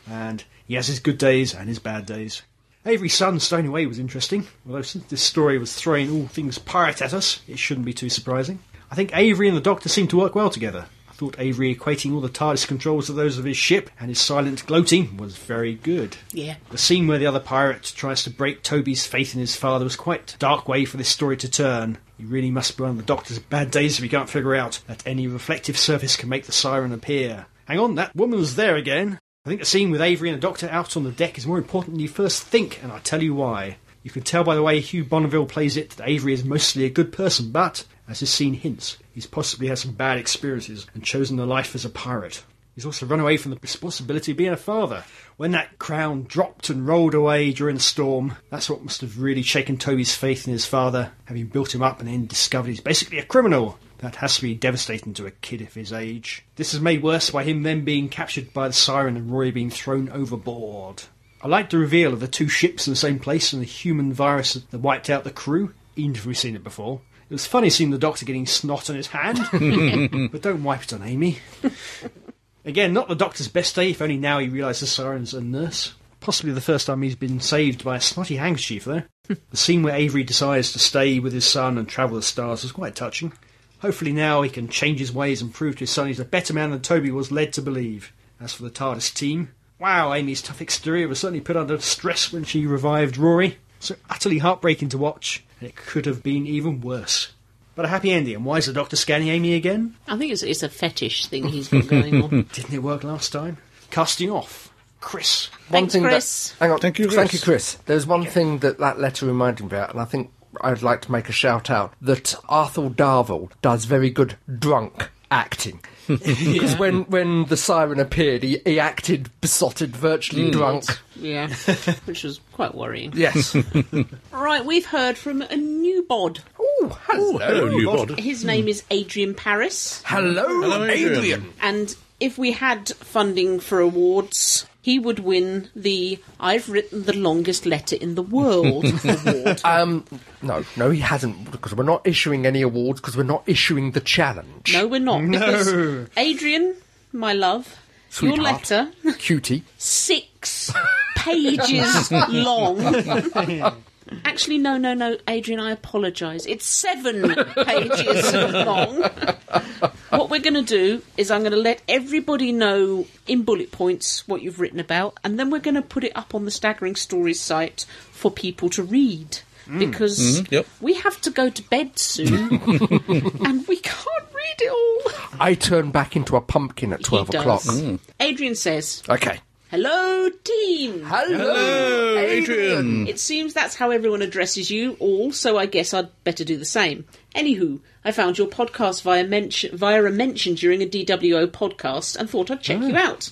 S5: and he has his good days and his bad days. Avery's son stowing away was interesting, although since this story was throwing all things pirate at us, it shouldn't be too surprising. I think Avery and the Doctor seem to work well together. I thought Avery equating all the TARDIS controls to those of his ship and his silent gloating was very good.
S3: Yeah.
S5: The scene where the other pirate tries to break Toby's faith in his father was quite a dark way for this story to turn. You really must be one of the Doctor's bad days if you can't figure out that any reflective surface can make the siren appear. Hang on, that woman's there again. I think the scene with Avery and the Doctor out on the deck is more important than you first think, and I'll tell you why. You can tell by the way Hugh Bonneville plays it that Avery is mostly a good person, but, as this scene hints, he's possibly had some bad experiences and chosen a life as a pirate. He's also run away from the responsibility of being a father. When that crown dropped and rolled away during the storm, that's what must have really shaken Toby's faith in his father, having built him up and then discovered he's basically a criminal. That has to be devastating to a kid of his age. This is made worse by him then being captured by the siren and Roy being thrown overboard. I like the reveal of the two ships in the same place and the human virus that wiped out the crew, even if we've seen it before. It was funny seeing the doctor getting snot on his hand, but don't wipe it on Amy. Again, not the Doctor's best day, if only now he realises Siren's a nurse. Possibly the first time he's been saved by a snotty handkerchief, though. the scene where Avery decides to stay with his son and travel the stars was quite touching. Hopefully now he can change his ways and prove to his son he's a better man than Toby was led to believe. As for the TARDIS team, wow, Amy's tough exterior was certainly put under stress when she revived Rory. So utterly heartbreaking to watch, and it could have been even worse. But a happy ending, and why is the Doctor scanning Amy again?
S3: I think it's, it's a fetish thing he's got going
S5: <laughs>
S3: on.
S5: Didn't it work last time? Casting off. Chris.
S3: Thanks,
S4: thing that-
S3: Chris.
S4: hang on.
S2: Thank you,
S4: Thank you,
S2: Chris.
S4: Chris. There's one thing that that letter reminded me about, and I think I'd like to make a shout out that Arthur Darvill does very good drunk
S3: <laughs>
S4: acting. Because when, when the siren appeared, he, he acted besotted,
S3: Mm.
S4: virtually drunk.
S3: Yeah, which was quite worrying.
S4: <laughs> Yes.
S3: Right, we've heard from a new bod.
S2: Oh, hello, new bod.
S3: His name is Adrian Paris,
S4: Hello,
S2: Adrian.
S4: Adrian.
S3: and if we had funding for awards, he would win the I've written the longest letter in the world award.
S4: Um, no, no, he hasn't, because we're not issuing any awards, because we're not issuing the challenge.
S3: No, we're not. Because Adrian, my love, your
S4: Sweetheart.
S3: letter, <laughs>
S4: Cutie.
S3: six pages long. Actually, no, no, no, Adrian, I apologise. It's seven pages long. What we're going to do is I'm going to let everybody know in bullet points what you've written about, and then we're going to put it up on the Staggering Stories site for people to read. Because
S2: yep.
S3: we have to go to bed soon, and we can't read it all.
S4: I turn back into a pumpkin at 12
S3: He
S4: o'clock.
S3: does. Mm. Adrian says,
S4: Okay.
S3: "Hello, team."
S4: Hello,
S2: Hello, Adrian.
S3: It seems that's how everyone addresses you all, so I guess I'd better do the same. Anywho, I found your podcast via, mention, via a mention during a DWO podcast and thought I'd check you out.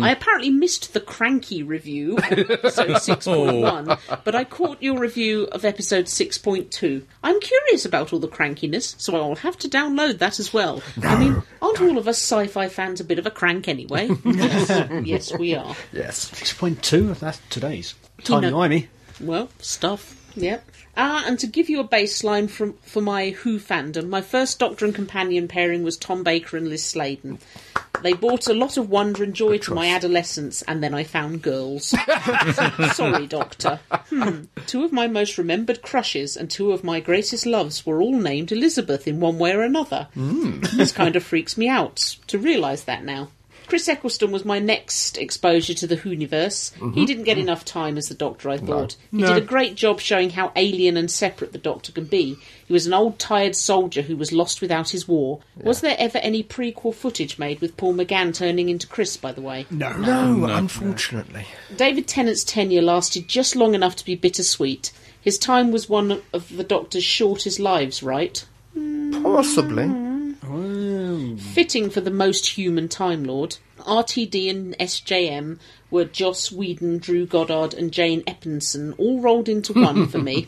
S3: I apparently missed the cranky review, episode 6.1, but I caught your review of episode 6.2. I'm curious about all the crankiness, so I'll have to download that as well. I mean, aren't all of us sci fi fans a bit of a crank anyway? yes, yes, we are.
S4: Yes.
S5: 6.2, that's today's.
S3: Tino.
S5: Timey wimey.
S3: Well, stuff. Yep. Ah, and to give you a baseline from for my Who fandom, my first Doctor and companion pairing was Tom Baker and Liz Sladen. They brought a lot of wonder and joy to my adolescence, and then I found girls. Sorry, Doctor. Hmm. Two of my most remembered crushes and two of my greatest loves were all named Elizabeth in one way or another. This kind of freaks me out to realise that now. Chris Eccleston was my next exposure to the Hooniverse. He didn't get enough time as the Doctor, I thought. He did a great job showing how alien and separate the Doctor can be. He was an old, tired soldier who was lost without his war. Was there ever any prequel footage made with Paul McGann turning into Chris, by the way?
S4: No, unfortunately.
S3: David Tennant's tenure lasted just long enough to be bittersweet. His time was one of the Doctor's shortest lives, right?
S4: Possibly.
S3: Fitting for the most human Time Lord. RTD and SJM were Joss Whedon, Drew Goddard, and Jane Eppenson, all rolled into one for me.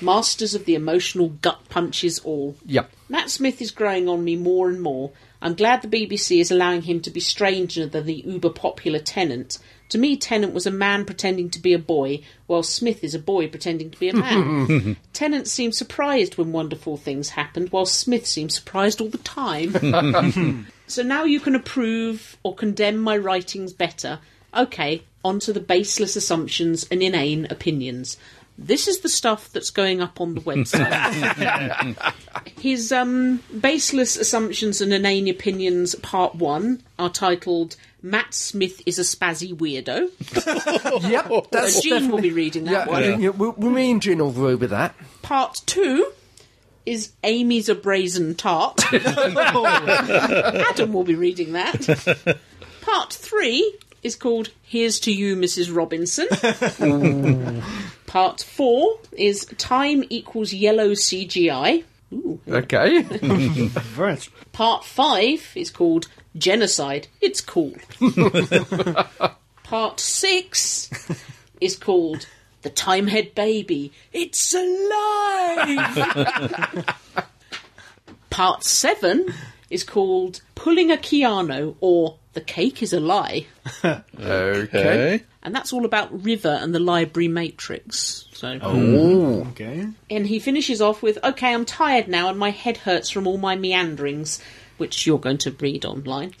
S3: Masters of the emotional gut punches, all.
S4: Yep.
S3: Matt Smith is growing on me more and more. I'm glad the BBC is allowing him to be stranger than the uber popular Tennant. To me, Tennant was a man pretending to be a boy, while Smith is a boy pretending to be a man. Tennant seemed surprised when wonderful things happened, while Smith seemed surprised all the time. so now you can approve or condemn my writings better. Okay, on to the baseless assumptions and inane opinions. This is the stuff that's going up on the website. His um, baseless assumptions and inane opinions, part one, are titled "Matt Smith is a spazzy weirdo."
S4: Yep, that's
S3: Gene will
S4: definitely-
S3: be reading that
S4: Oh, Yeah,
S3: one.
S4: yeah. we, we, me and Gene will go with that.
S3: Part two is Amy's a brazen tart.
S4: <laughs>
S3: <laughs> Adam will be reading that.
S4: <laughs>
S3: Part three is called Here's to You, Mrs.
S4: <laughs>
S3: Robinson. Part four is Time equals Yellow CGI.
S4: Okay.
S5: Very nice.
S3: Part five is called Genocide. It's cool. Part six is called The Timehead Baby. It's alive! Part seven is called Pulling a Keanu or The Cake is a Lie.
S4: okay.
S3: And that's all about River and the Library Matrix. So.
S5: Okay.
S3: And he finishes off with, Okay, I'm tired now and my head hurts from all my meanderings, which you're going to
S4: <laughs>
S3: read online.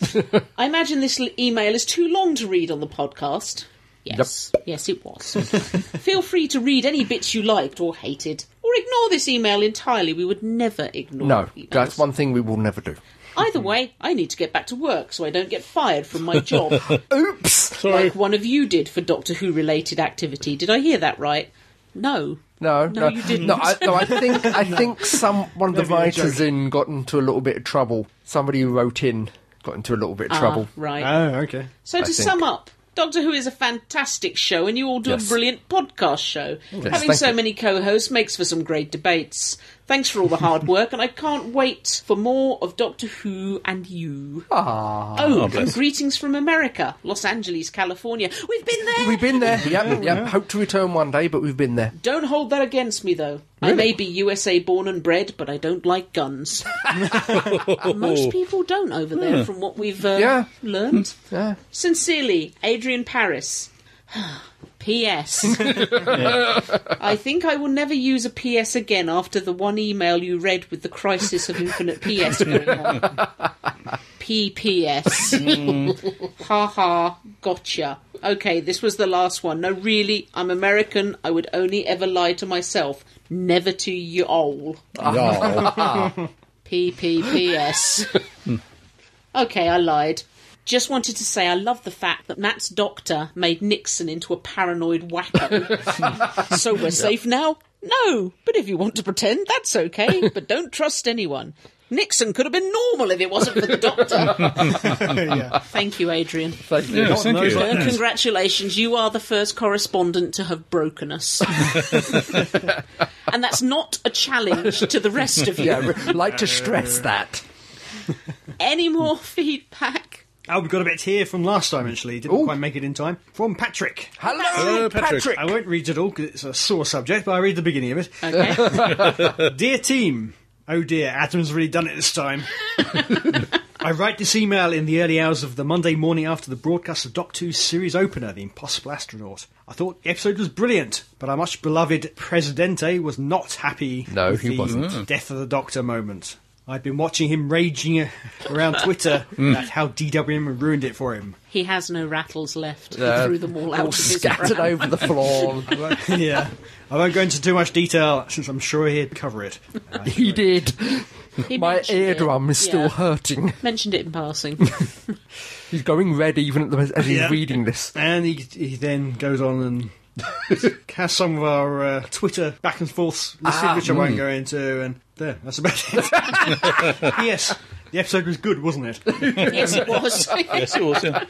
S3: I imagine this l- email is too long to read on the podcast. Yes. Yes, it was. <laughs> Feel free to read any bits you liked or hated, or ignore this email entirely. We would never ignore
S4: No,
S3: emails.
S4: that's one thing we will never do.
S3: Either way, I need to get back to work so I don't get fired from my job,
S4: <laughs> Oops.
S2: Sorry.
S3: like one of you did for Doctor Who related activity. Did I hear that right? No.
S4: No,
S3: No,
S4: no,
S3: you didn't.
S4: No, I, no, I think I think some one <laughs> of the writers in got into a little bit of trouble. Somebody who wrote in got into a little bit of trouble.
S3: Ah, Right.
S5: Oh, okay.
S3: So to
S4: think.
S3: sum up, Doctor Who is a fantastic show, and you all do
S4: Yes.
S3: a brilliant podcast show. Having
S4: thank
S3: so
S4: you.
S3: many co-hosts makes for some great debates. Thanks for all the hard work, and I can't wait for more of Doctor Who and you. Oh, and greetings from America, Los Angeles, California. We've been there.
S4: We've been <laughs> there. Yep, yep. Hope to return one day, but we've been there.
S3: Don't hold that against me, though. I may be USA born and bred, but I don't like guns. Most people don't over there, from what we've uh,
S4: Yeah.
S3: learned. Sincerely, Adrian Paris. <sighs> P.S. I think I will never use a P.S. again after the one email you read with the crisis of infinite P.S. going on. P.P.S. Ha ha, gotcha. Okay, this was the last one. No, really, I'm American. I would only ever lie to myself, never to you all.
S2: Yeah.
S3: PPPS. okay, I lied. Just wanted to say I love the fact that Matt's doctor made Nixon into a paranoid wacko. so we're safe now? No, but if you want to pretend, that's okay, but don't trust anyone. Nixon could have been normal if it wasn't for the doctor.
S5: yeah.
S3: Thank you, Adrian.
S4: Thank you.
S2: Yeah, thank you.
S3: Well, congratulations. You are the first correspondent to have
S4: <laughs>
S3: broken us. and that's not a challenge to the rest of you.
S4: Yeah, re- like to stress that.
S3: Any more feedback?
S5: <laughs> Oh, we've got a bit here from last time, actually. Didn't
S4: Ooh.
S5: quite make it in time. From Patrick.
S4: Hello,
S2: Hello, Patrick.
S4: Patrick. Uh.
S5: I won't read it all because it's a sore subject, but I read the beginning of it.
S3: Okay.
S4: <laughs>
S5: Dear team, oh dear, Adam's really done it
S4: <laughs>
S5: this time. I write this email in the early hours of the Monday morning after the broadcast of Doc 2's series opener, The Impossible Astronaut. I thought the episode was brilliant, but our much beloved Presidente was not happy
S4: No,
S5: with
S4: he
S5: the
S4: wasn't.
S5: Death of the Doctor moment. I've been watching him raging around
S4: <laughs>
S5: Twitter
S4: Mm.
S5: at how DWM ruined it for him.
S3: He has no rattles left.
S4: Uh,
S3: he threw them all out
S4: all
S3: of his
S4: scattered
S3: brand.
S4: over the floor.
S5: yeah. I won't go into too much detail since I'm sure he'd cover it. Uh,
S4: he did.
S3: He
S4: My
S3: mentioned it.
S4: eardrum is still
S3: Yeah.
S4: hurting.
S3: Mentioned it in passing.
S4: He's going red even at the, as he's
S5: Yeah.
S4: reading this.
S5: And he, he then goes on and has some of our uh, Twitter back and forths, listed, which I won't go into. And there, that's about it. <laughs> yes, the episode was good, wasn't it?
S3: yes,
S4: <laughs>
S3: it was.
S2: Yes, it was, yeah.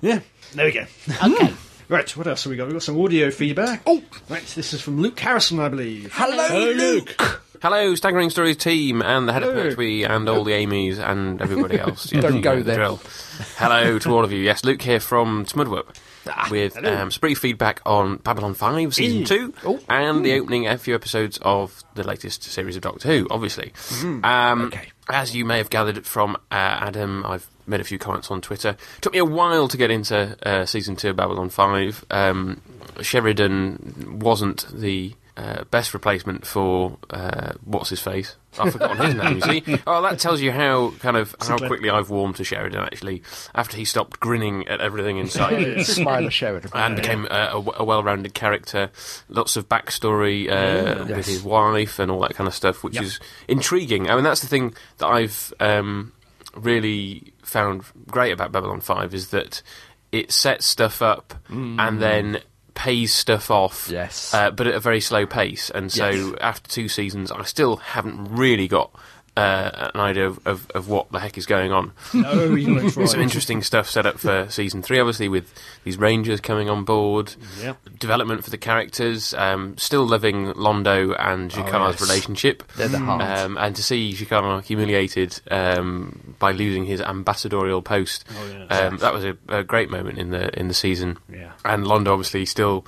S5: Yeah, there we go. Hmm.
S3: okay.
S5: Right, what else have we got? We've got some audio feedback. Oh! Right, this is from Luke Harrison, I believe.
S4: Hello, Luke.
S7: Hello, Staggering Stories team, and the head of
S5: Hello.
S7: Pertwee, and all the Amys, and everybody
S4: <laughs>
S7: else. Yeah,
S4: Don't
S7: you
S4: go
S7: know the
S4: there.
S7: drill. Hello to all of you. Yes, Luke here from Smudwop
S4: Ah,
S7: with um, some brief feedback on Babylon 5 Season 2
S4: Oh.
S7: and the opening a few episodes of the latest series of Doctor Who, obviously.
S4: Mm-hmm.
S7: Um, As you may have gathered from uh, Adam, I've made a few comments on Twitter. Took me a while to get into uh, Season 2 of Babylon 5. Um, Sheridan wasn't the uh, best replacement for uh, what's his face. I've forgotten his name. You see, oh, that tells you how kind of how
S5: Sinclair.
S7: quickly I've warmed to Sheridan. Actually, after he stopped grinning at everything in sight.
S4: Smiler
S7: <laughs>
S4: Sheridan.
S7: and became uh, a, w- a well-rounded character. Lots of backstory
S4: Mm,
S7: uh, with his wife and all that kind of stuff, which is intriguing. I mean, that's the thing that I've um, really found great about Babylon Five is that it sets stuff up and then pays stuff off
S4: Mm. Yes.
S7: uh, but at a very slow pace and so
S4: Yes.
S7: after two seasons i still haven't really got uh, an idea of, of, of what the heck is going on
S5: No, he's not
S7: some interesting stuff set up for season three, obviously, with these Rangers coming on board.
S5: Yeah.
S7: Development for the characters. Um, still loving Londo and Jaka's
S4: yes.
S7: relationship.
S4: They're the heart.
S7: Um, and to see Jakar humiliated um, by losing his ambassadorial post, um, that was a, a great moment in the in the season.
S5: Yeah.
S7: And Londo obviously still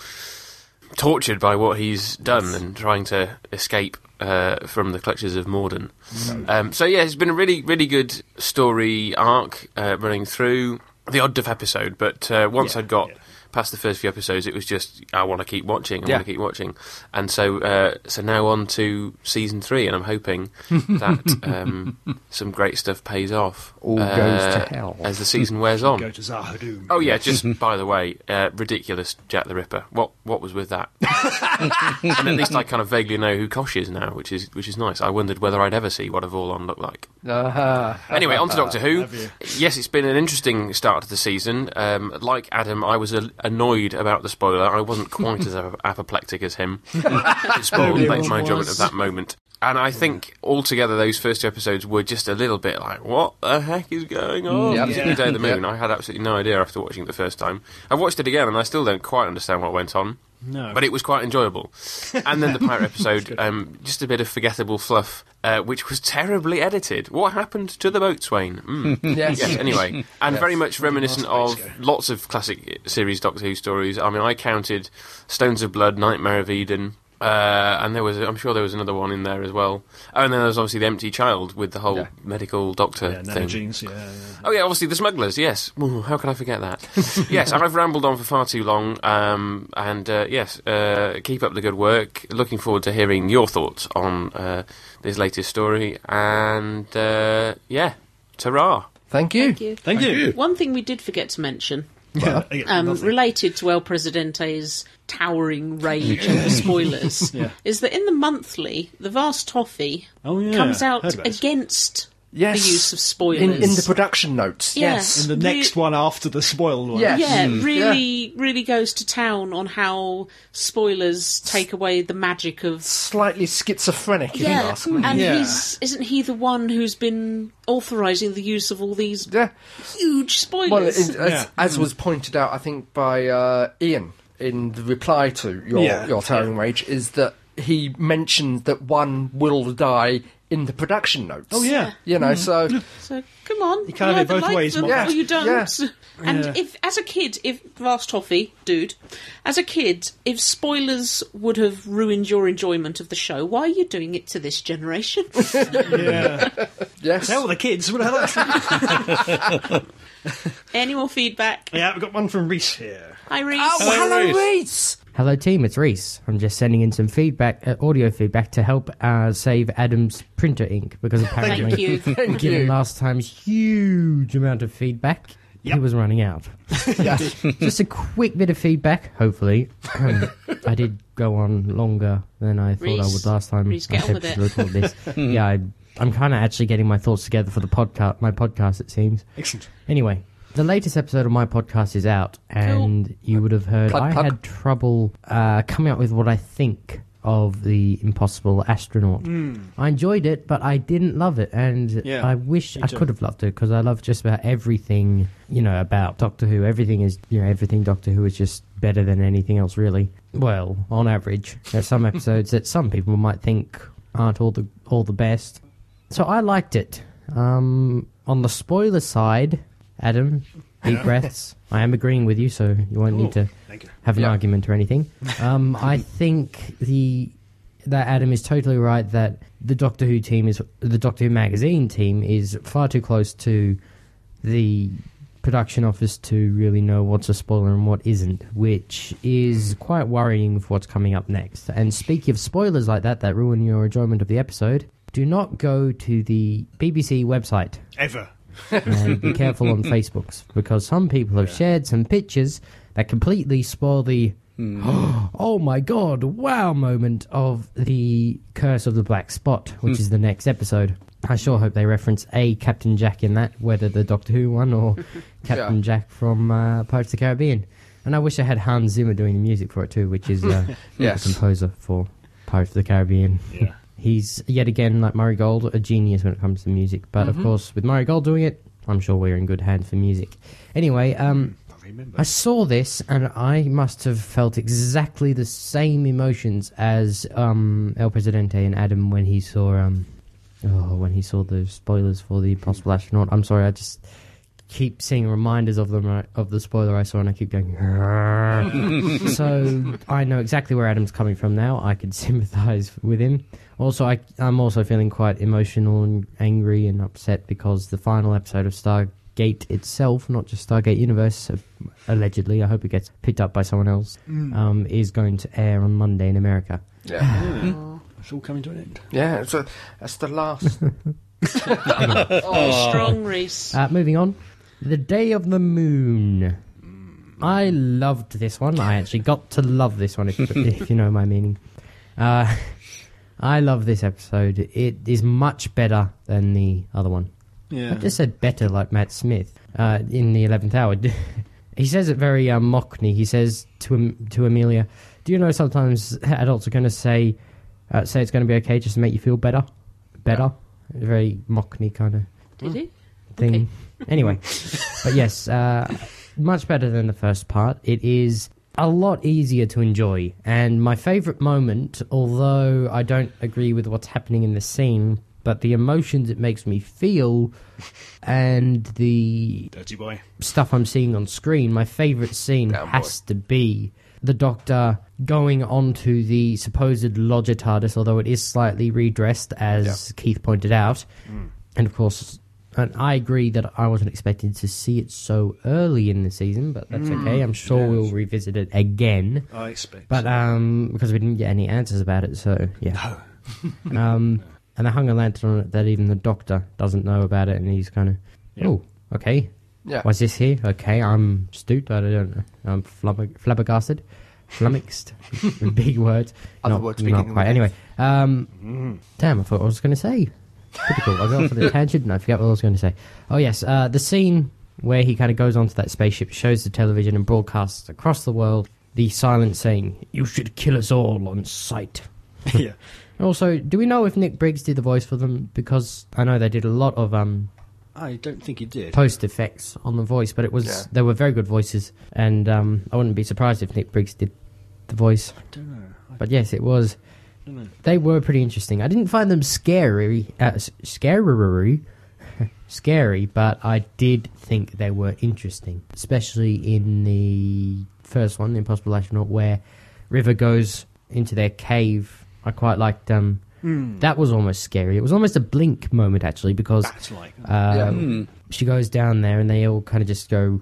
S7: tortured by what he's done and trying to escape uh, from the clutches of Morden.
S4: Mm.
S7: Um, so yeah, it's been a really, really good story arc uh, running through the odd diff episode. But uh, once
S5: Yeah,
S7: I'd got
S5: yeah.
S7: past the first few episodes, it was just I want to keep watching. I
S4: Yeah.
S7: want to keep watching. And so, uh, so now on to season three, and I'm hoping
S4: <laughs>
S7: that um, some great stuff pays off. uh,
S4: All goes to hell.
S7: as the season wears on.
S5: Go to Zahadoom.
S7: Oh yeah,
S5: Mm-hmm.
S7: just by the way, uh, ridiculous Jack the Ripper. What what was with that? <laughs> and at least I kind of vaguely know who Kosh is now, which is which is nice. I wondered whether I'd ever see what a Vorlon looked like.
S4: Uh-huh.
S7: Anyway, on to Doctor
S5: <laughs>
S7: Who.
S5: Have you?
S7: Yes, it's been an interesting start to the season. Um, like Adam, I was a- annoyed about the spoiler. I wasn't quite as <laughs> ap- apoplectic as him. It spoiled
S5: Nobody
S7: my,
S5: else
S7: my enjoyment of
S5: was.
S7: that moment. And I think altogether those first two episodes were just a little bit like, what the heck is going on?
S5: Mm,
S4: Yeah.
S7: Particularly Day of the
S4: Yeah.
S7: Moon. I had absolutely no idea after watching it the first time. I watched it again and I still don't quite understand what went on.
S5: No.
S7: But it was quite enjoyable. And then the
S5: <laughs>
S7: pirate episode, um, just a bit of forgettable fluff, uh, which was terribly edited. What happened to the boatswain?
S4: <laughs>
S7: Mm.
S4: Yes.
S7: yes, anyway.
S4: <laughs>
S7: And very much reminiscent of
S5: Masterpiece, yeah.
S7: lots of classic series Doctor Who stories. I mean, I counted Stones of Blood, Nightmare of Eden. Uh, and there was, I'm sure there was another one in there as well. Oh, and then there was obviously the empty child with the whole
S4: Yeah.
S7: medical doctor
S5: Yeah,
S7: thing.
S5: nanogenes, yeah, yeah.
S7: Oh yeah, obviously the smugglers. Yes. Ooh, how can I forget that? yes, I've rambled on for far too long. Um, and uh, yes, uh, keep up the good work. Looking forward to hearing your thoughts on uh, this latest story. And uh, yeah, ta
S4: Thank you.
S3: Thank you.
S5: Thank, you.
S2: you.
S3: One thing we did forget to mention,
S5: Yeah, again,
S3: um,
S5: nothing.
S3: related to El Presidente's towering rage
S5: <laughs>
S3: over spoilers, is that in the monthly, the vast toffee
S5: Oh, yeah.
S3: comes out
S5: Heard about this.
S3: against
S4: Yes.
S3: the use of spoilers.
S4: In, in the production notes.
S3: Yeah.
S4: Yes.
S5: In the
S3: Re-
S5: next one after the spoiled one.
S4: Yes.
S3: yeah, really, really goes to town on how spoilers take away the magic of
S4: Slightly schizophrenic, if you
S3: Yeah,
S4: ask me.
S3: and
S5: Yeah.
S3: he's isn't he the one who's been authorising the use of all these
S4: Yeah.
S3: huge spoilers?
S4: Well, it, as,
S5: Yeah. Mm.
S4: as was pointed out, I think by uh, Ian in the reply to your
S5: Yeah.
S4: your towering rage is that he mentioned that one will die in the production notes.
S5: Oh, yeah.
S4: You
S8: Mm.
S4: know, so
S3: so come on, you
S5: can't have it
S3: either
S5: both
S3: like
S5: ways,
S3: them
S5: Mark.
S3: or you
S4: Yeah,
S3: don't.
S4: yeah.
S3: And
S5: Yeah.
S3: if, as a kid, if Vast Toffee, dude, as a kid, if spoilers would have ruined your enjoyment of the show, why are you doing it to
S4: <laughs>
S3: this generation?
S5: Yeah.
S4: yes,
S5: Tell the kids. What the hell is that?
S3: Any more feedback,
S5: yeah, we've got one from Reese here.
S3: Irene?
S4: Oh, hello,
S2: Reese.
S4: Reese.
S8: Hello, team. It's Reese. I'm just sending in some feedback, uh, audio feedback, to help uh, save Adam's printer ink because apparently,
S3: <laughs> Thank you.
S4: Thank
S8: given
S4: you.
S8: last time's huge amount of feedback, he was
S3: <laughs>
S8: running out. <laughs> just a quick bit of feedback. Hopefully, Um, I did go on longer than I thought I
S3: Reese,
S8: would last time.
S3: Reese,
S8: I
S3: get on with
S8: kept
S3: it.
S8: looking at
S3: <laughs>
S8: this. yeah, I, I'm kind of actually getting my thoughts together for the podcast. My podcast, it seems.
S5: Excellent.
S8: Anyway, the latest episode of my podcast is out, and you would have heard
S4: Plug,
S8: I
S4: plug.
S8: had trouble uh, coming up with what I think of the impossible astronaut.
S4: Mm.
S8: I enjoyed it, but I didn't love it, and
S5: Yeah,
S8: I wish
S5: me
S8: I
S5: too.
S8: could have loved it because I love just about everything you know about Doctor Who. Everything is you know everything Doctor Who is just better than anything else, really. Well, on average, there's
S5: <laughs>
S8: some episodes that some people might think aren't all the all the best. So I liked it. Um, on the spoiler side, Adam, deep breaths. I am agreeing with you, so you won't need to
S5: Thank you.
S8: have an
S4: Yeah.
S8: argument or anything. Um, I think the that Adam is totally right that the Doctor Who team is the Doctor Who magazine team is far too close to the production office to really know what's a spoiler and what isn't, which is quite worrying for what's coming up next. And speaking of spoilers like that that ruin your enjoyment of the episode, do not go to the BBC website
S5: Ever.
S8: and be careful on Facebooks because some people have shared some pictures that completely spoil the <gasps> oh my god wow moment of the Curse of the Black Spot, which is the next episode. I sure hope they reference a Captain Jack in that, whether the Doctor Who one or Captain Jack from uh, Pirates of the Caribbean. And I wish I had Hans Zimmer doing the music for it too, which is uh,
S4: Yes.
S8: the composer for Pirates of the Caribbean.
S5: Yeah.
S8: <laughs> He's yet again, like Murray Gold, a genius when it comes to music. But
S5: Mm-hmm.
S8: of course, with Murray Gold doing it, I'm sure we're in good hands for music. Anyway, um,
S5: I remember.
S8: I saw this and I must have felt exactly the same emotions as um, El Presidente and Adam when he saw um, oh, when he saw the spoilers for the Impossible Astronaut. I'm sorry, I just keep seeing reminders of them right, of the spoiler I saw, and I keep going. "Grrr." so I know exactly where Adam's coming from now. I can <laughs> sympathise with him. Also, I, I'm also feeling quite emotional and angry and upset because the final episode of Stargate itself, not just Stargate Universe, uh, allegedly, I hope it gets picked up by someone else, um, is going to air on Monday in America.
S4: Yeah,
S5: It's all coming to an end.
S4: yeah. It's a, that's the
S8: <laughs>
S4: last.
S3: Oh, Strong Reese.
S8: Uh, moving on, The Day of the Moon. I loved this one. I actually got to love this one, if, if you know my meaning. Uh, <laughs> I love this episode. It is much better than the other one.
S5: Yeah.
S8: I just said better, like Matt Smith uh, in the eleventh hour. <laughs> he says it very uh, mockney. He says to Am- to Amelia, "Do you know sometimes adults are going to say uh, say it's going to be okay just to make you feel better, better." Very mockney kind of
S3: Did he?
S8: thing. Anyway, but yes, uh, much better than the first part. It is a lot easier to enjoy, and my favourite moment, although I don't agree with what's happening in the scene, but the emotions it makes me feel, and the
S5: Dirty boy.
S8: stuff I'm seeing on screen, my favourite scene
S4: Damn boy.
S8: has to be the Doctor going onto the supposed Lodger TARDIS, although it is slightly redressed, as Keith pointed out.
S4: Mm.
S8: And of course, and I agree that I wasn't expecting to see it so early in the season, but that's
S4: Mm.
S8: okay. I'm sure we'll revisit it again.
S5: I expect.
S8: But um, because we didn't get any answers about it, so yeah. <laughs> um, and I hung a lantern on it that even the Doctor doesn't know about it, and he's kind of, oh, okay,
S4: Yeah,
S8: Why's this here? Okay, I'm stooped. I don't know. I'm flabber- flabbergasted. Flummoxed. <laughs> Big words.
S4: Other
S8: not,
S4: words
S8: not
S4: beginning
S8: quite.
S4: with
S8: Anyway, um, damn, I thought I was going to say. Typical. I got off on a tangent and I forgot what I was going to say. Oh, yes, uh, the scene where he kind of goes onto that spaceship, shows the television, and broadcasts across the world the silent saying, You should kill us all on sight.
S5: <laughs> yeah.
S8: Also, do we know if Nick Briggs did the voice for them? Because I know they did a lot of um,
S5: I don't think he did.
S8: post effects on the voice, but it was
S4: Yeah.
S8: they were very good voices, and um, I wouldn't be surprised if Nick Briggs did the voice.
S5: don't know. I
S8: But yes, it was.
S5: don't know.
S8: They were pretty interesting. I didn't find them scary, uh, s- scary, <laughs> scary, but I did think they were interesting, especially in the first one, the Impossible Astronaut, where River goes into their cave. I quite liked um,
S5: Hmm.
S8: that was almost scary. It was almost a blink moment actually because
S5: That's like.
S8: um, She goes down there, and they all kind of just go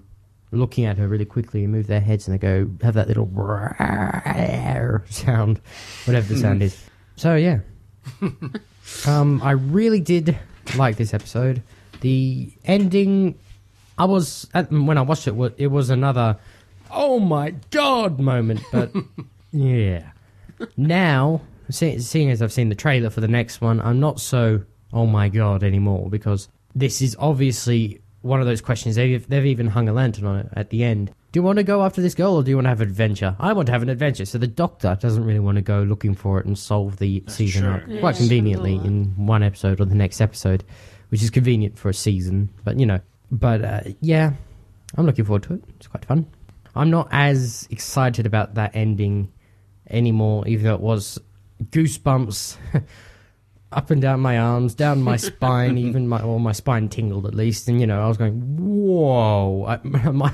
S8: looking at her really quickly and move their heads, and they go have that little <laughs> sound, whatever the sound is. So yeah, um, I really did like this episode. The ending, I was at, when I watched it, wa- it was another "Oh my god" moment, but yeah. Now, see, seeing as I've seen the trailer for the next one, I'm not so "Oh my god" anymore because this is obviously one of those questions. They've they've even hung a lantern on it at the end. Do you want to go after this girl or do you want to have an adventure? I want to have an adventure. So the doctor doesn't really want to go looking for it and solve the season
S5: true.
S8: arc quite conveniently in one episode or the next episode, which is convenient for a season. But you know, but uh, yeah, I'm looking forward to it. It's quite fun. I'm not as excited about that ending anymore, even though it was goosebumps <laughs> up and down my arms, down my spine, even my or my spine tingled at least. And you know, I was going, whoa, I, <laughs> my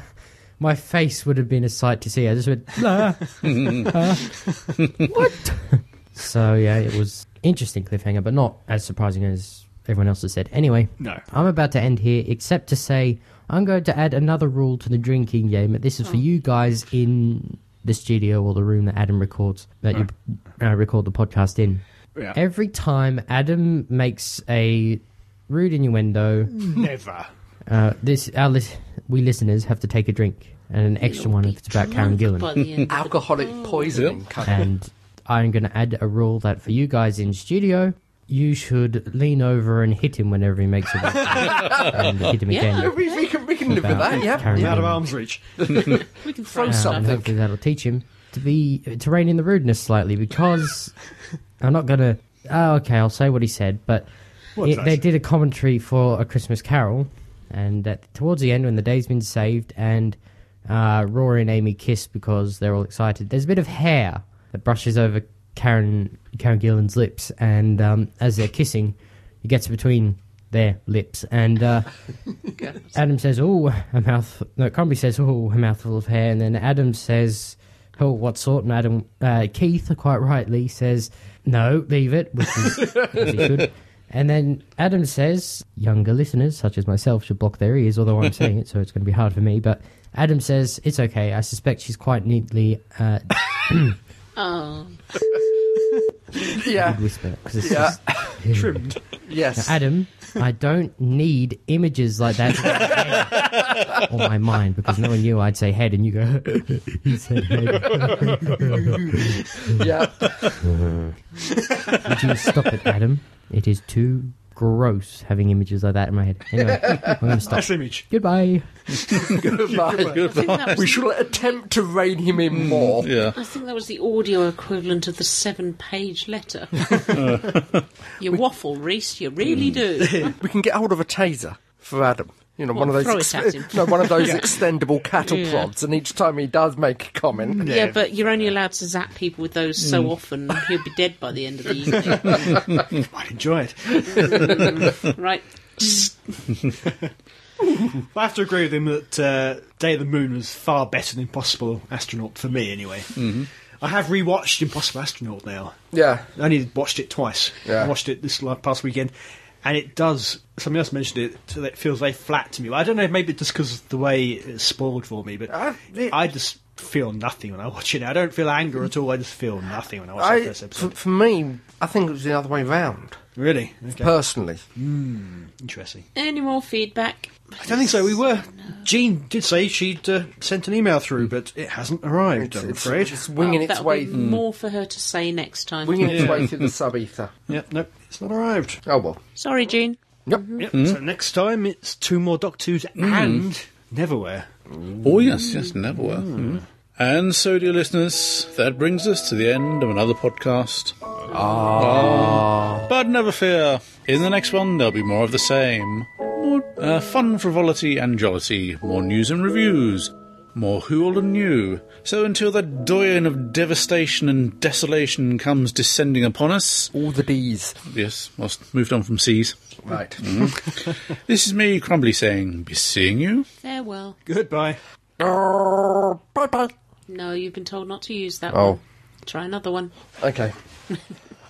S8: my face would have been a sight to see. I just went, "Ah, ah, what? so yeah, it was interesting cliffhanger, but not as surprising as everyone else has said. Anyway,
S5: No.
S8: I'm about to end here, except to say I'm going to add another rule to the drinking game. But this is for
S5: Oh.
S8: you guys in the studio or the room that Adam records that you uh, record the podcast in.
S2: Yeah.
S8: Every time Adam makes a rude innuendo,
S5: Never.
S8: uh, this our lis- we listeners have to take a drink and an extra one if it's about Karen Gillan
S3: By the end.
S4: Alcoholic
S8: Mm.
S4: poisoning. Karen.
S8: and I'm going to add a rule that for you guys in studio, you should lean over and hit him whenever he makes a <laughs> and hit him
S3: Yeah.
S8: again.
S4: We, we can, we can live with
S8: About
S4: that, yeah.
S8: Karen
S5: Out of
S8: Gillan.
S5: arm's reach.
S3: we can throw
S8: Um,
S3: stuff.
S8: and hopefully that'll teach him to be to rein in the rudeness slightly because I'm not gonna. Oh, okay, I'll say what he said, but
S5: What's
S8: it-
S5: that?
S8: they did a commentary for a Christmas Carol, and at, towards the end, when the day's been saved, and uh, Rory and Amy kiss because they're all excited. There's a bit of hair that brushes over Karen Karen Gillan's lips, and um, as they're kissing, it gets between their lips, and. Uh, Adam says, "Oh, a mouth." No, Crombie says, "Oh, a mouthful of hair," and then Adam says, "Oh, what sort?" And Adam uh, Keith, quite rightly, says, "No, leave it," which is as he should. And then Adam says, "Younger listeners, such as myself, should block their ears." Although I'm saying it, so it's going to be hard for me. But Adam says, "It's okay. I suspect she's quite neatly uh,
S3: Oh,
S4: Yeah,
S8: whisper because it's
S4: Yeah.
S8: just
S5: Trimmed.
S4: yes.
S8: Adam, I don't need images like that in my head or my mind because knowing you, I'd say head, and you go. <laughs> he said head.
S5: <laughs>
S4: Yeah.
S8: Would you stop it, Adam? It is too gross having images like that in my head. Anyway, I'm going to stop.
S5: Nice image. <laughs>
S8: Goodbye.
S4: Goodbye.
S3: I think
S4: <laughs>
S3: that
S4: We
S3: was,
S4: shall attempt to rein him
S5: Mm.
S4: in more.
S2: Yeah.
S3: I think that was the audio equivalent of the
S4: <laughs>
S3: seven-page letter. you waffle, Reese.
S4: <laughs>
S3: You really do.
S4: We can get hold of a taser for Adam. You know, one of
S3: Well,
S4: those
S3: throw it at him.
S4: <laughs> no, one of those extendable cattle
S3: Yeah. Mm.
S4: prods, and each time he does make a comment,
S3: Yeah, but you're only allowed to zap people with those so often. He'll be dead by the end of the evening,
S5: I'd enjoy <laughs> it.
S3: right?
S5: I have to agree with him that uh, Day of the Moon was far better than Impossible Astronaut for me, anyway. Mm-hmm. I have rewatched Impossible Astronaut now.
S4: yeah,
S5: I only watched it twice.
S4: Yeah.
S5: I watched it this la- past weekend, and it does. Somebody else mentioned it. So that it feels very flat to me. I don't know. Maybe just because the way it's spoiled for me, but
S4: I-
S5: I,
S4: the-
S5: just feel nothing when I watch it. I don't feel anger at all. I just feel nothing when I watch that
S4: I,
S5: first
S4: for,
S5: episode.
S4: for me, I think it was the other way round.
S5: Really? Okay.
S4: Personally,
S5: Interesting.
S3: Any more feedback?
S5: I don't think so. We were. Jean did say she'd uh, sent an email through, but it hasn't arrived. I'm
S4: it's,
S5: afraid.
S4: it's winging
S3: Well,
S4: its
S3: that'll
S4: way, Mm.
S3: Be More for her to say next time.
S4: winging its way through the sub ether.
S5: Yeah, nope, it's not arrived.
S4: Oh well,
S3: Sorry, Jean.
S4: yep.
S5: Yep. So next time it's two more Doctors
S4: Mm.
S5: and Neverwhere.
S2: Oh, yes, yes, never were. Mm. And so, dear listeners, that brings us to the end of another podcast. Ah. But never fear, in the next one there'll be more of the same. More uh, fun, frivolity, and jollity. More news and reviews. More who old and new. So until that doyen of devastation and desolation comes descending upon us.
S4: All the D's,
S2: Yes, whilst moved on from seas.
S4: right?
S2: This is me, Crumbly, saying, be seeing you.
S3: Farewell.
S5: Goodbye.
S4: Oh, bye bye.
S3: No, you've been told not to use that
S4: Oh.
S3: one. Try another one.
S4: Okay.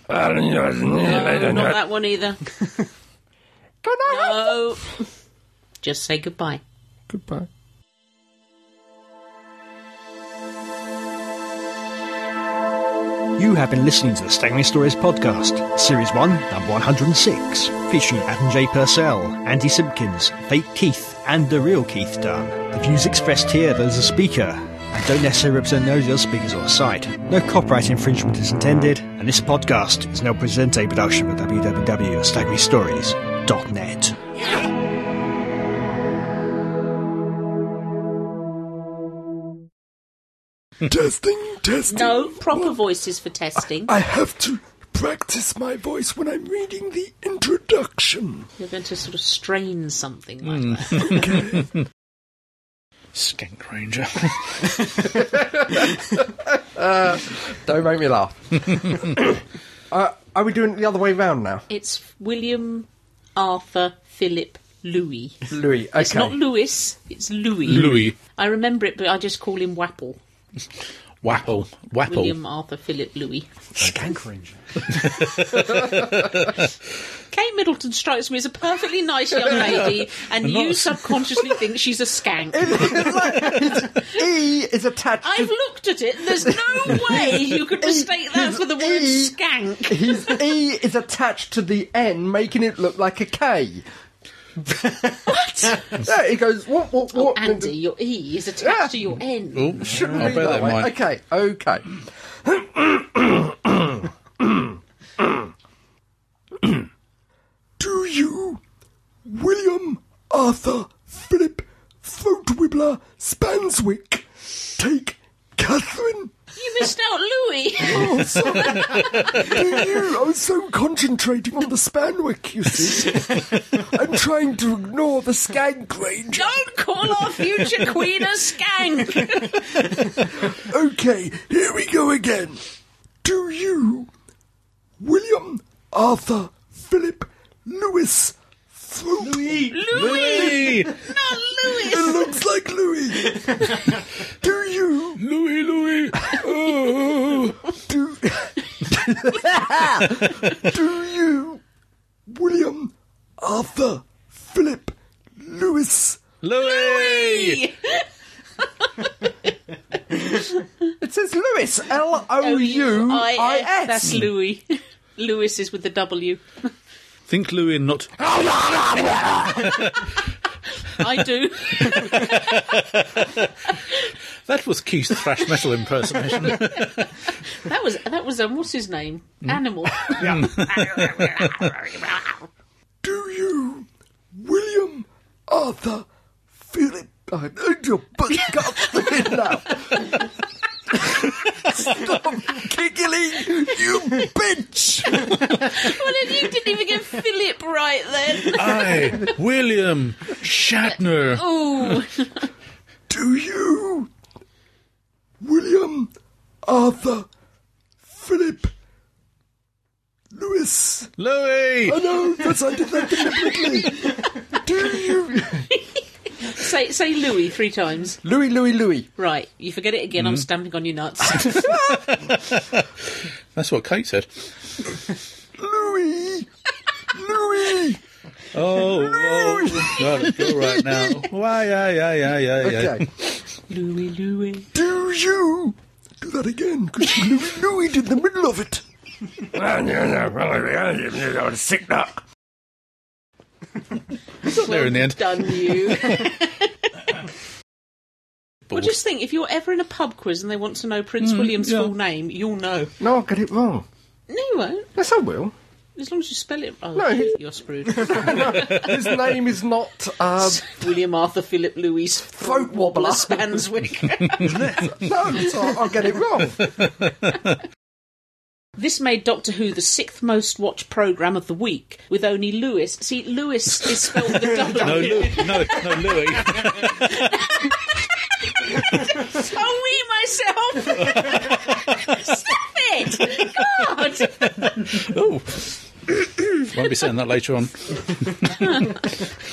S3: No, not that one either. no. Just say goodbye.
S4: Goodbye.
S5: You have been listening to the Staggering Stories podcast, Series 1, Number 106, featuring Adam J. Purcell, Andy Simpkins, Fake Keith, and the real Keith Dunn. The views expressed here, those of the speaker, and don't necessarily represent those of the speakers or the site. No copyright infringement is intended, and this podcast is now present a production of www.staggeringstories.net.
S1: testing, testing.
S3: No, proper voices for testing.
S1: I have to practice my voice when I'm reading the introduction.
S3: You're going to sort of strain something like that.
S2: Skank Ranger.
S4: Don't make me laugh. uh, are we doing it the other way round now,
S3: It's William Arthur Philip Louis.
S4: Louis? Okay.
S3: It's not Lewis, it's
S2: <laughs>
S3: Louis.
S2: Louis.
S3: I remember it, but I just call him Wapple.
S2: Wapple. Wapple.
S3: William Arthur Philip Louis.
S4: <laughs>
S5: Skankerage.
S3: Kate Middleton strikes me as a perfectly nice <laughs> young lady, and
S2: not-
S3: you <laughs> subconsciously think she's a skank.
S4: E is attached
S3: I've
S4: to.
S3: looked at it. There's no <laughs> way you could mistake that
S4: his
S3: for the word
S4: E-
S3: skank.
S4: His E is attached to the N, making it look like a K.
S3: <laughs> What?
S4: Yeah, he goes, what, what,
S3: <laughs> Oh,
S4: what?
S3: Andy, your E is attached to your N. <laughs>
S2: Oh,
S4: Shouldn't
S2: I'll
S4: be
S2: bear
S4: that
S2: that in
S4: way.
S2: mind.
S4: Okay, okay.
S1: Do you, William Arthur Philip Throatwibbler Spanswick, take Catherine?
S3: You missed out Louis. <laughs>
S1: Oh, sorry. Do you? I was so concentrating on the Spanwick, you see. I'm trying to ignore the Skank Ranger.
S3: Don't call our future queen a skank.
S1: Okay, here we go again. Do you, William Arthur Philip Lewis Throat?
S3: <laughs> Louis,
S2: Louis,
S3: not Louis.
S1: It looks like
S2: <laughs>
S1: Louis. do you,
S2: Louis, Louis. Oh.
S1: do, <laughs> do you, William Arthur Philip Lewis?
S2: Louis.
S1: <laughs>
S4: It says Lewis, L O U Oh, I
S3: That's
S4: S. Hmm.
S3: Louis. <laughs> Lewis is with the W.
S2: Think Louis and not.
S3: I do.
S2: That was Keith's thrash metal impersonation.
S3: That was that was um, what's his name?
S4: Hmm?
S3: Animal.
S1: Do you, William Arthur Philip? I need your butt cut now. Stop giggling, you <laughs> bitch!
S3: well, and you didn't even get Philip right then.
S4: <laughs>
S2: I, William Shatner.
S3: <laughs> Oh,
S1: Do you, William Arthur Philip Lewis?
S2: Louis.
S1: Oh no, that's I did that deliberately. Do you?
S3: say say Louis three times.
S4: Louis, Louis, Louis.
S3: Right, you forget it again. I'm
S4: Hmm?
S3: stamping on your nuts.
S2: That's what Kate said.
S1: Louis! Louis!
S2: Oh, oh. Right, all
S1: <laughs>
S2: right now. Why, yeah, yeah, yeah, yeah, yeah.
S4: Okay.
S3: Louis, Louis.
S1: Do you? Do that again, <laughs> because Louis, Louis did the middle of it.
S4: Sick duck.
S2: There in the end.
S3: Done
S2: <laughs>
S3: you. Well, just think if you're ever in a pub quiz and they want to know Prince William's
S2: Mm, yeah.
S3: full name, you'll know.
S4: No, I'll get it wrong.
S3: No, you won't.
S4: Yes, I will.
S3: As long as you spell it. Oh,
S4: No, he-
S3: you're screwed.
S4: His name is not. Uh,
S3: <laughs> William Arthur Philip Louis
S4: Throat wobbler.
S3: Spanswick.
S4: no, so I'll get it wrong.
S3: this made Doctor Who the sixth most watched programme of the week, with only Lewis. See, Lewis is spelled with a double.
S2: No, Lou, no, no, Louis.
S3: Oh, we myself. <laughs> Stop it! God, <laughs>
S2: Oh. Won't be saying that later on.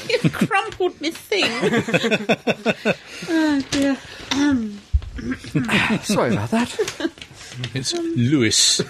S3: you've crumpled my thing. oh dear.
S4: Sorry about that.
S2: It's Louis.